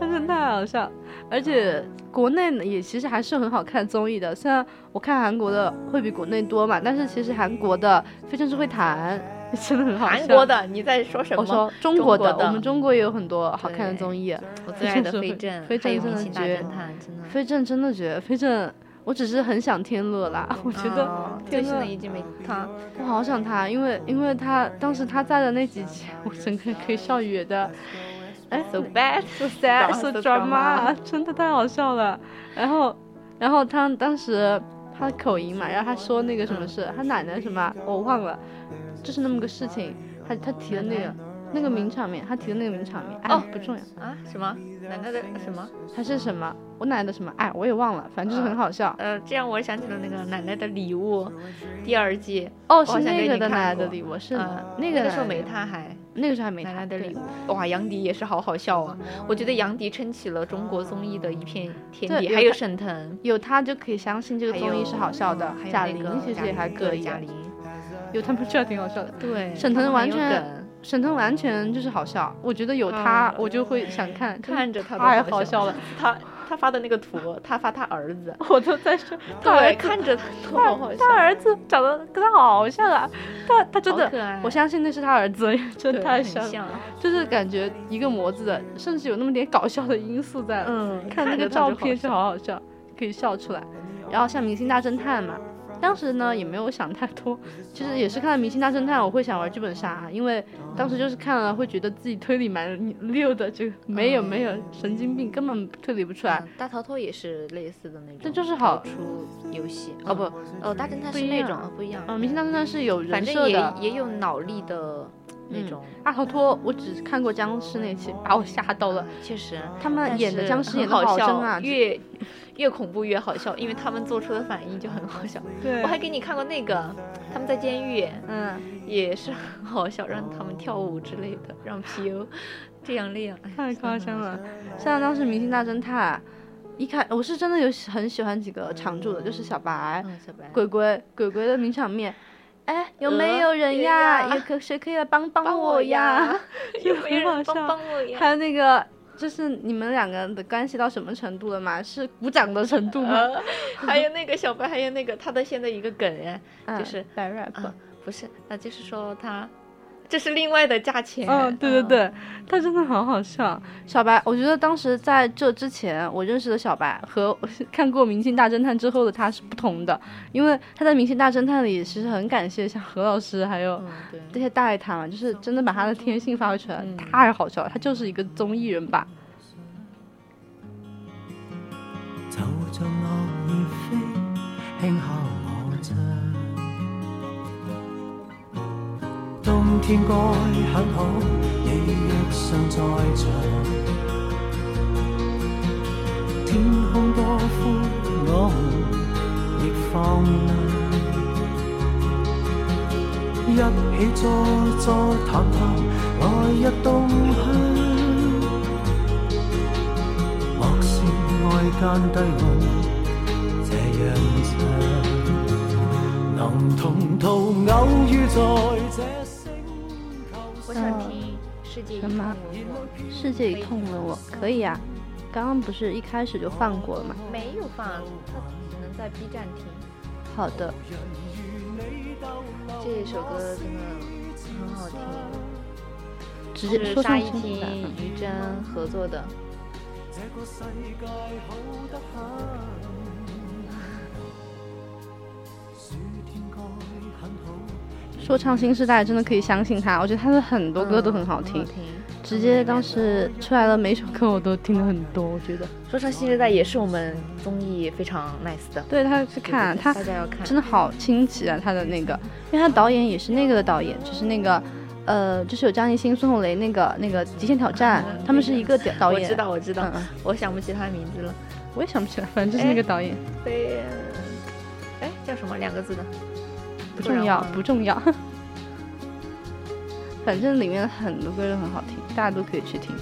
[SPEAKER 3] 真的太好笑，而且国内呢也其实还是很好看综艺的。虽然我看韩国的会比国内多嘛，但是其实韩国的《非正式会谈》 真的很好笑。
[SPEAKER 4] 韩国，的，你在说什么？
[SPEAKER 3] 我说中国的，
[SPEAKER 4] 中国的
[SPEAKER 3] 我们中国也有很多好看的
[SPEAKER 4] 对
[SPEAKER 3] 综艺。
[SPEAKER 4] 我最爱的飞 震，
[SPEAKER 3] 非正
[SPEAKER 4] 还有
[SPEAKER 3] 真的
[SPEAKER 4] 明星大
[SPEAKER 3] 绝
[SPEAKER 4] 侦探，真的。
[SPEAKER 3] 非正真的绝，非正我只是很想天乐啦， 我觉得、
[SPEAKER 4] 嗯最
[SPEAKER 3] 天
[SPEAKER 4] 新
[SPEAKER 3] 乐
[SPEAKER 4] 的一季没他，
[SPEAKER 3] 我好想他，因为因为他当时他在的那几期， 我整个人可以笑晕的。哎
[SPEAKER 4] So bad,
[SPEAKER 3] so sad, so
[SPEAKER 4] so
[SPEAKER 3] drama，
[SPEAKER 4] drama
[SPEAKER 3] 真的太好笑了。然后，然后他当时他的口音嘛，然后他说那个什么事，他奶奶什么我忘了，就是那么个事情，他他提的那个那个名场面，他提的那个名场面，哎、
[SPEAKER 4] 哦
[SPEAKER 3] 不重要，
[SPEAKER 4] 啊什么奶奶的什么
[SPEAKER 3] 还是什么我奶奶的什么哎我也忘了，反正就是很好笑。
[SPEAKER 4] 呃，这让我想起了那个奶奶的礼物第二季，
[SPEAKER 3] 哦，
[SPEAKER 4] 我好
[SPEAKER 3] 是
[SPEAKER 4] 像
[SPEAKER 3] 那
[SPEAKER 4] 给
[SPEAKER 3] 个
[SPEAKER 4] 你
[SPEAKER 3] 的
[SPEAKER 4] 看
[SPEAKER 3] 奶奶的
[SPEAKER 4] 过
[SPEAKER 3] 礼物是
[SPEAKER 4] 呃，
[SPEAKER 3] 那
[SPEAKER 4] 个
[SPEAKER 3] 个
[SPEAKER 4] 时候
[SPEAKER 3] 奶奶
[SPEAKER 4] 没
[SPEAKER 3] 的
[SPEAKER 4] 他还。
[SPEAKER 3] 那个时候还没
[SPEAKER 4] 奶
[SPEAKER 3] 他
[SPEAKER 4] 奶的
[SPEAKER 3] 对
[SPEAKER 4] 礼物。哇，杨迪也是好好笑啊！我觉得杨迪撑起了中国综艺的一片天
[SPEAKER 3] 对
[SPEAKER 4] 地，
[SPEAKER 3] 有
[SPEAKER 4] 还有
[SPEAKER 3] 他
[SPEAKER 4] 沈腾，
[SPEAKER 3] 有他就可以相信这个
[SPEAKER 4] 还
[SPEAKER 3] 综艺是好笑的
[SPEAKER 4] 嗯。还有
[SPEAKER 3] 贾
[SPEAKER 4] 那
[SPEAKER 3] 玲
[SPEAKER 4] 个
[SPEAKER 3] 其实
[SPEAKER 4] 贾
[SPEAKER 3] 也还
[SPEAKER 4] 玲
[SPEAKER 3] 可
[SPEAKER 4] 对
[SPEAKER 3] 以，
[SPEAKER 4] 贾玲
[SPEAKER 3] 有他们确实挺好笑的。
[SPEAKER 4] 对
[SPEAKER 3] 沈腾
[SPEAKER 4] 他们
[SPEAKER 3] 完
[SPEAKER 4] 很有
[SPEAKER 3] 全
[SPEAKER 4] 梗
[SPEAKER 3] 沈腾完全就是好笑，我觉得有他
[SPEAKER 4] 嗯
[SPEAKER 3] 我就会想看，真的
[SPEAKER 4] 看着他都
[SPEAKER 3] 太
[SPEAKER 4] 好
[SPEAKER 3] 好
[SPEAKER 4] 笑
[SPEAKER 3] 笑了。
[SPEAKER 4] 他他发的那个图，他发他 儿子，
[SPEAKER 12] 我都在说，他儿
[SPEAKER 4] 对，
[SPEAKER 12] 子，
[SPEAKER 4] 看着都好好
[SPEAKER 12] 他
[SPEAKER 4] 笑
[SPEAKER 12] 他。儿子长得跟他好像啊，他他真
[SPEAKER 4] 好可
[SPEAKER 12] 的
[SPEAKER 4] 爱，啊
[SPEAKER 12] 我相信那是他儿 子，真的
[SPEAKER 4] 对，
[SPEAKER 12] 太
[SPEAKER 4] 很
[SPEAKER 12] 像了，
[SPEAKER 4] 像，
[SPEAKER 3] 就是感觉一个模子的，甚至有那么点搞笑的因素在了。
[SPEAKER 4] 嗯，
[SPEAKER 3] 看那
[SPEAKER 4] 着
[SPEAKER 3] 个
[SPEAKER 4] 他
[SPEAKER 3] 照
[SPEAKER 4] 就好
[SPEAKER 3] 片就
[SPEAKER 4] 笑
[SPEAKER 3] 好好笑，可以笑出来。然后像《明星大侦探》嘛，当时呢也没有想太多，就是也是看了《明星大侦探》，我会想玩剧本杀，啊因为当时就是看了会觉得自己推理蛮溜的，就没有没有神经病，根本推理不出来
[SPEAKER 4] 嗯。大逃脱也是类似的那种，
[SPEAKER 3] 但就是好
[SPEAKER 4] 出游戏
[SPEAKER 3] 哦不，
[SPEAKER 4] 哦，大侦探
[SPEAKER 3] 不
[SPEAKER 4] 是
[SPEAKER 3] 一
[SPEAKER 4] 那
[SPEAKER 3] 样
[SPEAKER 4] 种哦不一样，
[SPEAKER 3] 嗯，《明星大侦探》是有
[SPEAKER 4] 反
[SPEAKER 3] 人
[SPEAKER 4] 正
[SPEAKER 3] 设
[SPEAKER 4] 也
[SPEAKER 3] 的。
[SPEAKER 4] 也有脑力的那
[SPEAKER 3] 嗯
[SPEAKER 4] 种，
[SPEAKER 3] 大逃脱我只看过僵尸那期，把我吓到了。
[SPEAKER 4] 嗯确实。
[SPEAKER 3] 他们
[SPEAKER 4] 但
[SPEAKER 3] 嗯演的
[SPEAKER 4] 是
[SPEAKER 3] 僵尸
[SPEAKER 4] 很
[SPEAKER 3] 演的
[SPEAKER 4] 好
[SPEAKER 3] 真
[SPEAKER 4] 笑
[SPEAKER 3] 啊，
[SPEAKER 4] 越越恐怖越好笑，因为他们做出的反应就很好笑。
[SPEAKER 3] 对
[SPEAKER 4] 我还给你看过那个，他们在监狱
[SPEAKER 3] 嗯，
[SPEAKER 4] 也是很好笑，让他们跳舞之类的，让 PU 这样那样，哎呀
[SPEAKER 3] 哦太夸张了。像当时《明星大侦探》，一开我是真的有喜很喜欢几个常驻的，就是小白、
[SPEAKER 4] 嗯，小白，
[SPEAKER 3] 鬼鬼、鬼鬼的名场面。哎，有没有人
[SPEAKER 4] 鹅
[SPEAKER 3] 呀？
[SPEAKER 4] 呀
[SPEAKER 3] 有可谁可以来帮帮
[SPEAKER 4] 帮
[SPEAKER 3] 我
[SPEAKER 4] 我
[SPEAKER 3] 呀
[SPEAKER 4] 呀？
[SPEAKER 3] 就
[SPEAKER 4] 有没有
[SPEAKER 3] 很好
[SPEAKER 4] 人
[SPEAKER 3] 笑
[SPEAKER 4] 帮帮我 呀？
[SPEAKER 3] 还有那个，就是你们两个的关系到什么程度了吗？是鼓掌的程度吗？
[SPEAKER 4] 呃， 还有那个小白，还有那个他的现在一个梗哎，
[SPEAKER 3] 嗯
[SPEAKER 4] 就是
[SPEAKER 3] 白 rap。
[SPEAKER 4] 啊，不是，那就是说他，这是另外的价钱。
[SPEAKER 3] 嗯，对对对，他真的好好笑。小白，我觉得当时在这之前，我认识的小白和 看过《明星大侦探》之后的他是不同的，因为他在《明星大侦探》里其实很感谢像何老师还有
[SPEAKER 4] 嗯，对，嗯
[SPEAKER 3] 这些大爱他嘛，就是真的把他的天性发挥出来，太好笑了。他就是一个综艺人吧，
[SPEAKER 6] 就像落叶飞，轻敲我窗。冬天該很好，你若尚在場。天空多寬，我們亦放亮。一起坐坐談談，來日動向。莫說愛間低溫這樣長，能同途偶遇在這星球
[SPEAKER 4] 我
[SPEAKER 6] 上。
[SPEAKER 4] 想听世界一
[SPEAKER 3] 什
[SPEAKER 4] 通
[SPEAKER 3] 么
[SPEAKER 4] 我我
[SPEAKER 3] 世界已痛了我，可以啊。刚刚不是一开始就放过了吗？
[SPEAKER 4] 没有放，他只能在 B 站听。
[SPEAKER 3] 好的，
[SPEAKER 4] 这一首歌真的很好听，
[SPEAKER 3] 直接
[SPEAKER 4] 是
[SPEAKER 3] 说
[SPEAKER 4] 沙
[SPEAKER 3] 上
[SPEAKER 4] 一
[SPEAKER 3] 身体吧。
[SPEAKER 4] 汀、
[SPEAKER 3] 嗯
[SPEAKER 4] 于真合作的。
[SPEAKER 6] 這個世界好得很，暑天該很好。
[SPEAKER 3] 说唱新时代真的可以相信他，我觉得他的很多歌都很好
[SPEAKER 4] 嗯
[SPEAKER 3] 听。
[SPEAKER 4] 好听
[SPEAKER 3] 直接当时出来了，每首歌我都听了很多，我觉得。
[SPEAKER 4] 说唱新时代也是我们综艺非常 nice 的，
[SPEAKER 3] 对，他去看他
[SPEAKER 4] 大家要看，
[SPEAKER 3] 真的好清奇啊，他的那个，因为他导演也是那个的导演，就是那个，呃，就是有张艺兴、孙红雷那个那个《极限挑战》，他们是一个导导演。
[SPEAKER 4] 我知道，我知道，
[SPEAKER 3] 嗯嗯，
[SPEAKER 4] 我想不起他名字了。
[SPEAKER 3] 我也想不起来，反正就是那个导演，
[SPEAKER 4] 飞，哎，叫什么？两个字的，
[SPEAKER 3] 不重要，嗯
[SPEAKER 4] 不
[SPEAKER 3] 不重要。反正里面很多歌都很好听，大家都可以去听。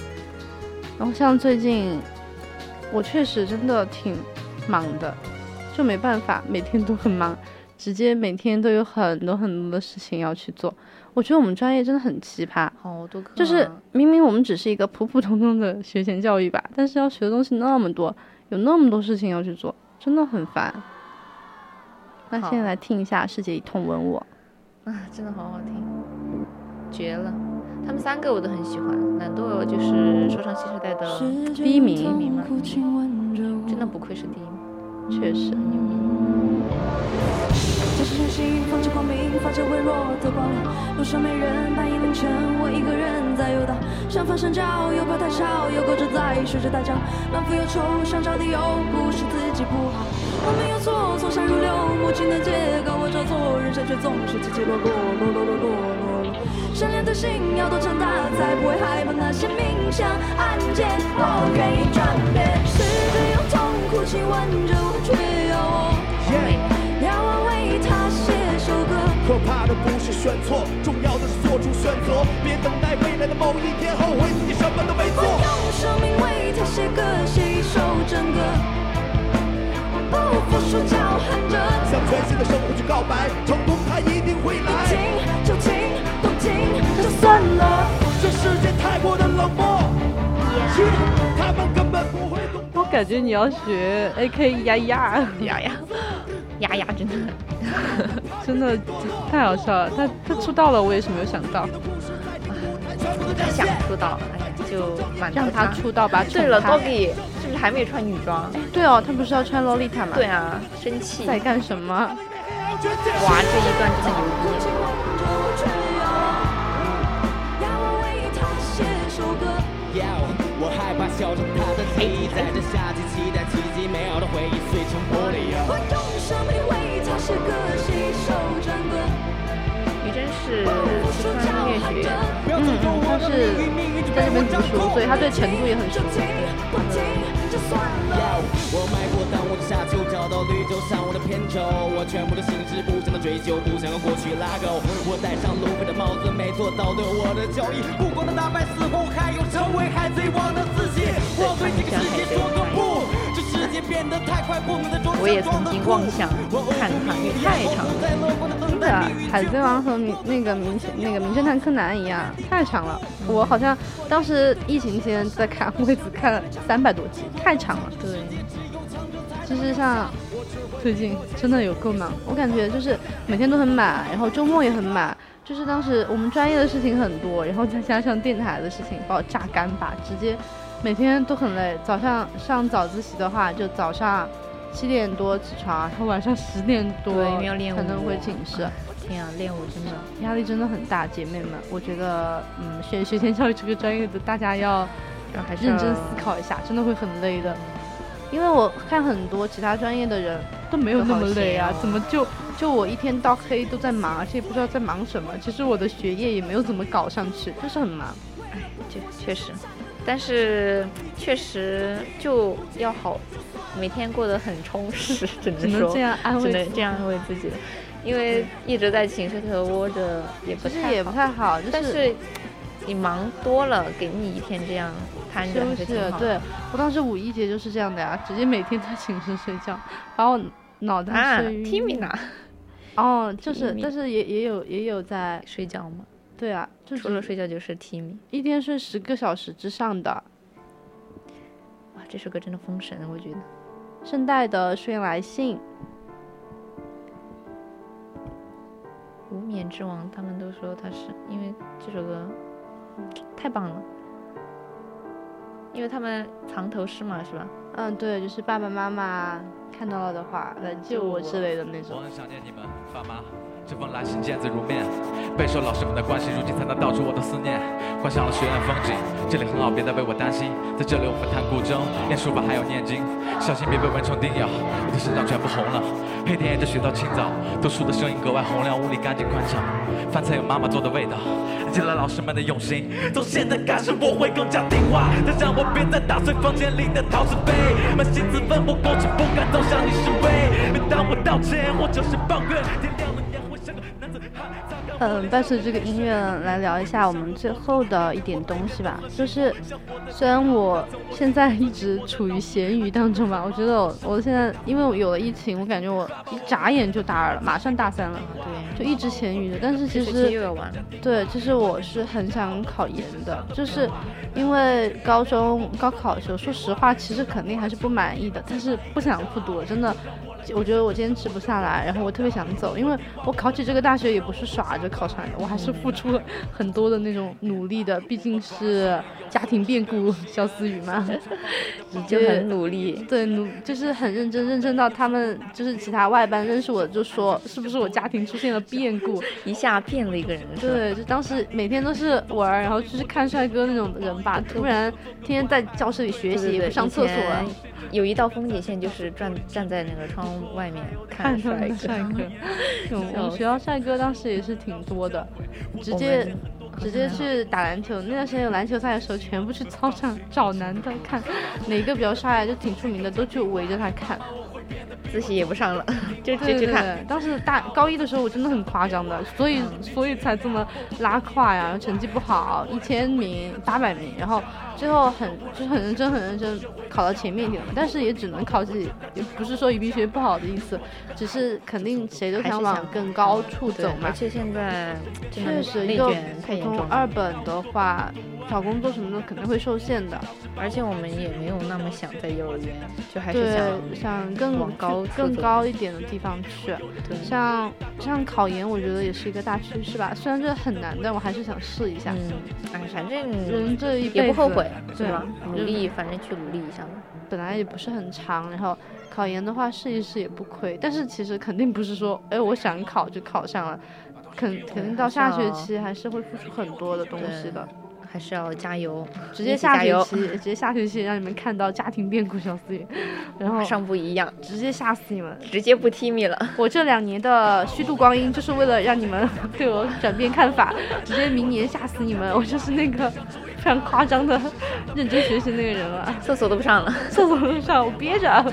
[SPEAKER 3] 然后像最近，我确实真的挺忙的，就没办法，每天都很忙，直接每天都有很多很多的事情要去做。我觉得我们专业真的很奇葩，
[SPEAKER 4] 好多课啊，
[SPEAKER 3] 就是明明我们只是一个普普通通的学前教育吧，但是要学的东西那么多，有那么多事情要去做，真的很烦。那
[SPEAKER 4] 好
[SPEAKER 3] 现在来听一下《世界一通吻我
[SPEAKER 4] 啊，真的好好听，绝了！他们三个我都很喜欢，懒惰就是说唱新时代的，
[SPEAKER 3] 第一名，
[SPEAKER 4] 名吗真的不愧是第一名，
[SPEAKER 3] 确实，
[SPEAKER 13] 这是真心，放着光明，放着微弱的光。路上没人，半夜凌晨，我一个人在游荡。上方山照，又不太吵，又勾着在睡着大觉。满腹忧愁，想找理由，不是自己不好。我没有错，从善如流，无情的结果我照做，人生却总是起起落落，落落落落落落。善良的心要多强大，才不会害怕那些冥想案件。我愿意转变，试着用痛苦亲吻着我，却要我。要我为他写首歌。
[SPEAKER 5] 可怕的不是选错，重要的是做出选择。别等待未来的某一天后悔自己什么都没
[SPEAKER 13] 我
[SPEAKER 5] 做。
[SPEAKER 13] 用生命为他写歌，写一首真歌。我不服输，叫喊着，
[SPEAKER 5] 向全新的生活去告白，成功它一定会
[SPEAKER 13] 不停
[SPEAKER 5] 来。
[SPEAKER 13] 就停，不停就算了。
[SPEAKER 5] 这世界太过的冷漠，他们根本不会懂。
[SPEAKER 3] 我感感觉你要学 A K 呀呀
[SPEAKER 4] 呀呀呀呀，真的
[SPEAKER 3] 真的太好笑了。他他出道了，我也是没有想到，
[SPEAKER 4] 他想出道，哎呀，就蛮
[SPEAKER 3] 让他出道吧
[SPEAKER 4] 对了
[SPEAKER 3] 宠他
[SPEAKER 4] ，Gogi 是不是还没穿女装？
[SPEAKER 3] 对哦，他不是要穿洛丽塔吗？
[SPEAKER 4] 对啊，生气。
[SPEAKER 3] 在干什么？
[SPEAKER 4] 哇，这一段真的牛逼！
[SPEAKER 14] 要我害怕笑着他的体，在这夏季期待奇迹，美好的回忆碎成玻璃。
[SPEAKER 13] 我用生命为他写歌，信手沾歌。
[SPEAKER 4] 你真是四川音乐学院，
[SPEAKER 3] 嗯嗯，他是在这边读书，所以他对成都也很熟。
[SPEAKER 14] 要我迈过当我的沙丘，找到绿洲上我的片酬，我全部的心智不想的追求，不想和过去拉钩。我戴上路飞的帽子，没做到对我的交易，不光能打败死后，还有成为海贼王的自己。我对这个世界说个不，这世界变得太快，不能再装
[SPEAKER 4] 我也曾经妄想看韩剧太长了，真的。
[SPEAKER 3] 《海贼王》和名那个名那个名侦探柯南一样，太长了。我好像当时疫情期间在看，我也只看了三百多集，太长了。
[SPEAKER 4] 对，
[SPEAKER 3] 就是像最近真的有够忙，我感觉就是每天都很满，然后周末也很满。就是当时我们专业的事情很多，然后再加上电台的事情，把我榨干吧，直接每天都很累。早上上早自习的话，就早上七点多起床，然后晚上十点多
[SPEAKER 4] 对因为要练舞
[SPEAKER 3] 才能回寝室。
[SPEAKER 4] 天啊，练舞真的
[SPEAKER 3] 压力真的很大，姐妹们，我觉得，嗯，选学前教育这个专业的大家要
[SPEAKER 4] 还是要
[SPEAKER 3] 认真思考一下，真的会很累的。因为我看很多其他专业的人都没有那么累啊
[SPEAKER 4] 都好闲哦，
[SPEAKER 3] 怎么就就我一天到黑都在忙，而且不知道在忙什么。其实我的学业也没有怎么搞上去，就是很忙。
[SPEAKER 4] 确确实，但是确实就要好，每天过得很充实，只能
[SPEAKER 3] 只能
[SPEAKER 4] 说
[SPEAKER 3] 这样安慰
[SPEAKER 4] 只
[SPEAKER 3] 自
[SPEAKER 4] 能
[SPEAKER 3] 己
[SPEAKER 4] 这样安慰自己了，因为一直在寝室头窝着也不
[SPEAKER 3] 其实
[SPEAKER 4] 太
[SPEAKER 3] 也不太好就是
[SPEAKER 4] 但是你忙多了，给你一天这样瘫着还
[SPEAKER 3] 休
[SPEAKER 4] 是
[SPEAKER 3] 息
[SPEAKER 4] 挺好。
[SPEAKER 3] 对，我当时五一节就是这样的呀，直接每天在寝室睡觉，把我脑袋
[SPEAKER 4] 啊
[SPEAKER 3] 睡晕。
[SPEAKER 4] ，Timina
[SPEAKER 3] 哦，就是，
[SPEAKER 4] Timmy
[SPEAKER 3] 但是也也有也有在
[SPEAKER 4] 睡觉吗？
[SPEAKER 3] 对啊，就
[SPEAKER 4] 除
[SPEAKER 3] 只
[SPEAKER 4] 了睡觉就是 Timi，
[SPEAKER 3] 一天睡十个小时之上的。
[SPEAKER 4] 哇，这首歌真的封神，我觉得。
[SPEAKER 3] 圣代的《睡来信》，
[SPEAKER 4] 无冕之王，他们都说他是因为这首歌嗯太棒了，因为他们藏头诗嘛，是吧？
[SPEAKER 3] 嗯，对，就是爸爸妈妈看到了的话来救我之类的那种
[SPEAKER 15] 我。很想念你们，爸妈。这封来信见字如面，备受老师们的关心，如今才能道出我的思念。换上了学院风景，这里很好，别再为我担心。在这里我们谈古筝、练书法，还有念经，小心别被蚊虫叮咬。我的身上全部红了，黑天也就学到清早，读书的声音格外洪亮，屋里干净宽敞，饭菜有妈妈做的味道。记得老师们的用心，从现在开始我会更加听话，但让我别再打碎房间里的陶瓷杯。扪心自问，我过去不该走向你示威，每当我道歉或者是抱怨，天亮了也会像个男子汉。
[SPEAKER 3] 嗯，伴随这个音乐来聊一下我们最后的一点东西吧，就是虽然我现在一直处于咸鱼当中吧，我觉得我我现在因为我有了疫情，我感觉我一眨眼就大二了，马上大三了，就
[SPEAKER 4] 对，
[SPEAKER 3] 一直咸鱼的。但是其
[SPEAKER 4] 这学
[SPEAKER 3] 实
[SPEAKER 4] 期又要玩了，
[SPEAKER 3] 对，其实我是很想考研的，就是因为高中高考的时候，说实话，其实肯定还是不满意的，但是不想复读了，真的。我觉得我坚持不下来，然后我特别想走，因为我考取这个大学也不是耍着考上来的，我还是付出了很多的那种努力的，毕竟是家庭变故，小思雨嘛，
[SPEAKER 4] 你就很努力，
[SPEAKER 3] 对，努就是很认真，认真到他们就是其他外班认识我就说是不是我家庭出现了变故，
[SPEAKER 4] 一下变了一个人。是吧
[SPEAKER 3] 对，就当时每天都是玩儿，然后就是看帅哥那种人吧，突然天天在教室里学
[SPEAKER 4] 对
[SPEAKER 3] 习，
[SPEAKER 4] 对
[SPEAKER 3] 也
[SPEAKER 4] 对
[SPEAKER 3] 不上厕所，
[SPEAKER 4] 以前有一道风景线就是站站在那个窗外面看
[SPEAKER 3] 看他
[SPEAKER 4] 帅。
[SPEAKER 3] 们的帅哥 我们学校帅哥当时也是挺多的，直
[SPEAKER 4] 我
[SPEAKER 3] 接
[SPEAKER 4] 们
[SPEAKER 3] 直接去打篮球。那段时间有篮球赛的时候，全部去操场找男的看哪个比较帅，就挺出名的，都去围着他看。
[SPEAKER 4] 自习也不 上了，
[SPEAKER 3] 对
[SPEAKER 4] 就就
[SPEAKER 3] 对
[SPEAKER 4] 去
[SPEAKER 3] 对
[SPEAKER 4] 看。
[SPEAKER 3] 当时大高一的时候，我真的很夸张的，所以所以才这么拉胯呀，成绩不好，一千名、八百名，然后最后很就是很认真、很认真考到前面一点嘛，但是也只能考自己，也不是说一定学不好的意思，只是肯定谁都
[SPEAKER 4] 还是
[SPEAKER 3] 往
[SPEAKER 4] 想
[SPEAKER 3] 更高处
[SPEAKER 4] 对
[SPEAKER 3] 走嘛
[SPEAKER 4] 而。且现在真的
[SPEAKER 3] 确实，
[SPEAKER 4] 内
[SPEAKER 3] 一个
[SPEAKER 4] 卷太
[SPEAKER 3] 普
[SPEAKER 4] 严重
[SPEAKER 3] 通
[SPEAKER 4] 了。
[SPEAKER 3] 二本的话，找工作什么的肯定会受限的。
[SPEAKER 4] 而且我们也没有那么想在幼儿园，就还是
[SPEAKER 3] 对，想更
[SPEAKER 4] 往高处
[SPEAKER 3] 更
[SPEAKER 4] 走
[SPEAKER 3] 高一点的地方去。
[SPEAKER 4] 对
[SPEAKER 3] 像像考研，我觉得也是一个大趋势吧。虽然这很难，但我还是想试一下。
[SPEAKER 4] 嗯，哎，反正
[SPEAKER 3] 人这一辈
[SPEAKER 4] 也不后
[SPEAKER 3] 子
[SPEAKER 4] 悔，
[SPEAKER 3] 对
[SPEAKER 4] 吧？努
[SPEAKER 3] 人
[SPEAKER 4] 力，反正去努力一下嘛。
[SPEAKER 3] 本来也不是很长，然后考研的话试一试也不亏。但是其实肯定不是说，哎，我想考就考上了，肯肯定到下学期还是会付出很多的东西的。
[SPEAKER 4] 还是要加油，
[SPEAKER 3] 直
[SPEAKER 4] 一
[SPEAKER 3] 接
[SPEAKER 4] 起
[SPEAKER 3] 下
[SPEAKER 4] 加
[SPEAKER 3] 学
[SPEAKER 4] 油
[SPEAKER 3] 期，直接下学期让你们看到家庭变故小思雨，然后
[SPEAKER 4] 马上不一样，
[SPEAKER 3] 直接吓死你们，
[SPEAKER 4] 直接不踢你了。
[SPEAKER 3] 我这两年的虚度光阴，就是为了让你们对我转变看法，直接明年吓死你们， 我就是那个非常夸张的认真学习那个人了，
[SPEAKER 4] 厕所都不上了，
[SPEAKER 3] 厕所都不上，我憋着，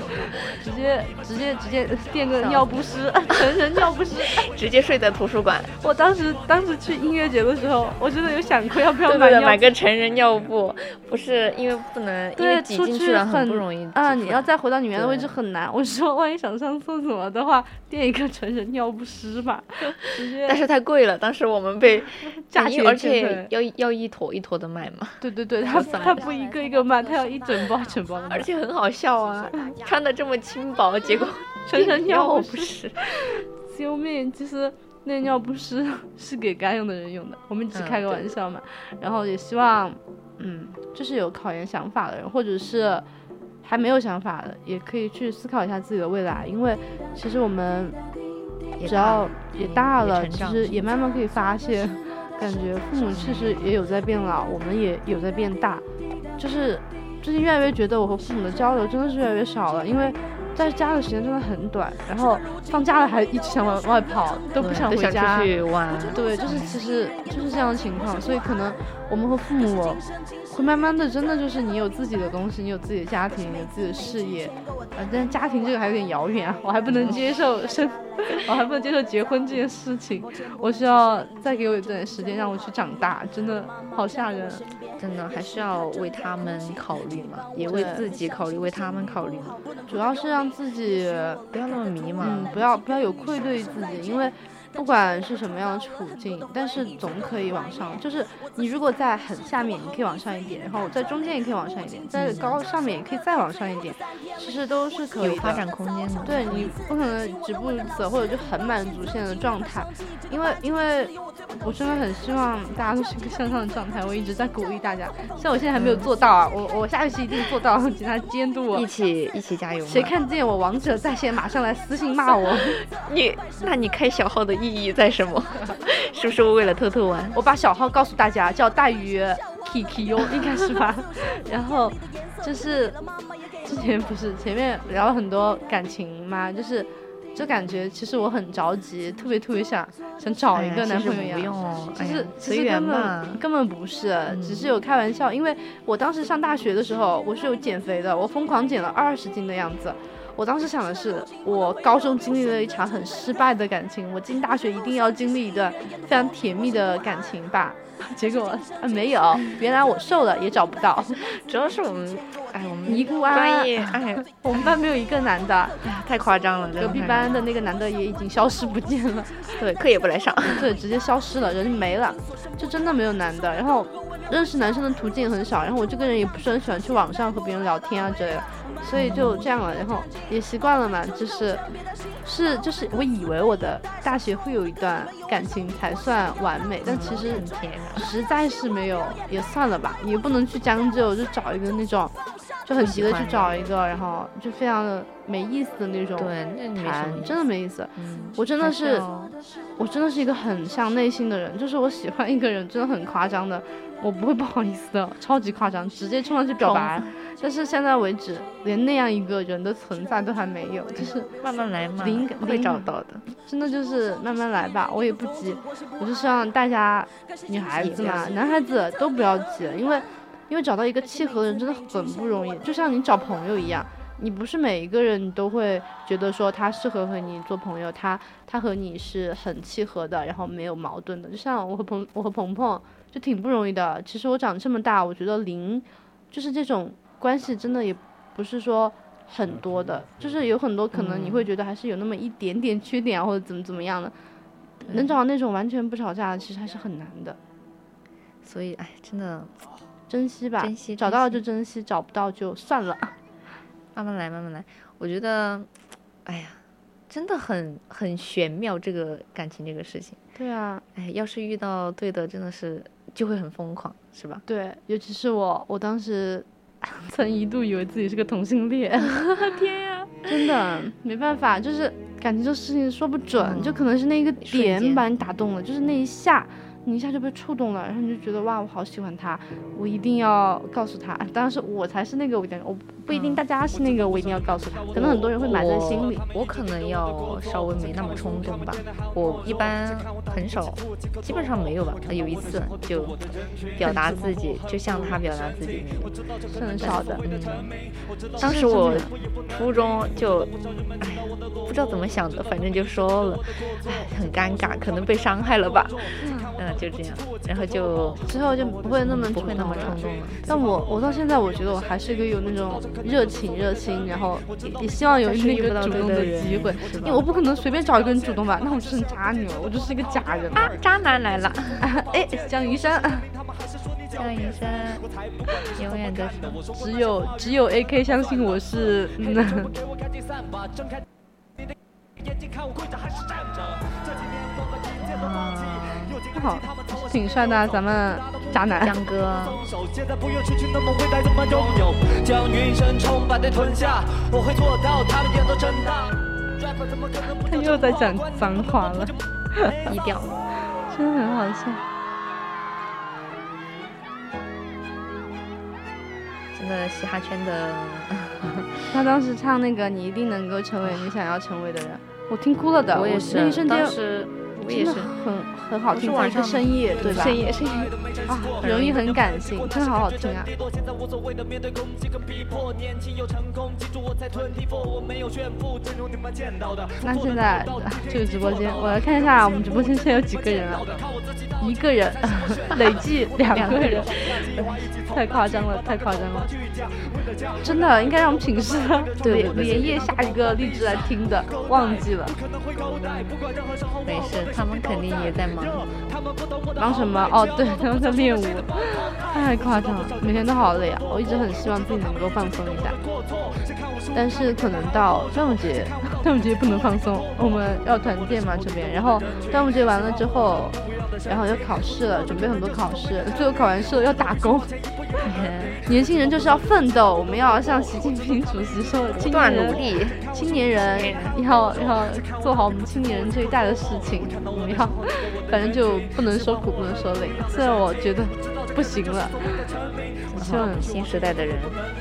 [SPEAKER 3] 直接直接直接垫个尿不湿，成人尿不湿，
[SPEAKER 4] 直接睡在图书馆。
[SPEAKER 3] 我当时当时去音乐节的时候，我真的有想过要不要
[SPEAKER 4] 对
[SPEAKER 3] 买
[SPEAKER 4] 对对，
[SPEAKER 3] 尿
[SPEAKER 4] 买个成人尿布，不是因为不能，因为
[SPEAKER 3] 对，
[SPEAKER 4] 挤
[SPEAKER 3] 出
[SPEAKER 4] 进
[SPEAKER 3] 去
[SPEAKER 4] 了
[SPEAKER 3] 很
[SPEAKER 4] 不容易。
[SPEAKER 3] 啊！你要再回到你原来的位置
[SPEAKER 4] 对
[SPEAKER 3] 很难。 我说，万一想上厕所的话，垫一个成人尿不湿吧，直接。
[SPEAKER 4] 但是太贵了，当时我们 被
[SPEAKER 3] 价
[SPEAKER 4] 因为
[SPEAKER 3] 钱
[SPEAKER 4] 而
[SPEAKER 3] 真
[SPEAKER 4] 且
[SPEAKER 3] 的
[SPEAKER 4] 要要一坨一坨的买嘛，
[SPEAKER 3] 对对对，他他不一个一个卖，他要一整包整包的卖。
[SPEAKER 4] 而且很好笑啊，穿的这么轻薄，结 果
[SPEAKER 3] 成人尿
[SPEAKER 4] 尿
[SPEAKER 3] 不
[SPEAKER 4] 湿，
[SPEAKER 3] 救命！其实那尿不湿是给该用的人用的，我们只是
[SPEAKER 4] 嗯
[SPEAKER 3] 开个
[SPEAKER 4] 对
[SPEAKER 3] 玩笑嘛。然后也希望，嗯，就是有考研想法的人，或者是还没有想法的，也可以去思考一下自己的未来，因为其实我们只要也大了，
[SPEAKER 4] 也成
[SPEAKER 3] 其
[SPEAKER 4] 长
[SPEAKER 3] 实也慢慢可以发现，感觉父母确实也有在变老，我们也有在变大，就是最近越来越觉得我和父母的交流真的是越来越少了，因为在家的时间真的很短，然后放假了还一直想往外跑，都不
[SPEAKER 4] 对
[SPEAKER 3] 想
[SPEAKER 4] 都
[SPEAKER 3] 回
[SPEAKER 4] 想出
[SPEAKER 3] 家。
[SPEAKER 4] 去玩
[SPEAKER 3] 对，就是其实就是这样的情况，所以可能我们和父母会慢慢的，真的就是你有自己的东西，你有自己的家庭，你有自己的事业，啊，但家庭这个还有点遥远啊，我还不能接受生，我还不能接受结婚这件事情，我需要再给我一段时间让我去长大，真的好吓人啊。
[SPEAKER 4] 真的还是要为他们考虑嘛，也为
[SPEAKER 3] 对
[SPEAKER 4] 自己考虑，为他们考虑嘛。
[SPEAKER 3] 主要是让自己不
[SPEAKER 4] 要那么迷茫，
[SPEAKER 3] 嗯，不要不要有愧对自己，因为不管是什么样的处境，但是总可以往上。就是你如果在很下面，你可以往上一点，然后在中间也可以往上一点，在高上面也可以再往上一点，其实都是可以
[SPEAKER 4] 有
[SPEAKER 3] 的
[SPEAKER 4] 发展空间 的
[SPEAKER 3] 对你不可能止步于此，或者就很满足现在的状态，因为因为我真的很希望大家都是一个向上的状态，我一直在鼓励大家，像我现在还没有做到啊，我我下学期一定做到，请大家监督我，
[SPEAKER 4] 一起一起加油嘛！
[SPEAKER 3] 谁看见我王者在线，马上来私信骂我。
[SPEAKER 4] 你，那你开小号的意义在什么？ 是不是为了偷偷玩？
[SPEAKER 3] 我把小号告诉大家，叫大鱼 Kiki 哦，应该是 吧？然后就是之前不是前面聊了很多感情嘛，就是就感觉其实我很着急，特别特别想想找一
[SPEAKER 4] 哎呀
[SPEAKER 3] 个男
[SPEAKER 4] 其实
[SPEAKER 3] 朋友一样。
[SPEAKER 4] 不用
[SPEAKER 3] 其
[SPEAKER 4] 哎呀
[SPEAKER 3] 实其
[SPEAKER 4] 随
[SPEAKER 3] 实
[SPEAKER 4] 缘
[SPEAKER 3] 根
[SPEAKER 4] 嘛嗯
[SPEAKER 3] 本根本不是，只是有开玩笑。因为我当时上大学的时候，我是有减肥的，我疯狂减了二十斤的样子。我当时想的是，我高中经历了一场很失败的感情，我进大学一定要经历一段非常甜蜜的感情吧。 结果、啊、没有，原来我瘦了也找不到，
[SPEAKER 4] 主要是我们，哎，我们
[SPEAKER 3] 尼姑庵
[SPEAKER 4] 专业，哎，
[SPEAKER 3] 我们班没有一个男的，
[SPEAKER 4] 太夸张了，真的
[SPEAKER 3] 隔壁
[SPEAKER 4] 太夸
[SPEAKER 3] 班的那个男的也已经消失不见了，
[SPEAKER 4] 对，课也不来上，
[SPEAKER 3] 对，直接消失了，人就没了，就真的没有男的。然后认识男生的途径也很少，然后我这个人也不是很喜欢去网上和别人聊天啊之类的，所以就这样了。然后也习惯了嘛，就是是就是我以为我的大学会有一段感情才算完美，但其实
[SPEAKER 4] 啊
[SPEAKER 3] 实在是没有，也算了吧，也不能去将就，就找一个那种就很急的去找一个，然后就非常的没意思的那种
[SPEAKER 4] 对那没什么
[SPEAKER 3] 谈
[SPEAKER 4] 意思
[SPEAKER 3] 真的没意思。嗯我真的
[SPEAKER 4] 嗯还是
[SPEAKER 3] 是
[SPEAKER 4] 要，
[SPEAKER 3] 我真的是一个很像内心的人，就是我喜欢一个人真的很夸张的，我不会不好意思的，超级夸张，直接冲上去表白。但是现在为止，连那样一个人的存在都还没有，就是
[SPEAKER 4] 慢慢来嘛
[SPEAKER 3] 灵
[SPEAKER 4] 会
[SPEAKER 3] 灵
[SPEAKER 4] 找到的。
[SPEAKER 3] 真的就是慢慢来吧，我也不急，我就希望大家女孩子嘛，男孩子都不要急，因为因为找到一个契合的人真的很不容易，就像你找朋友一样，你不是每一个人你都会觉得说他适合和你做朋友，他他和你是很契合的，然后没有矛盾的。就像我和鹏我和鹏鹏就挺不容易的，其实我长这么大，我觉得零就是这种关系真的也不是说很
[SPEAKER 4] 嗯
[SPEAKER 3] 多的，就是有很多可能你会觉得还是有那么一点点缺点啊，或者怎么怎么样的，能找到那种完全不吵架的，其实还是很难的。
[SPEAKER 4] 所以，哎，真的，
[SPEAKER 3] 珍惜吧，
[SPEAKER 4] 珍惜
[SPEAKER 3] 找
[SPEAKER 4] 珍
[SPEAKER 3] 到了
[SPEAKER 4] 惜
[SPEAKER 3] 就珍惜，找不到就算了。
[SPEAKER 4] 慢慢来，慢慢来。我觉得，哎呀，真的很很玄妙，这个感情这个事情。
[SPEAKER 3] 对啊，
[SPEAKER 4] 哎，要是遇到对的，真的是就会很疯狂，是吧？
[SPEAKER 3] 对，尤其是我，我当时曾一度以为自己是个同性恋，天呀、真的没办法，就是感情这事情说不准，就可能是那个点把你打动了，就是那一下，你一下就被触动了，然后你就觉得哇，我好喜欢他，我一定要告诉他。当然是我才是那个，我一定我不一定大家是那个，我一定要告诉他，可能很多人会埋在心里。
[SPEAKER 4] 我可能要稍微没那么冲动吧，我一般很少，基本上没有吧。呃有一次就表达自己，就向他表达自己那种，
[SPEAKER 3] 是很少的
[SPEAKER 4] 嗯，当时我初中就，哎呀，不知道怎么想的，反正就说了，哎，很尴尬，可能被伤害了吧。嗯，就这样，然后就
[SPEAKER 3] 之后就不会那么
[SPEAKER 4] 不会那么冲动了。
[SPEAKER 3] 但我我到现在，我觉得我还是一个有那种热情热心，然后也也希望有
[SPEAKER 4] 但是
[SPEAKER 3] 那
[SPEAKER 4] 遇不
[SPEAKER 3] 个
[SPEAKER 4] 到
[SPEAKER 3] 主
[SPEAKER 4] 对
[SPEAKER 3] 动
[SPEAKER 4] 的
[SPEAKER 3] 的
[SPEAKER 4] 人
[SPEAKER 3] 机会，因为我不可能随便找一个人主动吧，那我就是渣女了，我就是一个渣人啊，
[SPEAKER 4] 渣男来了，
[SPEAKER 3] 哎，江云山，
[SPEAKER 4] 江云山永远都是
[SPEAKER 3] 只有只有 AK 相信我是，嗯， 好，挺帅的啊，咱们渣男
[SPEAKER 4] 江哥，
[SPEAKER 16] 手，现在不用失去那么未来怎么拥有？将云深冲，把对吞下，我会做到，他们眼都睁大。rapper 怎么可能不
[SPEAKER 3] 他又在讲脏话了，
[SPEAKER 4] 低调，
[SPEAKER 3] 真的很好笑。
[SPEAKER 4] 真的嘻哈圈的，
[SPEAKER 3] 他当时唱那个“你一定能够成为你想要成为的人”，我听哭了的。
[SPEAKER 4] 我也
[SPEAKER 3] 那一
[SPEAKER 4] 是
[SPEAKER 3] 瞬间
[SPEAKER 4] 当时我也
[SPEAKER 3] 真的
[SPEAKER 4] 是
[SPEAKER 3] 很很好
[SPEAKER 4] 我
[SPEAKER 3] 听，
[SPEAKER 4] 是
[SPEAKER 3] 在
[SPEAKER 4] 晚
[SPEAKER 3] 一个
[SPEAKER 4] 上
[SPEAKER 3] 深夜，对吧？
[SPEAKER 4] 深夜深夜
[SPEAKER 3] 啊，容易很感性，真的好好听啊。那现在啊这个直播间，我来看一下我们直播间现在有几个人啊？一个人， 累计两个人， 太夸张了，太夸张了。真的应该让我们寝室
[SPEAKER 4] 对
[SPEAKER 3] 连
[SPEAKER 4] 对
[SPEAKER 3] 连夜下一个励志来听的，忘记了。
[SPEAKER 4] 没事，他们肯定也在忙。
[SPEAKER 3] 忙什么？哦，对，他们在练舞，太夸张了，每天都好累啊！我一直很希望自己能够放松一下，但是可能到端午节，端午节不能放松，我们要团建嘛这边，然后端午节完了之后，然后要考试了，准备很多考试，最后考完试了要打工。年轻人就是要奋斗，我们要像习近平主席说，的，青年
[SPEAKER 4] 断
[SPEAKER 3] 人
[SPEAKER 4] 努力，
[SPEAKER 3] 青年人要要做好我们青年人这一代的事情，我们要，反正就不能说苦，不能说累。虽然我觉得不行了，我希望
[SPEAKER 4] 新时代的人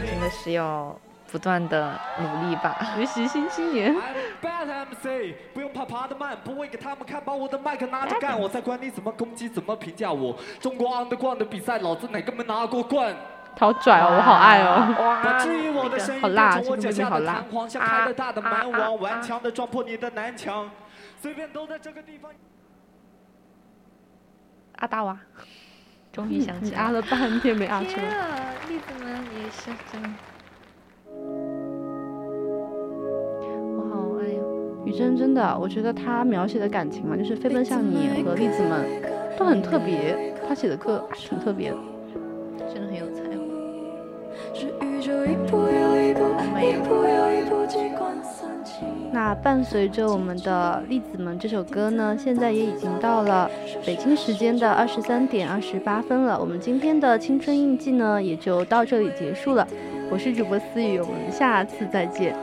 [SPEAKER 4] 真的是要不断的努力吧。
[SPEAKER 3] 学习新青年。
[SPEAKER 16] Bad MC，不用怕爬得慢，不会给他们看，把我的麦克拿着干，我才管你怎么攻击，怎么评价我。中国 Underground 的比赛，老子哪个没拿过冠？
[SPEAKER 3] 好拽哦，我好爱哦，
[SPEAKER 16] 把质疑我的声音
[SPEAKER 3] 好辣，
[SPEAKER 16] 变成
[SPEAKER 3] 这个妹妹
[SPEAKER 16] 我脚下
[SPEAKER 3] 好
[SPEAKER 16] 的
[SPEAKER 3] 辣啊
[SPEAKER 16] 弹。簧，像开了大的蛮王，顽强的撞破你的南墙，随便都在这个地方。
[SPEAKER 4] 阿大娃，终于想起
[SPEAKER 3] 你啊了半天没啊出来。
[SPEAKER 4] 啊，栗子们也是真的。
[SPEAKER 3] 我好
[SPEAKER 4] 哦
[SPEAKER 3] 爱呀，雨珍真的，我觉得她描写的感情嘛，啊就是《飞奔向你》和《栗子们》，都很特别。她写的歌还是很特别的。
[SPEAKER 4] 真的很有才华。
[SPEAKER 13] 是宇宙一步又一步，一步又一步机关算尽。
[SPEAKER 3] 那伴随着我们的《栗子们》这首歌呢，现在也已经到了北京时间的二十三点二十八分了。我们今天的青春印记呢，也就到这里结束了。我是主播思雨，我们下次再见。